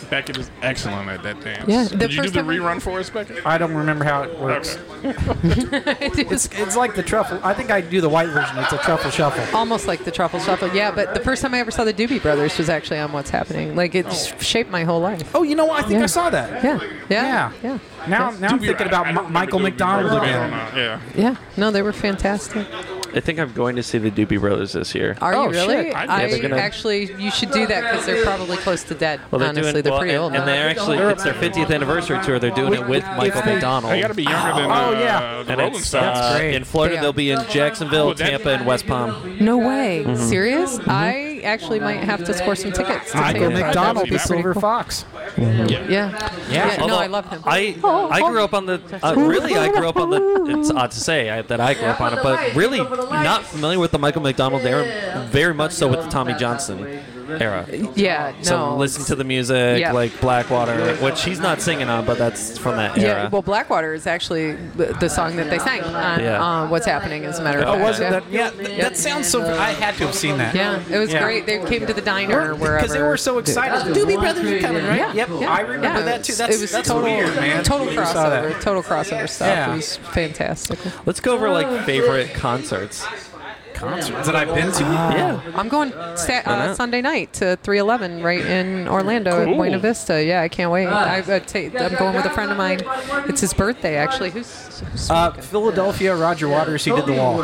Beckett is excellent at that dance. Yeah, the Did you do first the time I- rerun for us, Beckett? I don't remember how it works. It's it's like the truffle. I think I do the white version. It's a truffle shuffle. Almost like the truffle shuffle, yeah. But the first time I ever saw the Doobie Brothers was actually on What's Happening. Like it shaped my whole life. Oh, you know what? I think Yeah. I saw that. Yeah, Yeah. yeah, yeah, Now, now I'm Dude, thinking about Mi- I- I don't remember Michael doing McDonald rerun. again. Yeah. yeah. No, they were fantastic. I think I'm going to see the Doobie Brothers this year. Are Oh, you really? shit. I, Yeah, they're gonna- actually, you should do that because they're probably close to dead. Well, they're honestly, doing they're well, pretty and, old. and now. they're actually it's their 50th anniversary tour. They're doing it with Michael McDonald. I gotta be younger than uh, Oh, yeah. the and Rolling it's Stones. uh, great. in Florida. Yeah. They'll be in Jacksonville, Oh, that- Tampa, and West Palm. no way. Mm-hmm. Serious? I actually might have to score some tickets. To Michael take it. McDonald, That'd the be That'd pretty Silver cool. Fox. Yeah. Yeah. no, Although I love him. I I grew up on the uh, really I grew up on the. *laughs* It's odd to say I, that I grew up on it, but really not familiar with the Michael McDonald era. Very much so with the Tommy Johnson era. yeah. No. So listen to the music Yeah. like Blackwater, which he's not singing on, but that's from that yeah, era. well, Blackwater is actually the the song that they sang on Yeah. uh, What's Happening, as a matter of Oh, fact. was it yeah. that? Yeah, th- that sounds so. I had to have seen that. Yeah, it was Yeah. great. They came to the diner or wherever. Uh, Because they were so excited. Doobie Brothers are coming, right? Yeah, Yep. yeah, I remember yeah. that too. It That's, was that's total, weird, man. Total You saw that. crossover. Total crossover stuff. Yeah. It was fantastic. Let's go over like favorite concerts. Uh, Concerts that I've been to. Ah, Yeah. I'm going sa- Why uh, not? Sunday night to 311 right in Orlando at Buena Vista. Yeah, I can't wait. I, uh, ta- I'm going with a friend of mine. It's his birthday, actually. Who's Uh, Philadelphia, Roger Waters, he did the wall.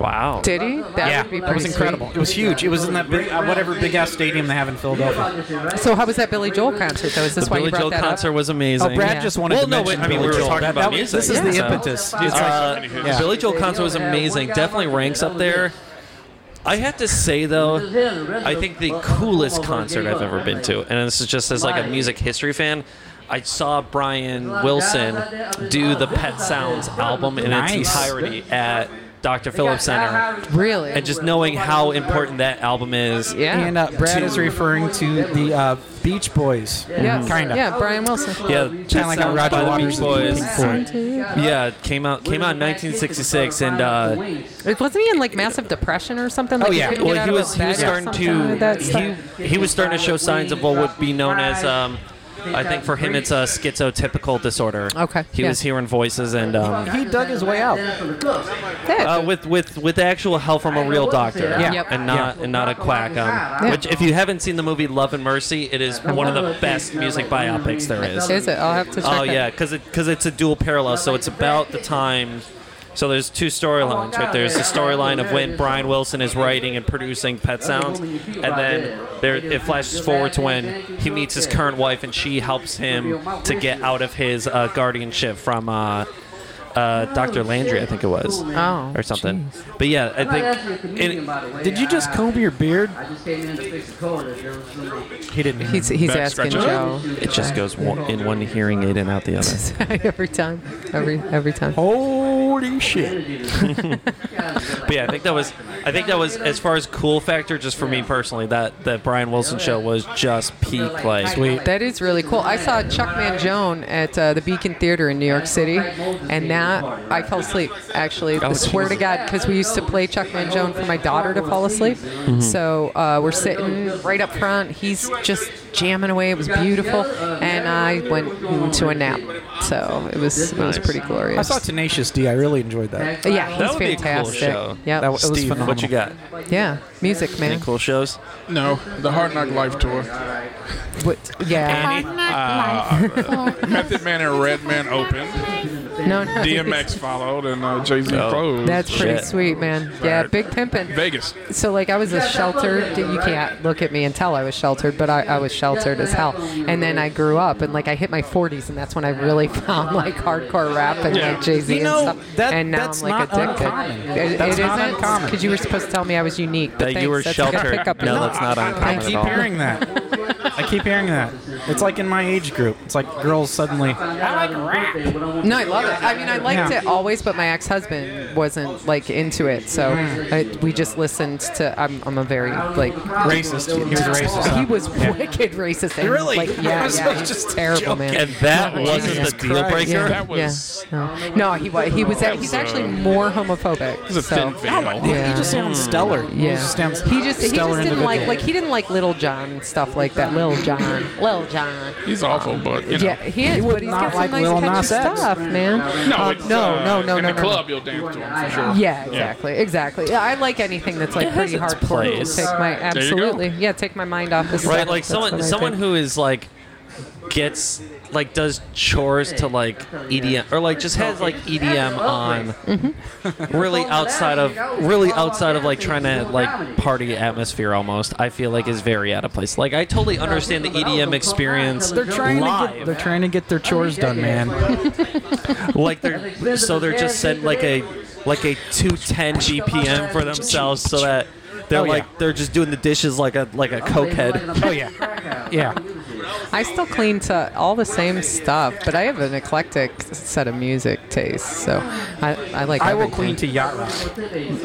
Wow. did he? That yeah, would be that was pretty incredible. It was huge. It was in that big, uh, whatever big ass stadium they have in Philadelphia. Sweet. So how was that Billy Joel concert though? Is this The why Billy you brought Joel that concert up? was amazing. Oh, Brad Yeah. just wanted well, to no, mention wait, I mean, we Billy were Joel. talking That- about that was- music. This is the so- impetus. It's Uh, like- Yeah. Billy Joel concert was amazing. Definitely ranks up there. I have to say though, I think the coolest concert I've ever been to, and this is just as like a music history fan. I saw Brian Wilson do the Pet Sounds album in its Nice. entirety at Dr. Phillips Center, really? and just knowing how important that album is. yeah. and uh, Brad To- is referring to the uh, Beach Boys. yes. Kinda. Yeah, Brian Wilson. Yeah, Pet like how Sounds Roger by the Waters did Beach Boys. Pink Floyd. Yeah, it came out came out in 1966, and uh, Like, Wasn't he in like massive depression or something? Like, Oh, yeah. He couldn't get well, out he of was his he was bed or starting something with that to stuff? he, he was starting to show signs of what would be known as um, I think for him it's a schizotypical disorder. Okay, He yeah. was hearing voices and *laughs* um, He dug his way out. That- Um, uh, with with with actual help from a real doctor. Yeah. Yep. And not and not a quack. Um, Which if you haven't seen the movie Love and Mercy, it is one of the best music biopics there is. is it? I'll have to check. Oh it. yeah, because because it's a dual parallel, so it's about the time. So there's two storylines, right? There's the storyline of when Brian Wilson is writing and producing Pet Sounds, and then there it flashes forward to when he meets his current wife and she helps him to get out of his uh, guardianship from. Uh, uh, Dr. Landry, I think it was, Oh, or something. But yeah, I think. and- Did you just comb your beard? He didn't. He's he's uh, Back asking scratcher. Joe it just goes one, in one hearing aid and out the other. every time, every every time. Oh recording shit. but yeah, I think that was I think that was as far as cool factor just for me personally that that Brian Wilson show was just peak like That is really cool. I saw Chuck Mangione at uh, the Beacon Theater in New York City, and that I fell asleep. Actually, I Oh, swear to Jesus. God, because we used to play Chuck Mangione for my daughter to fall asleep. So uh, we're sitting right up front. He's just jamming away. It was beautiful, and I went into a nap. So it was it was pretty glorious. I saw Tenacious D. I really enjoyed that. Yeah, he's fantastic. Yeah, That was, it was Steve, phenomenal. what you got? Yeah, music man. Any cool shows? No, the Hard Knock Life *laughs* tour. What? Yeah. Uh, Method Man and Redman opened. No, no. DMX followed and uh, Jay Z Oh. closed. That's pretty sweet, man. Yeah, big pimpin'. Vegas. So like I was a sheltered. You can't look at me and tell I was sheltered, but I, I was sheltered as hell. And then I grew up, and like I hit my 40s, and that's when I really *laughs* found like hardcore rap and Yeah. like Jay Z You know, and stuff. that- and now that's I'm like not addicted. uncommon. It, That's it not isn't uncommon. because you were supposed to tell me I was unique. But That you were thanks, that's a good sheltered. pickup. No, that's not uncommon I at keep all. hearing that. I keep hearing that. It's like in my age group. It's like girls suddenly. I like rap. No, I love it. I mean, I liked Yeah. it always, but my ex-husband wasn't like into it, so I, we just listened to. I'm, I'm a very like Racist. He was racist, huh? He was *laughs* Yeah. wicked racist. And, Really? *laughs* Like, yeah, I was yeah, he's just terrible, man. And that wasn't Jesus the deal Christ. breaker. Yeah, yeah. No, no, he was. He was. That he's was, actually uh, more homophobic. was a so. thin veil. Oh, He just sounds stellar. He Yeah. just sounds He just he just stellar didn't like individual. like he didn't like Little John and stuff like that. Little John, Little John. He's awful, but you know. Yeah, he is, but he's not got some like nice Lil catchy Nas X. stuff, man. No, Uh, it's, no, uh, no, no, in no, the no, club, no. you'll dance to him for sure. Yeah, exactly, exactly. Yeah, I like anything that's *laughs* like It has pretty its hardcore. to place. Take my There you go. absolutely, yeah, take my mind off this. right stuff. like That's someone what I someone think. who is like gets like does chores to like EDM or like just has like EDM on really outside of really outside of like trying to like party atmosphere almost I feel like is very out of place like I totally understand the EDM experience They're trying to get, live they're trying to get their chores done, *laughs* man. *laughs* like they're so they're just setting like a like a 210 BPM for themselves so that they're Oh, yeah. like they're just doing the dishes like a like a cokehead Oh yeah, yeah. I still clean to all the same stuff, but I have an eclectic set of music tastes, so I, I like. I will everything. clean to yacht rock.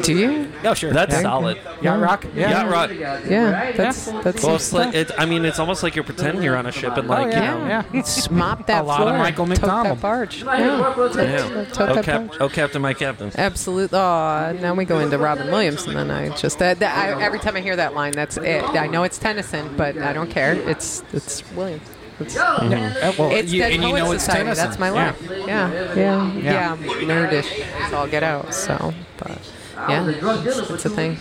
Do you? Oh sure, that's Yeah. solid Mm-hmm. Yacht rock. Yeah. Yacht Rock Yeah, that's that's. Well, some it's like stuff. it, Oh, I mean, it's almost like you're pretending you're on a ship and like Oh, yeah. you know. yeah, yeah. Just mop that A lot of floor, Michael tote McDonald. that barge. Yeah. Yeah. Tote Oh, that cap- barge. oh, Captain, my Captain. Absolutely. Oh, now we go into Robin Williams, and then I just that, that I, every time I hear that line, that's it. I know it's Tennyson, but I don't care. It's it's Williams. It's, Uh, well, it's you, Dead and you Poets know it's Society. Tennyson. That's my life. Yeah, yeah, yeah. I'm nerdish. It's all get out. So, but yeah, it's, it's a thing.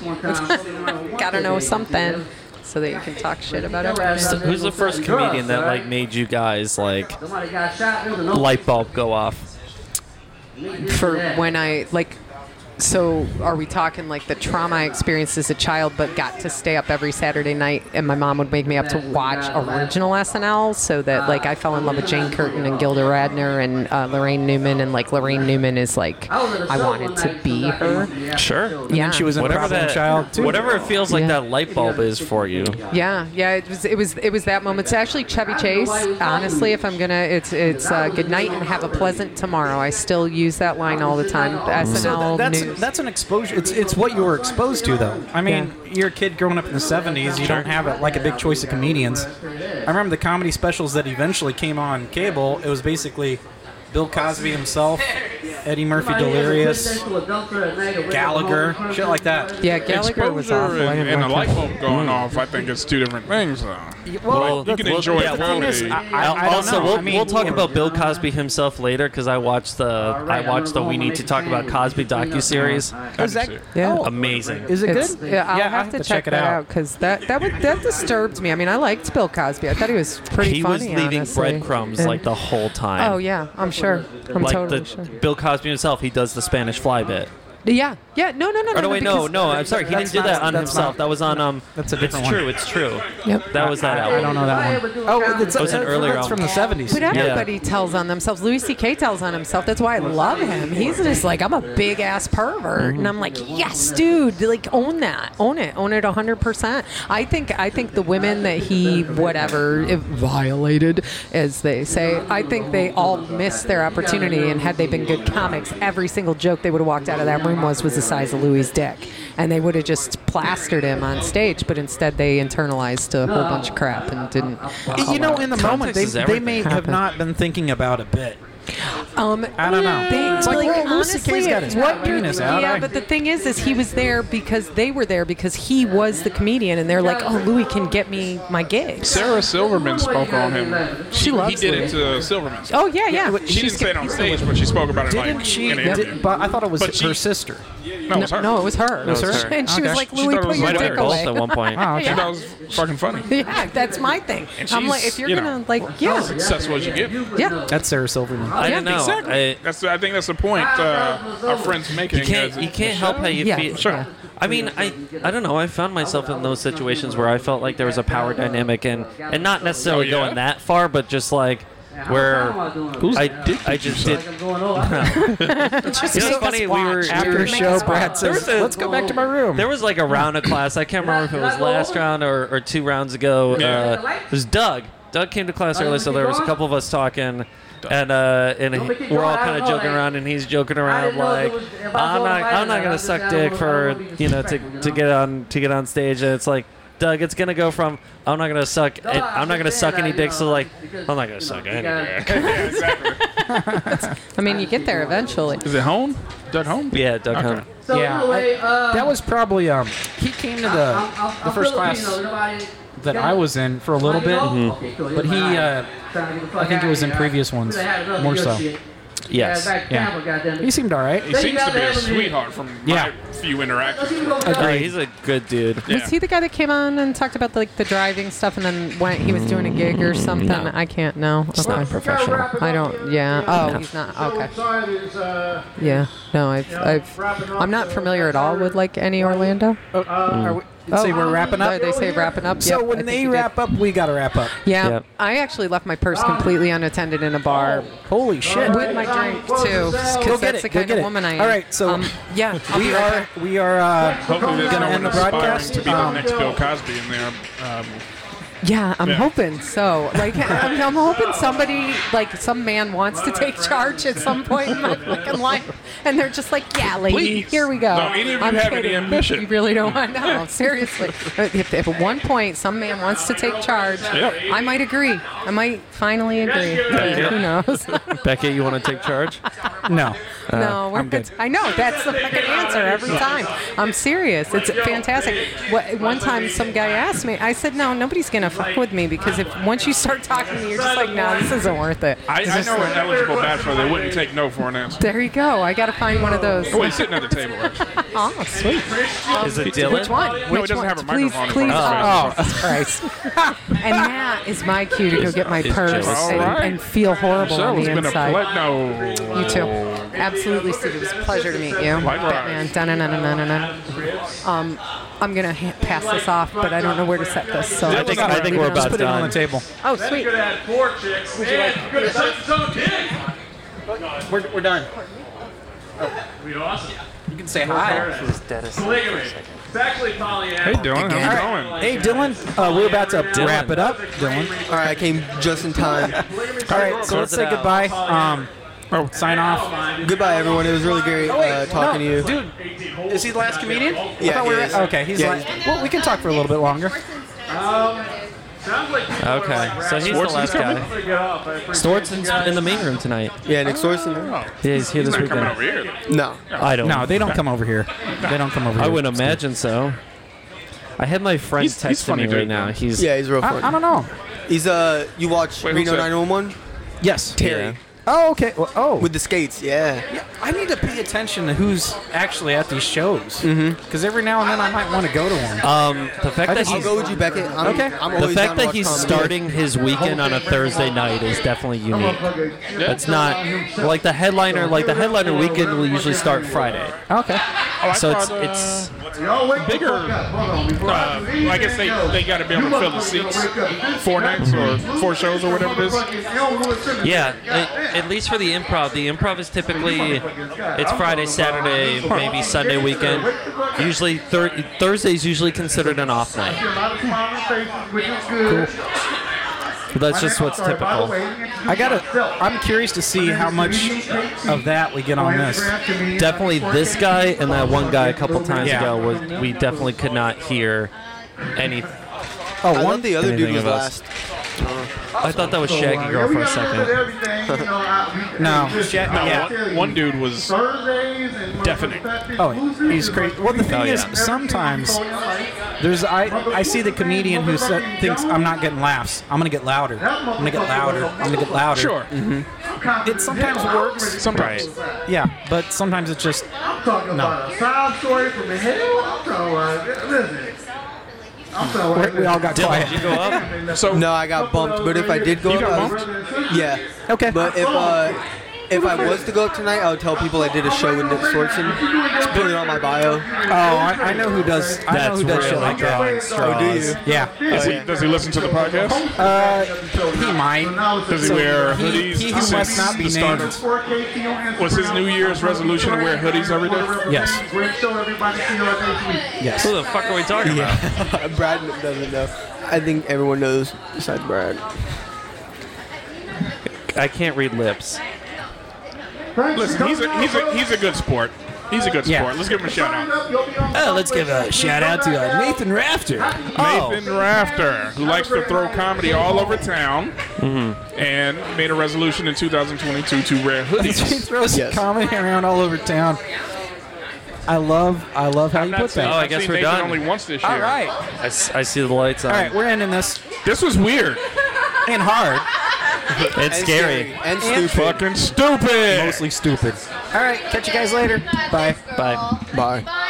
*laughs* Gotta know something so that you can talk shit about So everything. who's the first comedian that like made you guys like light bulb go off? for when I like. So, are we talking like the trauma I experienced as a child, but got to stay up every Saturday night, and my mom would wake me up to watch original SNL, so that like I fell in love with Jane Curtin and Gilda Radner and uh, Lorraine Newman, and like Lorraine Newman is like I wanted to be her. Sure. Yeah. Oh, She was in Whatever Problem that, Child too. whatever it feels like Yeah. that light bulb is for you. Yeah, yeah, it was it was it was that moment. It's actually Chevy Chase. Honestly, if I'm gonna, it's it's uh, good night and have a pleasant tomorrow. I still use that line all the time. SNL So that's news. that's an exposure. It's it's what you were exposed to, though. I mean, you're a kid growing up in the '70s. You don't have it like a big choice of comedians. I remember the comedy specials that eventually came on cable. It was basically Bill Cosby himself, Eddie Murphy, Delirious, Gallagher, shit like that. yeah, Gallagher was awful. Exposure I and, didn't and a like light bulb Mm. going off, I think it's two different things, though. Well, you can enjoy yeah, well, comedy. I- I don't also, know. we'll, I mean- we'll talk about Bill Cosby himself later because I watched the I watched the We Need to Talk About Cosby docu series. Is that- Yeah. oh, Amazing. is it It's- good? Yeah, I'll I have, to, check, that out because that that would, that disturbed me. I mean, I liked Bill Cosby. I thought he was pretty he was funny. leaving honestly. breadcrumbs And- like the whole time. Oh yeah, I'm sure. I'm like totally the sure. Bill Cosby himself, he does the Spanish Fly bit. Yeah, yeah. No, Oh, no, no, Or no. no, wait, no, because- no. I'm sorry. He That's didn't do not- that on that's himself. not- that was on um. That's a different it's true. It's true. Yep. That was that album. Oh, it's, That was an that's- earlier that's from the album. 70s. But everybody tells on themselves. Louis C.K. tells on himself. That's why I love him. He's just like, I'm a big ass pervert, and I'm like, yes, dude. Like, own that, own it, own it 100. percent I think, I think the women that he whatever if violated, as they say, I think they all missed their opportunity. And had they been good comics, every single joke they would have walked out of that room was was the size of Louis' dick, and they would have just plastered him on stage. But instead, they internalized a whole bunch of crap and didn't. You know, in the moment, they, Context is they everything. may have Happen. not been thinking about a bit. Um, I don't know. They, It's like, like, well, Louis honestly, CK's got his what you're- penis out. Yeah, I- but the thing is, is he was there because they were there because he was the comedian, and they're like, oh, Louis can get me my gigs. Sarah Silverman spoke on him. She loves He did Louis. it to Silverman. Oh yeah, yeah. She didn't say it on stage, but she spoke about it like Didn't she? in an interview. did- but I thought it was But she- her sister. No, it was her. No, it was her. It was her? And she Okay. was like, She Louis, thought it put was your my dick dick away. at one point. Wow, okay. She yeah. thought it was fucking funny. Yeah, that's my thing. And I'm like, she's, if you're you know, gonna like, yeah, As successful as you get. Yeah. That's Sarah Silverman. I don't know. Exactly. I- That's, I think that's the point uh, our friend's making. You can't, is- you can't help how you Yeah. feel. Sure. I mean, I, I don't know. I found myself in those situations where I felt like there was a power dynamic, and, and not Oh, necessarily going that far, but just like where Whose I, dick I did you just suck? did. You know, it's funny. We were After we were- show, Brad There says, was a- "Let's go back to my room." There was like a round of class. I can't remember if it was last round or, or two rounds ago. Uh, it was Doug. Doug came to class early, so there was a couple of us talking, and uh, and he- we're all kind of joking around, and he's joking around like, I'm not I'm not gonna suck dick for you know to, to get on to get on stage, and it's like. Doug, it's gonna go from I'm not gonna suck. I'm not gonna suck any dicks to like I'm not gonna suck any dick. I mean, you get there eventually. Is it home? Doug home? Yeah, Doug home. yeah, I- uh, that was probably um. He came to the the first class that I was in for a little bit, Mm-hmm. Mhm. but he, uh, I think it was in previous ones more so. Yes. Yeah. He seemed all right. He seems to be a sweetheart from Yeah. my few interactions. Oh, he's a good dude. Was he the guy that came on and talked about like the driving stuff, and then went? He was doing a gig or something. I can't know. It's not professional. I don't. Yeah. Oh, No. he's not. Okay. uh, Okay. Yeah. No, I've, I've, I'm not familiar at all with like any Orlando. Oh, are we, say we're wrapping up. Oh, They say wrapping up. So Yep, I when think they you did. wrap up, we gotta wrap up. Yeah, Yep. I actually left my purse completely unattended in a bar Holy shit! with my drink too, Go because get that's it. the go kind get of it. woman I am. All right, so Um, yeah, I'll be we right are we are uh, Hopefully, there's Gonna no end one the aspiring broadcast? to be the Um, next Bill Cosby in there. Um, Yeah, I'm Yeah. hoping so. Like, I'm, I'm hoping somebody, like, some man wants to take charge at some point in my fucking life, and they're just like, "Yeah, lady, Please. here we go." Don't any of you I'm have kidding. any ambition? You really don't want to know. Seriously, if, if at one point some man wants to take charge, Yep. I might agree. I might finally agree. go. But who knows? Becca, you want to take charge? no. Uh, no, we're I'm good. I know that's the fucking answer every time. I'm serious. It's fantastic. What, one time, some guy asked me. I said, "No, nobody's gonna fuck with me because if once you start talking to me, you're just like, no, this isn't worth it." I, It's I just know like- an eligible bachelor that wouldn't take no for an answer. There you go. I gotta find one of those. Oh, he's sitting at the table. actually. Oh, sweet. Is it Which Dylan? one? No, Which it doesn't one? have a please, microphone in please. front Oh, *laughs* Christ. and that is my cue to go get my It's purse Dylan. and, All right. and feel horrible So on it's the been a inside. ple- no. You too. Absolutely, Steve. It was a pleasure to meet you. Likewise. Batman. Dun-dun-dun-dun-dun-dun. Um, I'm going to ha- pass this off, but I don't know where to set this. So I think- I think we're Just about put it on done. the table. Oh, sweet. We're, we're done. You can say hi. Hey, Dylan, how's it going? Hey, Dylan. Uh, we're about to wrap it up, Dylan. All right, I came just in time. All right, so let's it say out. goodbye. Um, oh, sign off. Goodbye, everyone. It was really great uh, talking no, to you. dude, is he the last comedian? I Yeah, thought we he were- is. Okay, he's Yeah, like. Well, we can talk for a little bit longer. Okay, so he's the last guy. Storson's in the main room tonight. Yeah, Nick Sorson. He's here this He's not coming weekend. over here. though. No. I don't. No, they don't come over here. They don't come over here. I wouldn't imagine so. I had my friend He's- he's texting funny, me right dude. now. He's Yeah, he's real I, I funny. don't know. He's uh, you watch Wait, who's Reno that? 911? Yes. Terry. Oh, okay. Well, oh, with the skates, yeah. I need to pay attention to who's actually at these shows. Because Mm-hmm. every now and then I might want to go to one. Um, the fact I that just- he's I'll go with you, Beckett. I'm- okay. I'm the always down fact to that watch he's comedy. starting his weekend on a Thursday night is definitely unique. That's not like the headliner. Like the headliner weekend will usually start Friday. Okay. Oh, So it's it's bigger. Uh, I guess they, they got to be able to fill the seats four nights or four shows or whatever it is. Yeah, a- at least for the improv. The improv is typically it's Friday, Saturday, maybe Sunday weekend. usually thir- Thursday's usually considered an off night. But that's just what's typical. I gotta. I'm curious to see how much of that we get on this. Definitely this guy and that one guy a couple times Yeah. ago was we definitely could not hear any. Oh, I thought the other dude anything was of us. last. I thought that was Shaggy Girl for a second. No. one, one dude was deafening. Oh, he's crazy. Well, the thing Oh, yeah. is, sometimes there's I I see the comedian who sa thinks I'm not getting laughs. I'm gonna get louder. I'm gonna get louder. I'm gonna get louder. Sure. It sometimes works. Sometimes. Yeah, but sometimes it's just no. Side story from the hell. I'm talking about. Listen. I'm talking about. We, we all got quiet. you go *laughs* up? So No, I got bumped, but if I did go You got up, I was- yeah. Okay. But if uh, if I was to go up tonight, I would tell people I did a show with Nick Swartzen. Just put it on my bio. Oh, I, I know who does. I know That's who does really shit like that. Oh, drawing straws. do you? Yeah. Does he, does he listen to the podcast? Uh, he might. Does he wear He, hoodies? he who since must not be the start named. of- Was his New Year's resolution to wear hoodies every day? Yes. Yes. Who the fuck are we talking about? Brad doesn't know. I think everyone knows besides Brad. I can't read lips. Listen, he's a, he's a, he's a good sport. He's a good sport. Yeah. Let's give him a shout out. Uh, Oh, let's give a shout out to uh, Nathan Rafter. Oh, Nathan Rafter, who likes to throw comedy all over town, Mm-hmm. and made a resolution in 2022 to *laughs* wear *laughs* he hoodies. throws Yes. comedy around all over town. I love, I love how you Not put saying- that. Oh, I I've guess seen we're Nathan done. Only once this year. all right, I, s- I see the lights on. all right, we're ending this This was weird. and hard, It's scary. And stupid. Fucking stupid. mostly stupid. All right, catch you guys later. Bye. Bye. Bye. Bye.